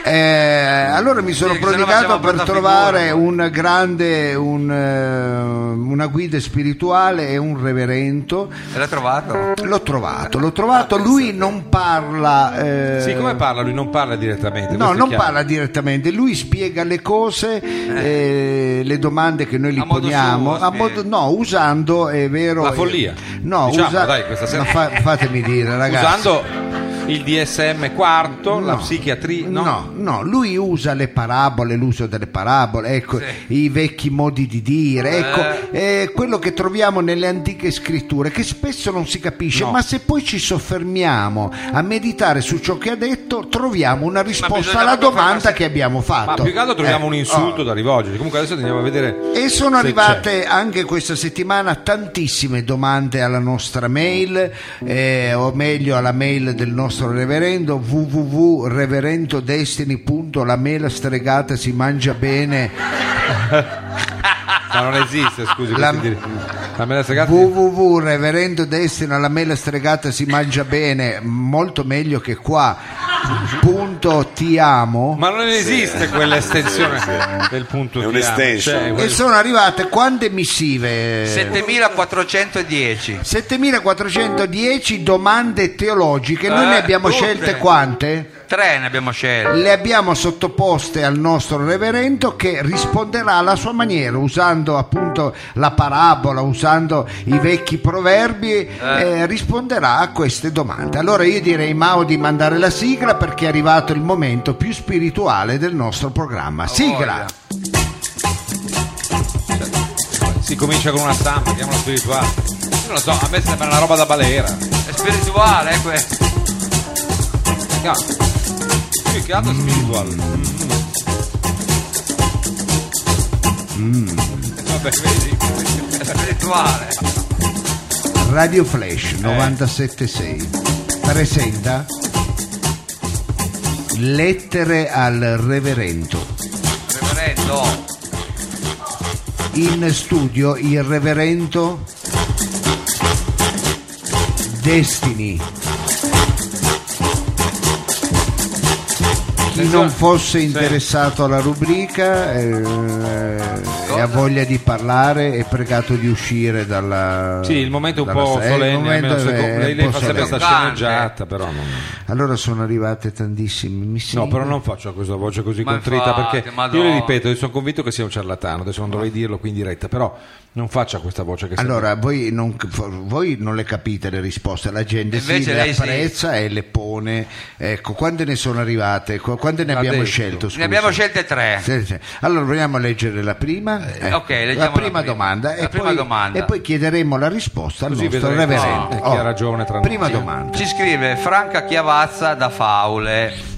C: Eh, allora mi sono
D: Sì, che se no
C: prodigato
D: facciamo
C: per
D: brutta
C: trovare
D: figura.
C: un grande, un, eh, una guida spirituale e un reverendo.
D: l'ha trovato
C: L'ho trovato, l'ho trovato. Lui non parla. eh,
A: Sì, come parla lui? Non parla direttamente.
C: No,
A: questo è
C: non
A: chiaro.
C: parla direttamente, lui spiega le cose, eh, le domande che noi gli
D: A modo
C: poniamo,
D: suo,
C: a
D: sì.
C: modo- no, usando, è vero...
A: La
C: eh,
A: follia.
C: No,
A: Diciamo,
C: usa-
A: dai, questa sera.
C: ma fa- fatemi dire, ragazzi.
A: Usando il DSM quarto, la
C: No.
A: psichiatria. No.
C: No, no, lui usa le parabole, l'uso delle parabole, ecco, i vecchi modi di dire, ecco, eh, quello che troviamo nelle antiche scritture, che spesso non si capisce,
A: No.
C: ma se poi ci soffermiamo a meditare su ciò che ha detto, troviamo una risposta
D: bisogna
C: alla
D: proprio
C: domanda
D: farsi-
C: che abbiamo fatto.
A: Ma più che altro troviamo
C: Eh,
A: un insulto
C: oh.
A: da rivolgere. Comunque adesso andiamo a vedere.
C: E sono
A: se
C: arrivate anche questa settimana tantissime domande alla nostra mail, eh, o meglio alla mail del nostro reverendo www.reverendodestiny.lamela si mangia bene
A: c'è. Ma non esiste, scusi.
C: La-
A: La, la mela segata.
C: si mangia bene, molto meglio che qua. Punto ti amo.
A: Ma non esiste quell'estensione del punto
B: È
A: di
B: un'extension.
A: Cioè,
C: e
A: quel-
C: sono arrivate quante missive?
D: 7410
C: 7410 domande teologiche, noi
D: Eh,
C: ne abbiamo
D: tutte.
C: scelte quante?
D: tre ne abbiamo scelte
C: Le abbiamo sottoposte al nostro reverendo che risponderà alla sua maniera, usando appunto la parabola, usando i vecchi proverbi, eh, risponderà a queste domande. Allora io direi Mao di mandare la sigla perché è arrivato il momento più spirituale del nostro programma. Sigla!
A: si comincia con una stampa, chiamala spirituale. Io non lo so, a me sembra una roba da balera.
D: è spirituale eh, questo
A: No. Più che
C: Mm.
A: altro spiritual. Vabbè, vedi? È spirituale.
C: Radio Flash 976 presenta Lettere al Reverendo.
D: Reverendo.
C: In studio il Reverendo Destiny. Chi non fosse interessato alla rubrica eh, e ha voglia di parlare è pregato di uscire dalla...
A: Sì, il momento è un
C: dalla
A: po'
C: se- eh, il
A: solenne, almeno
C: momento
A: se-
C: è un
A: lei, lei
C: po'
A: fa sempre
C: solenne.
A: questa
D: Grande.
A: sceneggiata, però non-
C: Allora sono arrivate tantissime missive.
A: No, però non faccio questa voce così
D: Ma
A: contrita
D: infatti,
A: perché
D: Madonna.
A: io le ripeto, io sono convinto che sia un ciarlatano, adesso non dovrei dirlo qui in diretta, però non faccia questa voce che
C: Allora, voi non, voi non le capite le risposte, la gente si
D: Invece
C: le
D: lei sì.
C: apprezza e le pone. Ecco, quante ne sono arrivate? Qu- Quante ne
A: L'ha
C: abbiamo
A: detto.
C: scelto? scusa?
D: Ne abbiamo scelte tre.
C: Sì, sì. Allora proviamo a leggere la prima, Eh,
D: ok, leggiamo
C: la prima
D: la prima.
C: domanda,
D: La
C: e,
D: prima
C: poi,
D: domanda.
C: e poi chiederemo la risposta al
A: Così
C: nostro
A: vedremo
C: reverendo. Oh,
A: chi ha ragione tra noi.
C: prima
A: Sì.
C: domanda.
D: Ci scrive Franca Chiavazza da Faule.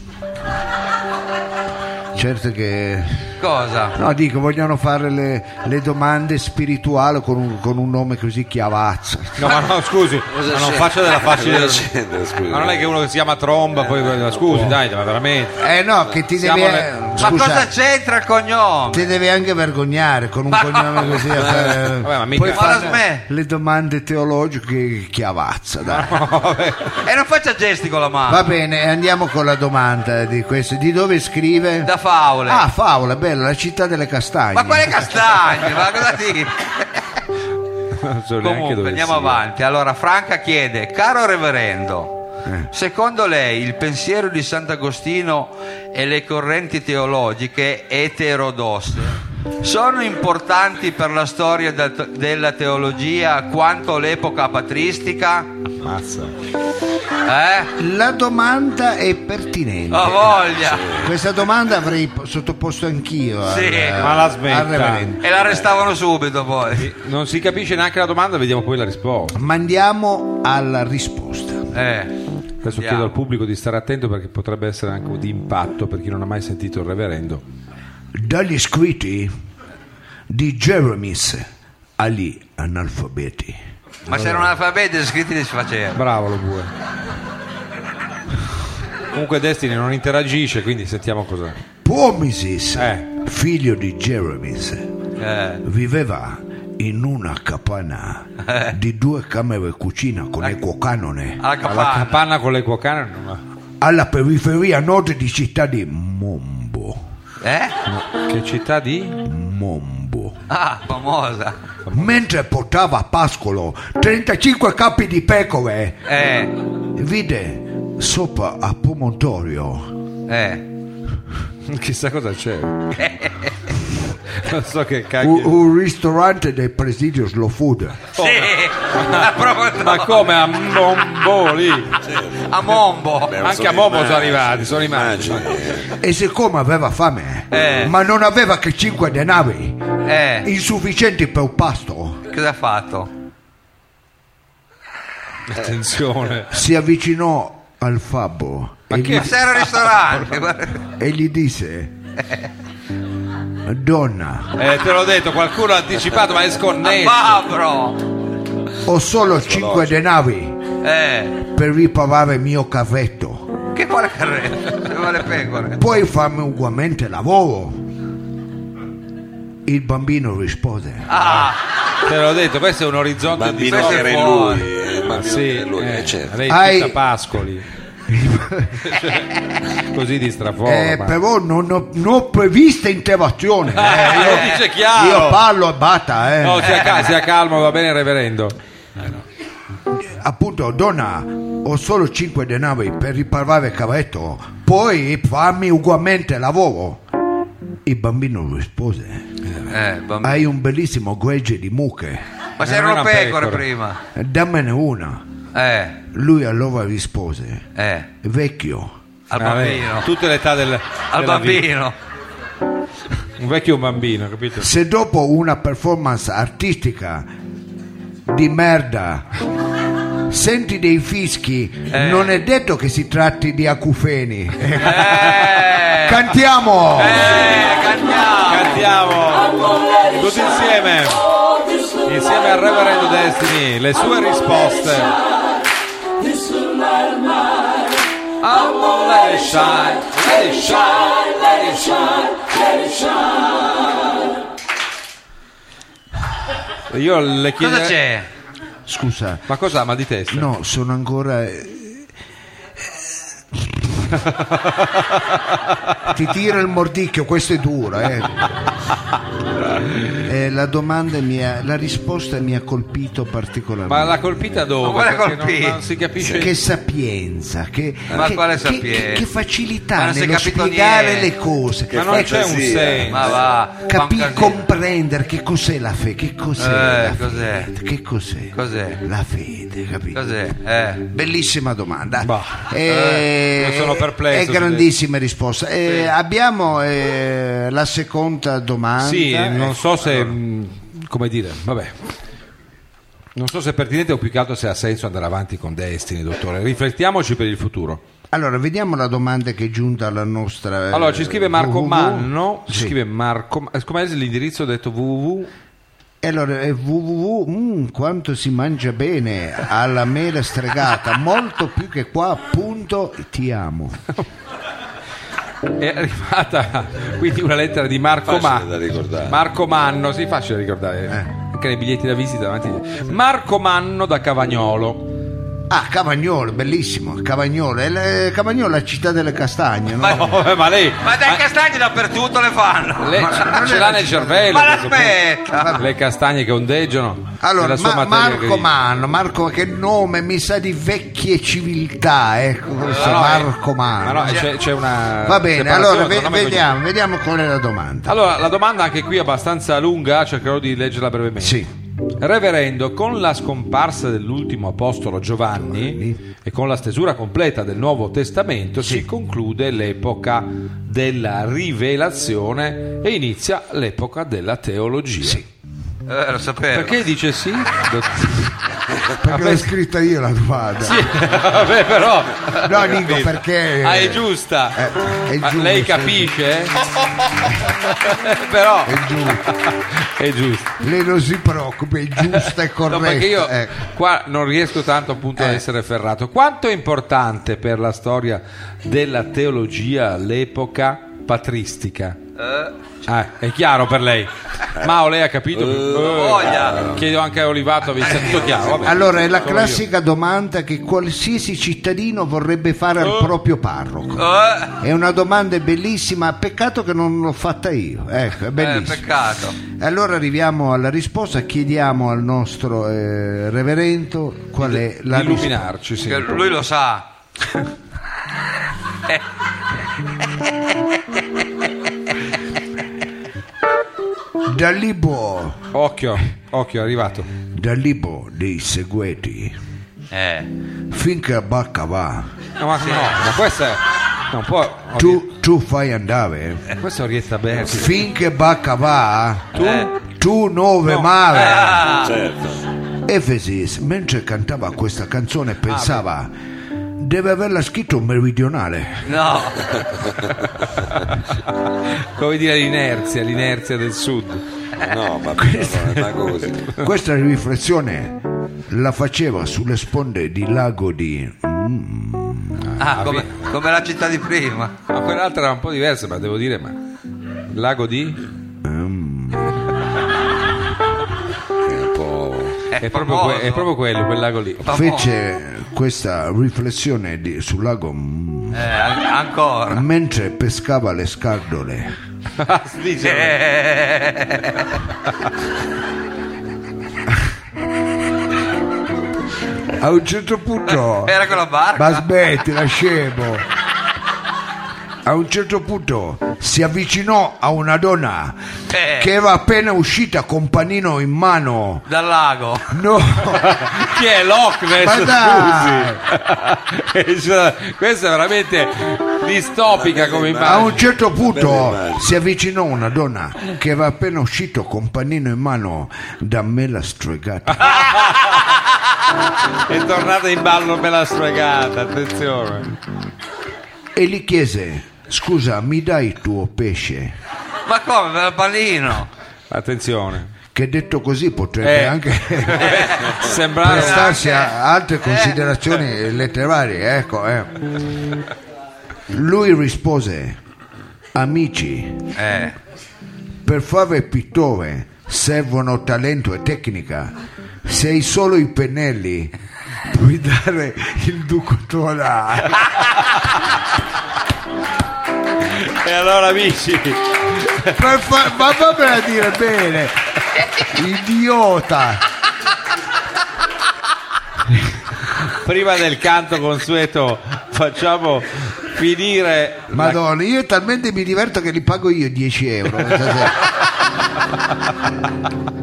C: Certo che
D: Cosa?
C: no, dico, vogliono fare le, le domande spirituali con un, con un nome così chiavazza.
A: No, ma no,
D: [laughs]
A: scusi, ma non faccia della facile.
B: Cosa c'entra, scusi?
A: Ma non è che uno che si chiama tromba,
D: Eh,
A: poi scusi, dai, ma veramente. [laughs]
C: Eh no, che ti
A: Siamo
C: devi
A: le-
C: eh,
D: Ma cosa
C: scusa,
D: c'entra il cognome?
C: Ti devi anche vergognare con un cognome così a fare,
A: Vabbè, ma mica-
C: poi
A: Ma la
C: fare
D: smè-
C: le domande teologiche chiavazza dai.
D: E non faccia gesti con la mano.
C: va bene andiamo con la domanda di questo di dove scrive
D: Da Faule.
C: ah Faula bella la città delle castagne
D: ma quale castagno? Ma
C: [laughs]
D: cosa ti-
A: Non so neanche
D: Comunque
A: dove
D: andiamo
A: sia.
D: avanti. Allora Franca chiede, caro reverendo,
C: Eh.
D: secondo lei il pensiero di Sant'Agostino e le correnti teologiche eterodosse sono importanti per la storia da- della teologia quanto l'epoca patristica?
A: Mazza.
D: Eh?
C: la domanda è pertinente
D: Ho voglia!
C: questa domanda avrei po- sottoposto anch'io
D: Sì,
C: al,
A: ma la
C: al
A: smetta.
C: reverendo.
D: E la arrestavano subito poi.
A: Non si capisce neanche la domanda, vediamo poi la risposta.
C: ma andiamo alla risposta
D: Eh.
A: Adesso
D: Andiamo.
A: chiedo al pubblico di stare attento perché potrebbe essere anche di impatto per chi non ha mai sentito il reverendo.
C: dagli scritti di Jeremis agli analfabeti.
D: Ma se non alfabeti iscritti li si faceva.
A: Bravo lo bue. [laughs] Comunque Destiny non interagisce, quindi sentiamo cos'è.
C: Pomisis,
A: Eh.
C: figlio di Jeremis,
D: Eh.
C: viveva in una capanna di due camere e cucina con equo canone
D: Alla
A: Ma la
D: capanna.
A: capanna con le cuocane non ha-
C: alla periferia nord di città di Mombo.
D: Eh?
A: Che città di? [laughs]
C: Mombo.
D: Ah, famosa.
C: Mentre portava a pascolo 35 capi di pecore,
D: Eh.
C: vide sopra a Promontorio
D: Eh.
A: Chissà cosa c'è. non so che
C: un,
A: cacchio.
C: un ristorante del presidio Slow Food.
D: Sì.
A: [laughs]
D: [laughs] La promozione.
A: Ma come a Mombo lì?
D: A Mombo.
A: Anche a Momo sono arrivati, sono
B: Ah,
A: rimasti.
B: cioè,
C: E siccome aveva fame,
D: Eh.
C: ma non aveva che 5 denari,
D: Eh.
C: insufficienti per un pasto,
D: Cosa ha fatto?
A: Attenzione.
C: si avvicinò al fabbro e,
A: che-
D: Ma
C: gli,
D: se
A: [laughs]
D: era al ristorante. guarda.
C: e gli disse: Donna,
A: Eh, te l'ho detto, qualcuno ha anticipato, ma è sconnesso.
D: Fabbro.
C: ho solo 5 denari
D: Eh.
C: per riparare il mio cavetto.
D: Che quale [laughs] carrello? Aveva le pecore.
C: Puoi farmi ugualmente lavoro? Il bambino rispose:
D: Ah.
A: Te l'ho detto, questo è un orizzonte di
B: bambino
D: Questo
B: che
D: è
B: era in
D: buono.
B: lui, eh, il bambino
A: Sì,
B: che era in lui, eh,
A: eh,
B: certo.
A: lei
C: Hai-
A: tutta Pascoli.
C: [laughs]
A: Cioè, così di
D: Oh,
C: Eh,
A: straforma.
C: però non ho, non ho prevista interazione.
D: Ah.
A: Eh,
C: eh,
A: lo
C: io-
A: dice chiaro.
C: Io parlo e batta. eh.
D: Oh,
A: No, sia, ca- sia calmo, va bene, reverendo.
C: Appunto, donna, ho solo 5 denari per riparare il cavetto, poi fammi ugualmente lavoro. Il bambino rispose:
D: Eh, bambino.
C: Hai un bellissimo gregge di mucche,
D: Ma se
A: non
D: erano
A: erano
D: pecore
A: pecore.
D: prima.
C: dammene una.
D: Eh.
C: Lui allora rispose:
D: Eh.
C: Vecchio,
D: Al
A: Ah, beh,
D: bambino.
A: Tutte le età del
D: Al
A: della vita.
D: bambino.
A: Un vecchio bambino, capito?
C: se dopo una performance artistica di merda senti dei fischi, non è detto che si tratti di acufeni.
A: Eh,
C: Cantiamo!
A: eh, cantiamo. Cantiamo. Tutti insieme. Insieme al Reverendo Destiny. Le sue risposte. Let it shine, let it shine, let it shine, let it shine. Io le chiedo.
D: Cosa c'è?
C: Scusa,
A: Ma cos'ha? Mal di testa?
D: Certo.
C: no, sono ancora. eh, Ti tiro il mordicchio, questo è duro.
D: [laughs]
C: eh. Eh, la domanda mi ha, la risposta mi ha colpito particolarmente.
A: Ma l'ha colpita dove?
D: Ma quale
A: Perché non-
D: colpì?
A: non si capisce.
C: Che sapienza, che,
D: Ma
C: che-
D: quale
C: che-
D: sapienza?
C: che- che
D: Ma
C: facilità
D: non si è
C: nello
D: capito
C: spiegare
D: niente.
C: le cose, Ecco,
A: Ma non c'è un
B: fantasia.
A: senso.
D: Ma va, fa un
C: Capì-
D: casino.
C: comprendere che cos'è la fede, che cos'è,
D: Eh,
C: la
D: cos'è?
C: fede, che cos'è,
D: Cos'è?
C: la fede, capito?
D: Cos'è? Eh.
C: Bellissima domanda.
A: Bah,
C: Eh,
A: eh, sono perplesso,
C: È grandissima risposta. Eh, Abbiamo eh, la seconda domanda.
A: Sì, non
C: Eh,
A: so se. mh, come dire, vabbè. Non so se è pertinente o più che altro se ha senso andare avanti con Destiny, dottore. Riflettiamoci per il futuro.
C: Allora, vediamo la domanda che è giunta alla nostra. eh,
A: Allora, ci scrive Marco
C: www.
A: Manno. Ci
C: Sì.
A: scrive Marco. eh, Com'è l'indirizzo? Ho detto www.
C: E Allora, eh, www, mm, quanto si mangia bene alla
A: [laughs]
C: mela stregata, molto più che qua, appunto, ti amo.
A: È arrivata [laughs] quindi una lettera di Marco
B: Facile
A: Manno.
B: da ricordare.
A: Marco Manno, sì, facile da ricordare.
C: Eh.
A: Anche nei biglietti da visita davanti. Marco Manno da Cavagnolo.
C: Ah, Cavagnolo, bellissimo, Cavagnolo. È la- eh, Cavagnolo è la città delle
A: [laughs]
C: castagne, no?
A: Oh, ma lei.
D: Ma dai castagne dappertutto le fanno!
A: lei
C: non
A: ce l'ha
C: è la-
A: nel cervello.
D: Ma
A: questo punto.
D: l'aspetta!
A: le castagne che ondeggiano
C: Allora,
A: nella sua
C: ma-
A: materia
C: Marco
A: grigia.
C: Manno, Marco che nome, mi sa di vecchie civiltà, ecco, questo
A: Ma no, eh,
C: Marco
A: ma
C: Manno.
A: no, c'è, c'è una
C: Va bene,
A: separazione
C: allora
A: tra nome
C: ve-
A: e cognome.
C: vediamo, vediamo qual è la domanda.
A: allora la domanda anche qui è abbastanza lunga cercherò di leggerla brevemente
C: Sì.
A: Reverendo, con la scomparsa dell'ultimo apostolo Giovanni, e con la stesura completa del Nuovo Testamento si conclude l'epoca della rivelazione e inizia l'epoca della teologia.
D: Eh, lo sapevo.
A: Perché dice sì? [laughs]
C: Perché l'ho scritta io la domanda.
A: Vabbè, però
C: No, dico perché...
A: Ah, è giusta.
C: Eh, è
A: Ma
C: giusto,
A: lei
C: sì. [laughs]
A: capisce? eh? Però
C: È giusto.
A: è giusto.
C: Lei non si preoccupi, è giusta e corretta.
A: [laughs] No, perché io
C: ecco. Eh.
A: qua non riesco tanto appunto ad essere ferrato. Quanto è importante per la storia della teologia l'epoca patristica?
D: Eh.
A: Ah, è chiaro per lei. Ma o lei ha capito? Eh,
D: voglia. Eh.
A: Chiedo anche a Olivato, vi è tutto chiaro. vabbè.
C: Allora, è la
A: Sono
C: classica domanda che qualsiasi cittadino vorrebbe fare
A: Oh.
C: al proprio parroco.
D: Eh,
C: È una domanda bellissima, peccato che non l'ho fatta io. Ecco, è
D: eh,
C: bellissima.
D: peccato.
C: allora arriviamo alla risposta, chiediamo al nostro eh, reverendo qual è
A: io.
C: la risposta.
A: Illuminarci, sì.
D: Che lui lo sa.
C: Da Libo,
A: Occhio, occhio, è arrivato.
C: da Libo dei segueti,
D: Eh.
C: finché a barca va,
A: No, ma, no, ma questa è. Non può.
C: tu, tu fai andare,
A: Questa è Orietta Berti.
C: finché barca va,
A: Eh,
C: Eh.
A: Tu?
C: tu nove male.
D: Ah,
B: Certo.
C: Efesis, mentre cantava questa canzone, pensava deve averla scritto un
D: [laughs]
C: meridionale.
D: no.
A: Come dire l'inerzia, l'inerzia del sud.
B: No, ma non è manco così.
C: Questa riflessione la faceva sulle sponde di lago di...
D: Ah, come, come la città di prima.
A: Ma quell'altra era un po' diversa, ma devo dire, ma. Lago di?
B: È un po'...
D: È,
A: È proprio,
D: famoso.
A: que- è proprio quello, quel lago lì.
D: Famoso.
C: Fece questa riflessione di- sul lago mm,
D: Eh, an-
C: Eh.
D: ancora.
C: mentre pescava le scardole.
A: Dice,
D: Eh,
C: A un certo [laughs] punto...
D: Era quella barca.
C: Ma smettila, scemo! A un certo punto si avvicinò a una donna
D: Eh.
C: che era appena uscita con panino in mano.
D: Dal lago.
C: [laughs] No,
A: Chi è Locke? Cioè,
C: ma dai!
A: [laughs] Questa è veramente distopica come
C: A
A: immagine.
C: un certo punto
B: immagini.
C: si avvicinò una donna che era appena uscita con panino in mano da me la stregata.
A: È tornata in ballo bella stregata, attenzione.
C: E gli chiese, scusa, mi dai il tuo pesce?
D: Ma come, per il panino?
A: Attenzione.
C: Che detto così potrebbe
A: Eh.
C: anche
A: Sembrare
C: prestarsi a altre considerazioni letterarie, ecco. eh. Lui rispose, amici,
D: Eh.
C: per fare pittore servono talento e tecnica. Se hai solo i pennelli, puoi dare il duco tuonare.
A: E allora amici,
C: Per fa- ma fammela dire bene, idiota.
A: prima del canto consueto facciamo finire
C: Madonna, io talmente mi diverto che li pago io 10
A: [laughs]
C: euro.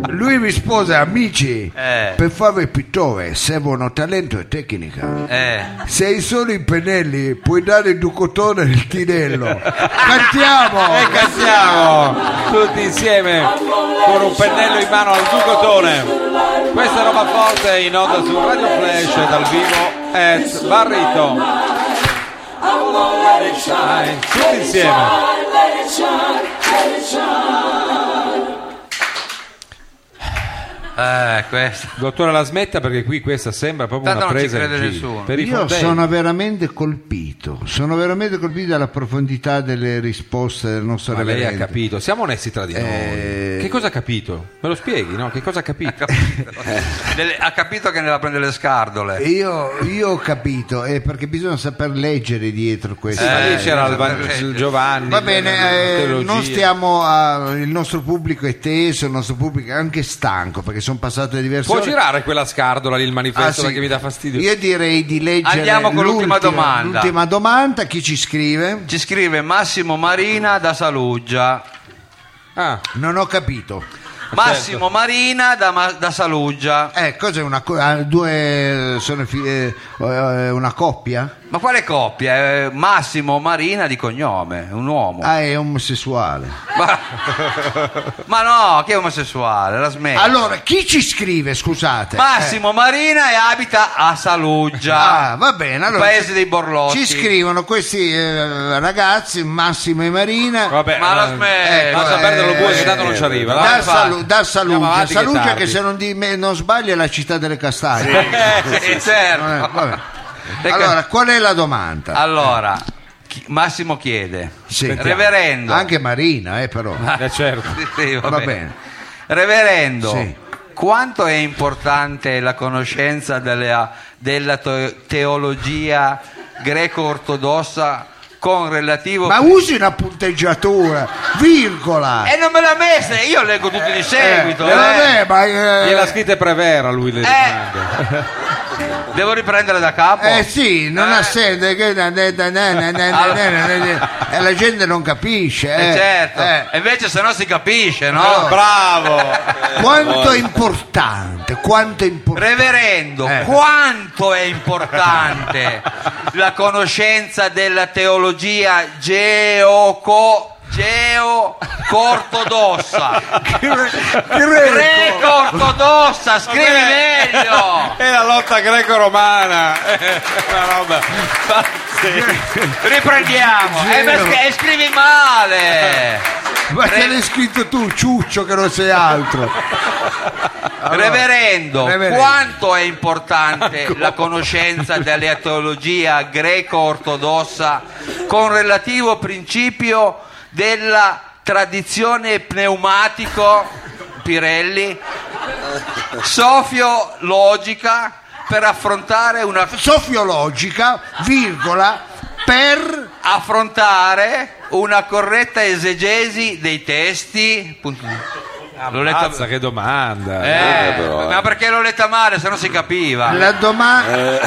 C: Lui rispose, amici,
D: Eh.
C: per fare il pittore servono talento e tecnica.
D: Eh.
C: Se hai solo i pennelli puoi dare il ducotone e il tinello. Cantiamo!
A: e cantiamo tutti insieme con un pennello in mano al Ducotone. Questa è roba forte in onda su Radio Flash dal vivo at Barrito. Tutti insieme.
D: Eh, questo.
A: Dottore la smetta perché qui questa sembra proprio
D: Tanto
A: una
D: non ci
A: presa in
D: crede
A: giro.
D: nessuno.
A: Per i
C: Io
A: fondelli.
C: sono veramente colpito, sono veramente colpito dalla profondità delle risposte del nostro
A: Ma lei ha
C: reverendo.
A: capito, siamo onesti tra di noi.
C: Eh.
A: Che cosa ha capito? Me lo spieghi, no? Che cosa ha capito?
C: [laughs]
D: Delle- ha capito che ne la prende le scardole.
C: Io, io ho capito, eh, perché bisogna saper leggere dietro questo.
A: Ma lì
D: Eh,
A: c'era il, Van-
D: eh,
A: il Giovanni.
C: Va
A: la- la
C: bene, eh,
A: teologia.
C: non stiamo a- il nostro pubblico è teso, il nostro pubblico è anche stanco perché sono passate diverse
A: Può
C: ore.
A: girare quella scardola lì, il
C: Ah,
A: manifesto
C: sì.
A: che mi dà fastidio.
C: Io direi di leggere
D: Andiamo con l'ultima
C: l'ultima
D: domanda.
C: L'ultima domanda, chi ci scrive?
D: Ci scrive Massimo Marina da Saluggia.
A: Ah,
C: Non ho capito.
D: Massimo Marina da, Ma- da Saluggia.
C: Eh, cos'è una co- ah, due sono fi- eh, eh, una coppia?
D: Ma quale coppia? Eh, Massimo Marina di cognome, un uomo.
C: Ah, è omosessuale.
D: Ma... ma no, che è omosessuale, la smetta.
C: Allora, chi ci scrive, scusate?
D: Eh. Massimo Marina e abita a Saluggia.
C: Eh. Ah, va bene, allora
D: paese
C: ci-
D: dei Borlotti.
C: Ci scrivono questi eh, ragazzi, Massimo e Marina.
A: vabbè,
D: Ma la smetta.
A: Lascia
C: Ecco, eh,
A: perdere lo
C: eh,
A: buio, che tanto non ci arriva.
D: dai,
A: va.
C: Da, Salu- da Saluggia,
A: Andiamo avanti, che è
C: Saluggia che,
A: tardi.
C: se non, di- me- non sbaglio è la città delle castagne.
D: [laughs] Eh, sì, certo.
C: Non è- vabbè.
D: Perché-
C: Allora, qual è la domanda?
D: Allora, chi- Massimo chiede,
C: Sì.
D: reverendo,
C: Anche Marina, eh, però.
A: Eh, certo.
D: Sì, sì, va,
C: Va
D: bene.
C: bene.
D: reverendo,
C: Sì.
D: quanto è importante la conoscenza della, della to- teologia greco-ortodossa con relativo...
C: Ma usi una punteggiatura, virgola.
D: E non me l'ha messa, io leggo tutti di seguito.
C: Eh,
D: eh.
C: vabbè, ma, eh,
A: Gliela scritta prevera lui le domande.
D: Devo riprendere da capo?
C: eh, sì, non
D: Eh.
C: ha senso. che- na- na- na- na- na- na- na- na- na- E Eh, la gente non capisce.
D: Eh,
C: eh.
D: certo,
C: Eh.
D: e invece se no si capisce, no?
A: Ah, bravo!
C: Quanto è importante, quanto è importante.
D: Reverendo,
C: Eh.
D: quanto è importante la conoscenza della teologia geoco geoco-ortodossa greco-ortodossa scrivi meglio
A: È la lotta greco-romana. È [laughs] una roba pazzesca.
D: riprendiamo
C: Geo.
D: e perché- e scrivi male
C: Ma che l'hai scritto tu, ciuccio, che non sei altro.
D: reverendo,
C: Reverendo.
D: quanto è importante la conoscenza della teologia greco-ortodossa con relativo principio della tradizione pneumatico Pirelli, sofiologica per affrontare una
C: Sofiologica, virgola, per...
D: affrontare una corretta esegesi dei testi. Punto. L'ho letta-
A: Ammazza, che domanda.
D: Eh,
B: però, eh.
D: ma perché l'ho letta male, se no si capiva.
C: La, doma-
D: Eh,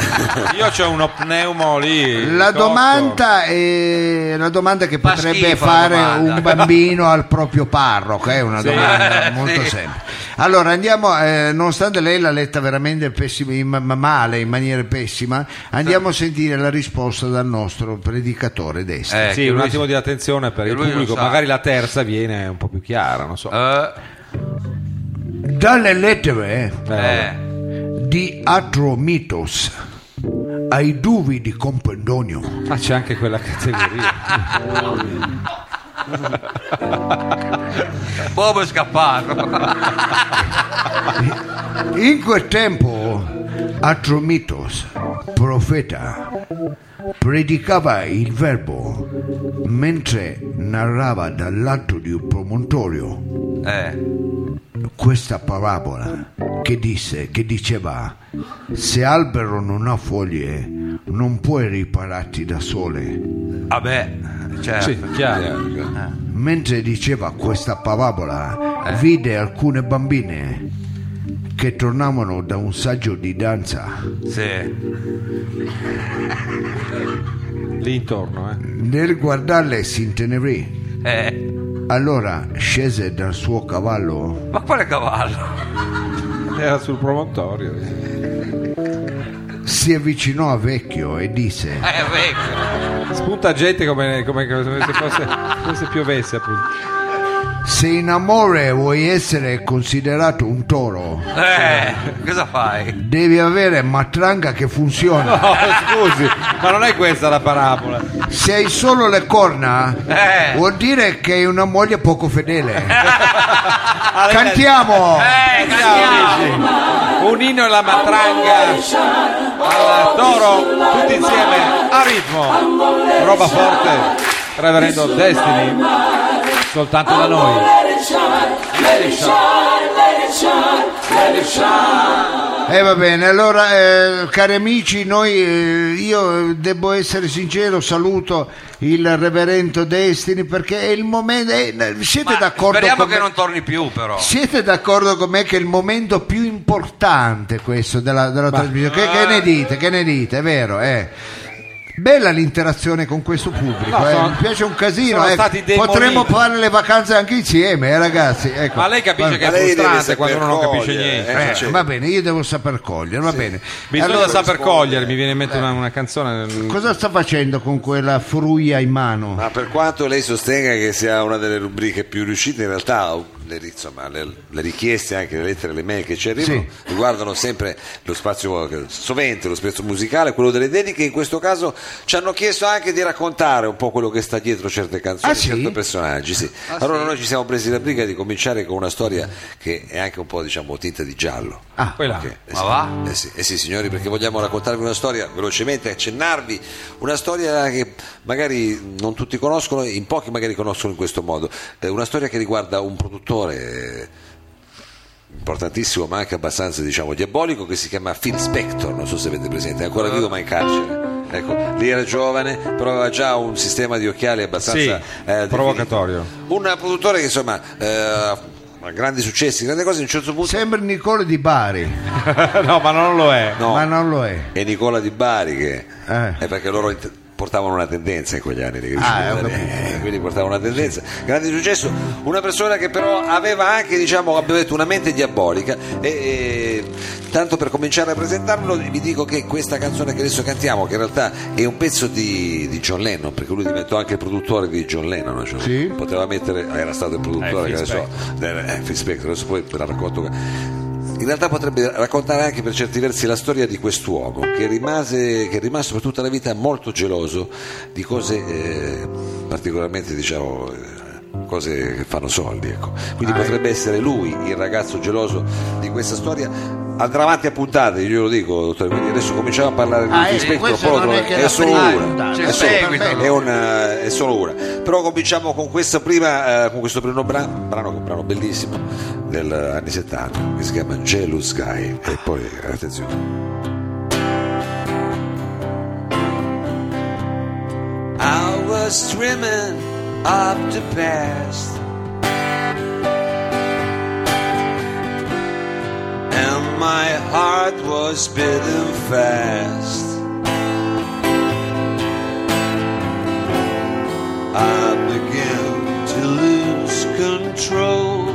A: Io c'ho uno pneumo lì.
C: la
A: cotto.
C: domanda è la domanda che
D: Fa
C: potrebbe
D: schifo la
C: fare
D: domanda.
C: un bambino al proprio parroco, è una domanda
D: Eh,
C: molto
D: [laughs] sì.
C: semplice. Allora andiamo, eh, nonostante lei l'ha letta veramente pessima- in- ma- male, in maniera pessima, andiamo a sentire la risposta dal nostro predicatore destro.
D: Eh,
A: Sì,
D: che
A: un
D: lui-
A: attimo di attenzione per il
D: lui lo
A: pubblico,
D: sa.
A: magari la terza viene un po' più chiara, non so.
D: Eh,
C: Dalle lettere
A: Eh,
D: eh.
C: di Atromitos ai duvi di Compendonio.
A: Ma c'è anche quella categoria.
D: Bobo è scappato.
C: In quel tempo Atromitos, profeta, predicava il verbo mentre narrava dall'alto di un promontorio
D: Eh,
C: questa parabola che, disse, che diceva se albero non ha foglie non puoi ripararti da sole
D: vabbè, certo.
A: [laughs] sì, chiaro.
C: mentre diceva questa parabola vide alcune bambine che tornavano da un saggio di danza
D: Sì.
A: Lì intorno, eh.
C: nel guardarle si intenerì
D: Eh,
C: allora scese dal suo cavallo
D: ma quale cavallo? [laughs]
A: Era sul promontorio.
C: si avvicinò a vecchio e disse
D: Eh, vecchio.
A: Spunta gente come, come- come se [laughs] fosse come se piovesse, appunto.
C: se in amore vuoi essere considerato un toro
D: Eh, cosa fai?
C: Devi avere matranga che funziona.
A: Oh, scusi, ma non è questa la parabola.
C: Se hai solo le corna,
D: Eh.
C: vuol dire che hai una moglie poco fedele. Cantiamo!
D: Eh, cantiamo.
A: Un inno e la matranga al toro, tutti insieme a ritmo. Roba forte, reverendo Destiny, soltanto da noi.
C: E va bene, allora eh, cari amici, noi, eh, io eh, devo essere sincero, saluto il reverendo Destini perché è il momento... eh, siete
D: Ma
C: d'accordo
D: Speriamo
C: con
D: che
C: me?
D: non torni più, però.
C: Siete d'accordo con me che è il momento più importante questo della, della trasmissione? Che, che ne dite? Che ne dite? È vero, eh. Bella l'interazione con questo pubblico,
A: No,
C: eh.
A: sono-
C: mi piace un casino.
A: sono
C: eh.
A: stati demoliti.
C: Potremmo fare le vacanze anche insieme, eh, ragazzi. Ecco.
A: Ma lei capisce che
B: Ma lei
A: è
B: deve
A: frustrante
B: saper
A: quando uno non capisce
B: cogliere,
A: niente.
B: eh.
C: Eh,
B: cioè-
C: va bene, io devo saper cogliere, va bene.
A: Bisogna Eh.
C: Allora,
A: saper cogliere, mi viene in mente una, una canzone.
C: cosa sta facendo con quella fruia in mano?
B: Ma per quanto lei sostenga che sia una delle rubriche più riuscite, in realtà le, insomma, le- le richieste, anche le lettere, le mail che ci arrivano, riguardano sempre lo spazio, eh, sovente lo spazio musicale, quello delle dediche. In questo caso ci hanno chiesto anche di raccontare un po' quello che sta dietro certe canzoni,
C: Ah, sì?
B: certi personaggi. sì. allora noi ci siamo presi la briga di cominciare con una storia che è anche un po' diciamo tinta di giallo.
C: Ah,
A: Quella.
B: Eh
D: Ma
B: sì,
D: va?
B: Eh sì, eh sì, signori, perché vogliamo raccontarvi una storia, velocemente accennarvi, una storia che magari non tutti conoscono, in pochi magari conoscono in questo modo, Eh, una storia che riguarda un produttore eh, importantissimo ma anche abbastanza diciamo diabolico che si chiama Phil Spector, non so se avete presente, è ancora vivo ma è in carcere. Ecco, lì era giovane, però aveva già un sistema di occhiali abbastanza
A: Sì,
B: definito.
A: provocatorio.
B: Un produttore che insomma eh, ha grandi successi, grandi cose, in un certo punto
C: Sembra Nicole di Bari,
A: [laughs] no, ma non lo è.
B: No.
C: ma non lo è.
B: e Nicola Di Bari che
C: Eh.
B: è perché loro int- portavano una tendenza in quegli anni le crisi
C: Ah, ho
B: italiane,
C: capito.
B: eh, quindi portavano una tendenza grande successo una persona che però aveva anche diciamo abbiamo detto una mente diabolica e, e tanto per cominciare a presentarlo vi dico che questa canzone che adesso cantiamo che in realtà è un pezzo di, di John Lennon perché lui diventò anche il produttore di John Lennon cioè
C: Sì.
B: poteva mettere ah, era stato il produttore che adesso eh, Phil Spector, adesso poi ve la racconto in realtà potrebbe raccontare anche per certi versi la storia di quest'uomo che, rimase, che è rimasto per tutta la vita molto geloso di cose eh, particolarmente diciamo eh, cose che fanno soldi ecco. quindi
C: Ah,
B: potrebbe
C: eh.
B: essere lui il ragazzo geloso di questa storia andrà avanti a puntate glielo dico dottore quindi adesso cominciamo a parlare di
C: Ah, eh,
B: rispetto
C: questa non è che è
B: è
C: la
B: solo
C: prima cioè,
B: una
C: puntata,
B: è
D: c'è
B: solo-
D: seguito.
B: è una- eh, è solo una però cominciamo con questa prima eh, con questo primo bra- brano che è un brano bellissimo degli anni 70 che si chiama Jealous Guy e poi attenzione
J: I was dreaming of the past. And my heart was beating fast. I began to lose control.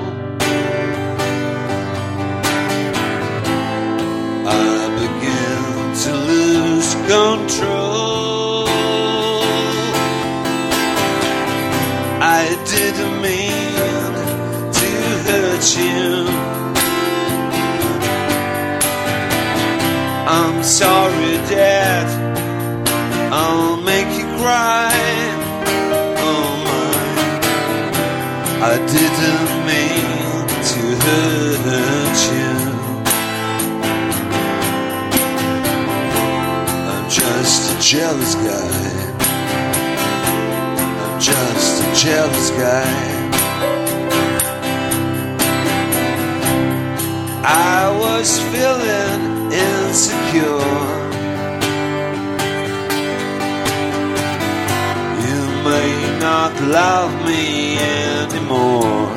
J: I began to lose control. I didn't mean to hurt you.
B: I'm sorry, Dad. I'll make you cry. Oh my, I didn't mean to hurt you. I'm just a jealous guy. I'm just a jealous guy. I was feeling insecure. You may not love me anymore.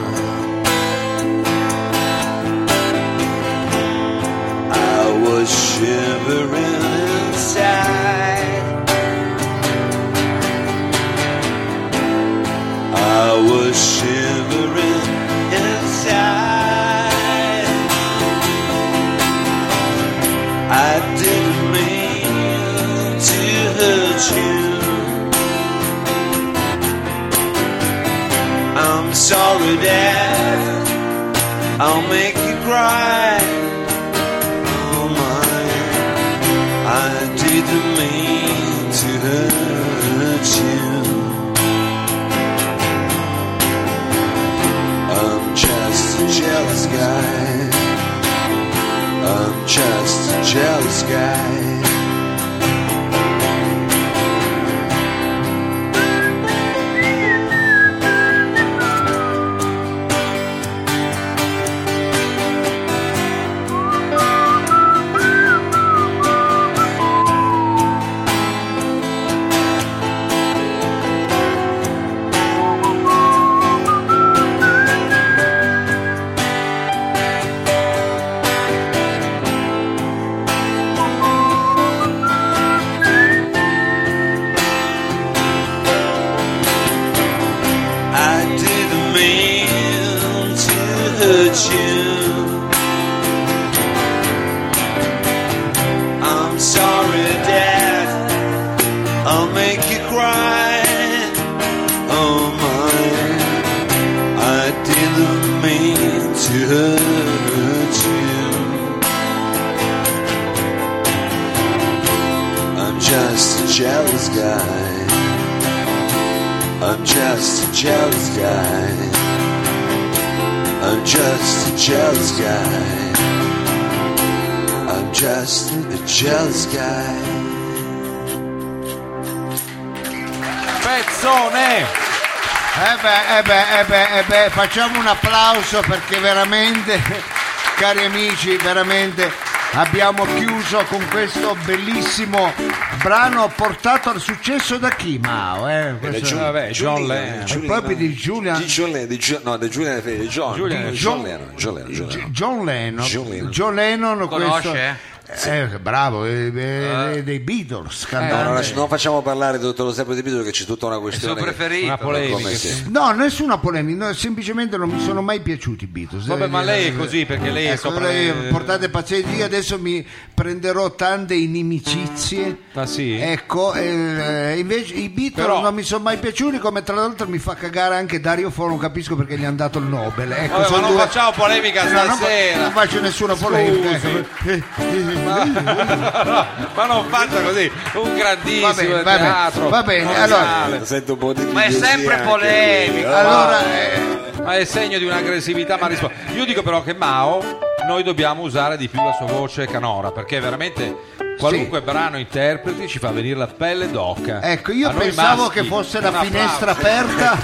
B: I was shivering inside. I was shivering inside. I didn't mean to hurt you. I'm sorry, Dad. I'll make you cry. Oh my, I didn't mean to hurt you. I'm just a jealous guy. I'm just a jealous guy. I didn't mean to hurt you. I'm sorry, Dad. I'll make you cry. Oh my, I didn't mean to hurt you. I'm just a jealous guy. I'm just a jealous guy. I'm just a jealous guy. I'm just a jealous guy.
A: Pezzone!
C: Eh beh, eh beh, eh beh, eh beh, facciamo un applauso perché veramente, [laughs] cari amici, veramente abbiamo chiuso con questo bellissimo brano portato al successo da chi, Mao? Eh? Questo-
K: Cioè, Giul-
A: vabbè, John
K: Giuliano,
D: eh,
A: Lennon.
K: Giuliano.
C: proprio di Giuliano.
K: Di Giuliano, di Giul- no, di Giuliano, di John.
A: Giuliano.
K: Di John Lennon, John Lennon, John Lennon.
C: John Lennon.
K: John Lennon.
C: John Lennon, questo...
D: Conosce?
C: Eh, bravo, eh, eh, dei Beatles,
D: eh,
K: No, non,
C: cantante.
K: lasci- non facciamo parlare il dottor Lo Sapio di Pietro che c'è tutta una
D: il suo
K: questione. che-
D: preferito.
A: Una polemica.
K: Come
A: sì.
K: [laughs] sì.
C: No, nessuna polemica, no, semplicemente non mi sono mai piaciuti i Beatles.
A: Vabbè,
C: devo
A: ma
C: dire.
A: lei è così, perché lei è
C: Ecco,
A: sopra-
C: lei
A: [laughs]
C: portate pazienza, io adesso mi prenderò tante inimicizie.
A: Ah, sì?
C: Ecco, eh, invece i Beatles
A: Però-
C: non mi sono mai piaciuti, come tra l'altro mi fa cagare anche Dario Fo, non capisco perché gli hanno dato il Nobel. Ecco,
A: Vabbè, ma
C: sono
A: non
C: due-
A: facciamo polemica
C: No, non, fa- non
A: stasera.
C: faccio nessuna polemica.
A: Scusi.
C: ecco. Eh, eh,
A: ma non faccia così. Un grandissimo
C: Va bene, va bene,
A: teatro.
C: va bene,
A: mondiale.
K: Eh, Sento un po' di
D: Ma è
K: gelosia
D: sempre
K: anche.
D: polemico.
C: Allora, eh,
A: Ma è segno di un'aggressività, ma rispondo. Io dico però che Mao noi dobbiamo usare di più la sua voce canora, perché veramente qualunque brano interpreti ci fa venire la pelle d'oca.
C: Ecco, io
A: A noi
C: pensavo
A: maschi,
C: che fosse
A: un
C: la
A: applauso.
C: finestra
K: Eh,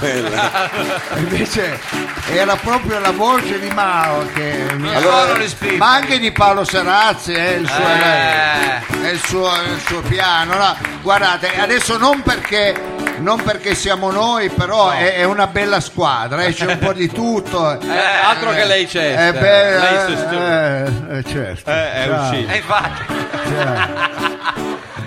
C: aperta, invece era proprio la voce di Mao che mi-
D: Allora- respinto.
C: ma anche di Paolo Sarazzi, eh, il suo,
D: Eh.
C: eh, il suo- il suo piano. no. guardate, adesso non perché, non perché siamo noi, però è, è una bella squadra, eh, c'è un po' di tutto.
A: [laughs] Eh, altro che lei c'è.
C: Eh, beh,
A: lei
C: eh,
A: sostitu-
C: eh, eh, certo.
A: eh, è
C: Bravo.
A: uscito.
D: E infatti.
C: Cioè.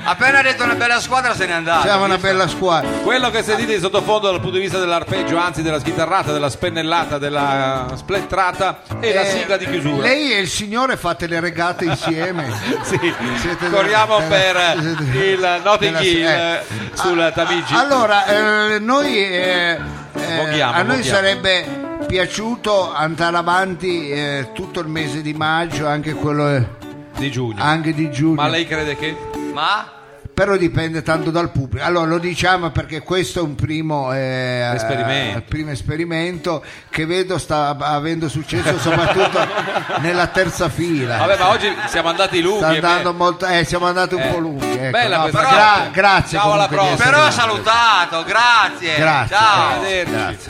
D: Appena detto una bella squadra se n'è andata.
C: Siamo una bella squadra.
A: Quello che sentite in sottofondo dal punto di vista dell'arpeggio, anzi della schitarrata, della spennellata, della splettrata è la
C: Eh,
A: sigla di chiusura.
C: Lei e il signore fate le regate insieme.
A: [laughs] Sì,
C: Siete-
A: corriamo
C: eh,
A: per
C: eh,
A: il Notting
C: eh,
A: Hill eh, sul Tamigi.
C: Allora, eh, noi, eh, eh,
A: Voghiamo,
C: a noi
A: voghiamo.
C: sarebbe piaciuto andare avanti eh, tutto il mese di maggio, anche quello... eh,
A: Di giugno.
C: anche di giugno.
A: Ma lei crede che?
D: Ma?
C: Però dipende tanto dal pubblico. Allora lo diciamo perché questo è un primo, eh,
A: Esperimento.
C: eh, primo esperimento che vedo sta avendo
A: [laughs]
C: successo soprattutto nella terza fila.
A: Vabbè, ma oggi siamo andati lunghi.
C: Sta
A: è
C: andando
A: be-
C: molto, eh, siamo andati un
A: Eh.
C: po' lunghi. ecco.
A: Bella
C: No,
A: questa
C: gra-
A: chiacchiera.
C: grazie.
A: Ciao, alla
C: comunque di
A: prossima.
C: essere
D: Però ha
C: venuti.
D: salutato, grazie.
C: Grazie.
D: Ciao.
A: Arrivederci.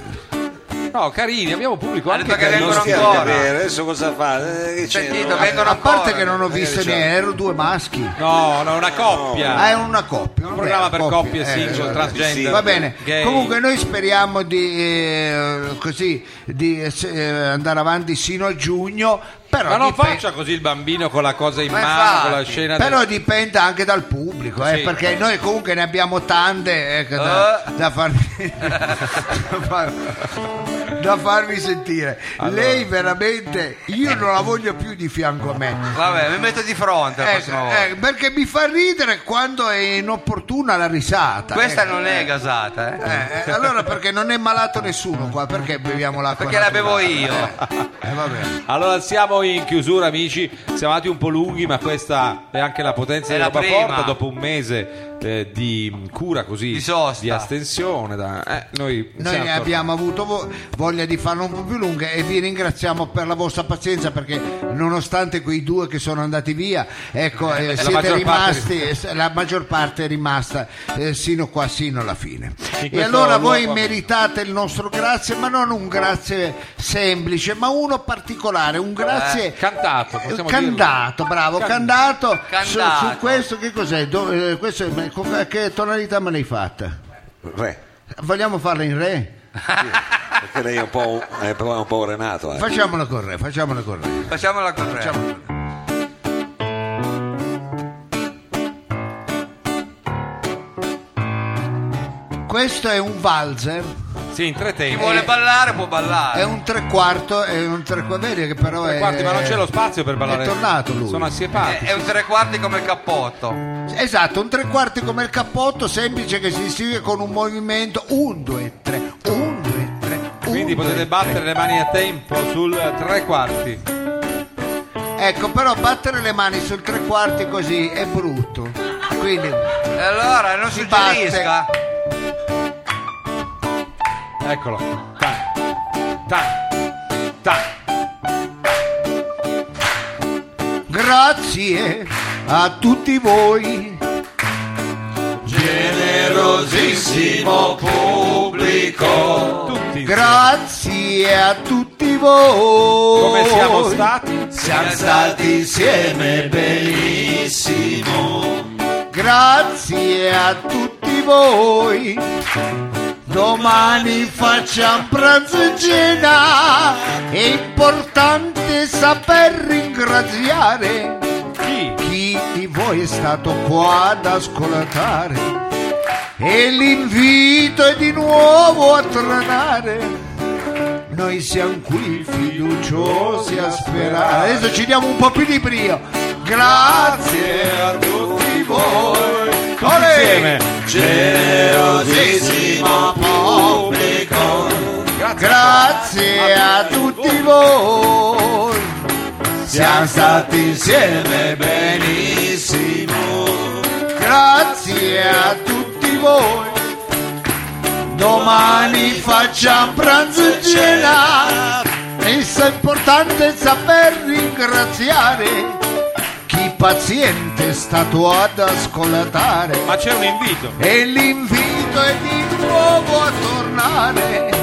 A: No, carini, abbiamo un pubblico
D: Ha
A: anche
D: detto che
A: carino.
B: non
D: [laughs] vengono
B: stiamo a
D: ancora.
B: capire adesso cosa fa Eh, che c'è?
D: Sentito,
B: No,
D: vengono
C: A parte
D: ancora.
C: che
A: eh,
C: non ho visto
B: diciamo.
C: niente, erano due maschi.
A: No, no, una coppia.
C: Ah, è una coppia.
A: Un
C: vabbè,
A: programma per coppie,
C: eh,
A: single,
C: vabbè.
A: transgender.
C: Va bene,
A: gay.
C: comunque noi speriamo di, eh, così, di eh, se- eh, andare avanti sino a giugno, però,
A: Ma non
C: dipen-
A: faccia così il bambino con la cosa in
D: Ma
A: mano, con la
D: infatti,
A: scena. del-
C: però dipende anche dal pubblico, eh,
A: Sì. Eh.
C: perché noi comunque ne abbiamo tante ecco, da,
A: [laughs]
C: da farvi, da farvi sentire. Lei veramente, io non la voglio più di fianco a me.
D: Vabbè, mi metto di fronte la
C: Ecco,
D: prossima volta.
C: eh, perché mi fa ridere quando è inopportuna la risata.
D: Questa
C: ecco.
D: non è gasata, eh.
C: Eh, eh, allora perché non è malato nessuno qua? Perché beviamo l'acqua?
D: Perché la bevo
C: naturale?
D: io.
C: Eh, vabbè.
A: Allora siamo in chiusura, amici. Siamo andati un po' lunghi, ma questa è anche la potenza
D: È
A: della
D: la
A: roba
D: prima.
A: forte. Dopo un mese eh, di cura così
D: Di sosta.
A: astensione. da- eh, noi siamo
C: Noi ne
A: tornati.
C: abbiamo avuto vo- voglia di farlo un po' più lunga e vi ringraziamo per la vostra pazienza perché nonostante quei due che sono andati via, ecco, eh, siete
A: maggior
C: rimasti, eh, la maggior parte è rimasta eh, sino qua, sino alla fine. E
A: questo
C: allora
A: luogo
C: voi
A: amico.
C: meritate il nostro grazie, ma non un grazie semplice, ma uno particolare, un grazie
A: Eh, cantato, possiamo
C: cantato, bravo, cantato. Su,
D: Cantato.
C: su questo che cos'è? Do- eh, questo è- con- che tonalità me l'hai fatta?
B: Re,
C: Vogliamo farla in re?
B: perché lei è un po', un- è un po' Renato. eh.
C: Facciamolo con re, facciamolo con re.
D: Facciamola con te.
C: Questo è un valzer,
A: Sì, in tre
D: Chi
A: tempi.
D: vuole ballare può
C: è
D: ballare.
C: un tre quarto, è un tre quarto, vedi che però
A: Tre
C: è...
A: quarti, ma non c'è lo spazio per ballare.
C: È tornato lui.
A: Sono
D: È,
A: assiepati.
D: è un tre quarti come il cappotto.
C: Esatto, un tre quarti come il cappotto, semplice che si distingue con un movimento, un, due, tre, un, due, tre, un,
D: eh,
A: Quindi
C: due,
A: potete
C: tre.
A: battere le mani a tempo sul tre quarti.
C: Ecco, però battere le mani sul tre quarti così è brutto. Quindi
D: E allora non
C: Si
D: suggerisca.
A: Eccolo. Tac. Tac. Tac.
C: grazie a tutti voi.
B: Generosissimo pubblico,
A: Tutti.
C: Grazie a tutti voi.
A: Come siamo stati?
B: siamo stati insieme bellissimo.
C: Grazie a tutti voi. Domani facciamo pranzo e cena. È importante saper ringraziare
A: Chi?
C: chi di voi è stato qua ad ascoltare. E l'invito è di nuovo a tornare. Noi siamo qui fiduciosi a sperare. Adesso ci diamo un po' più di brio. Grazie a tutti voi. Olè!
B: Generosissimo pubblico,
C: Grazie a tutti voi.
B: siamo stati insieme benissimo.
C: Grazie a tutti voi. Domani facciamo pranzo e cena. E se è importante saper ringraziare chi paziente è stato ad ascoltare.
A: Ma c'è un invito.
C: E l'invito è di nuovo a tornare.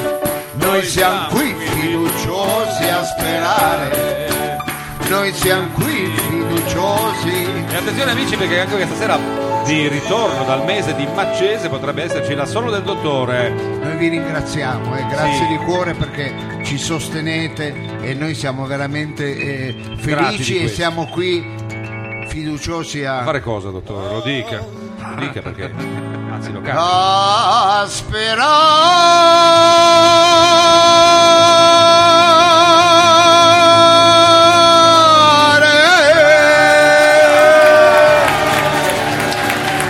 C: Noi siamo qui fiduciosi a sperare. Noi siamo qui fiduciosi.
A: E attenzione amici perché anche questa sera di ritorno dal mese di Maccese potrebbe esserci la solo del dottore.
C: Noi vi ringraziamo, eh, grazie
A: Sì.
C: di cuore perché ci sostenete e noi siamo veramente eh,
A: Grati di
C: felici e
A: questo.
C: siamo qui fiduciosi
A: A
C: a,
A: fare cosa, dottore? Lo dica. Lo dica perché. Anzi, lo canta.
C: a sperare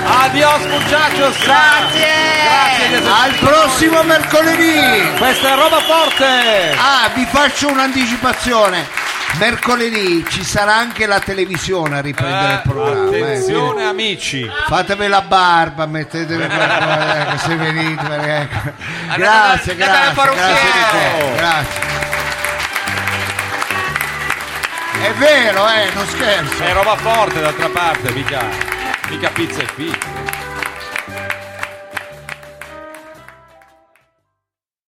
A: Adios muchachos! Grazie! Grazie di essere-
C: al prossimo mercoledì.
A: Questa è roba forte!
C: Ah, vi faccio un'anticipazione. Mercoledì ci sarà anche la televisione a riprendere il programma. eh,
A: Attenzione
C: quindi
A: amici.
C: Fatevi la barba,
A: [laughs]
C: mettetevi qualcosa, ecco, se venite, ecco. Grazie, grazie,
A: andate dal
C: grazie di
A: parrucchiere.
C: cuore, grazie. È vero, eh, non scherzo.
A: È roba forte d'altra parte, mica, mica pizza e pizza.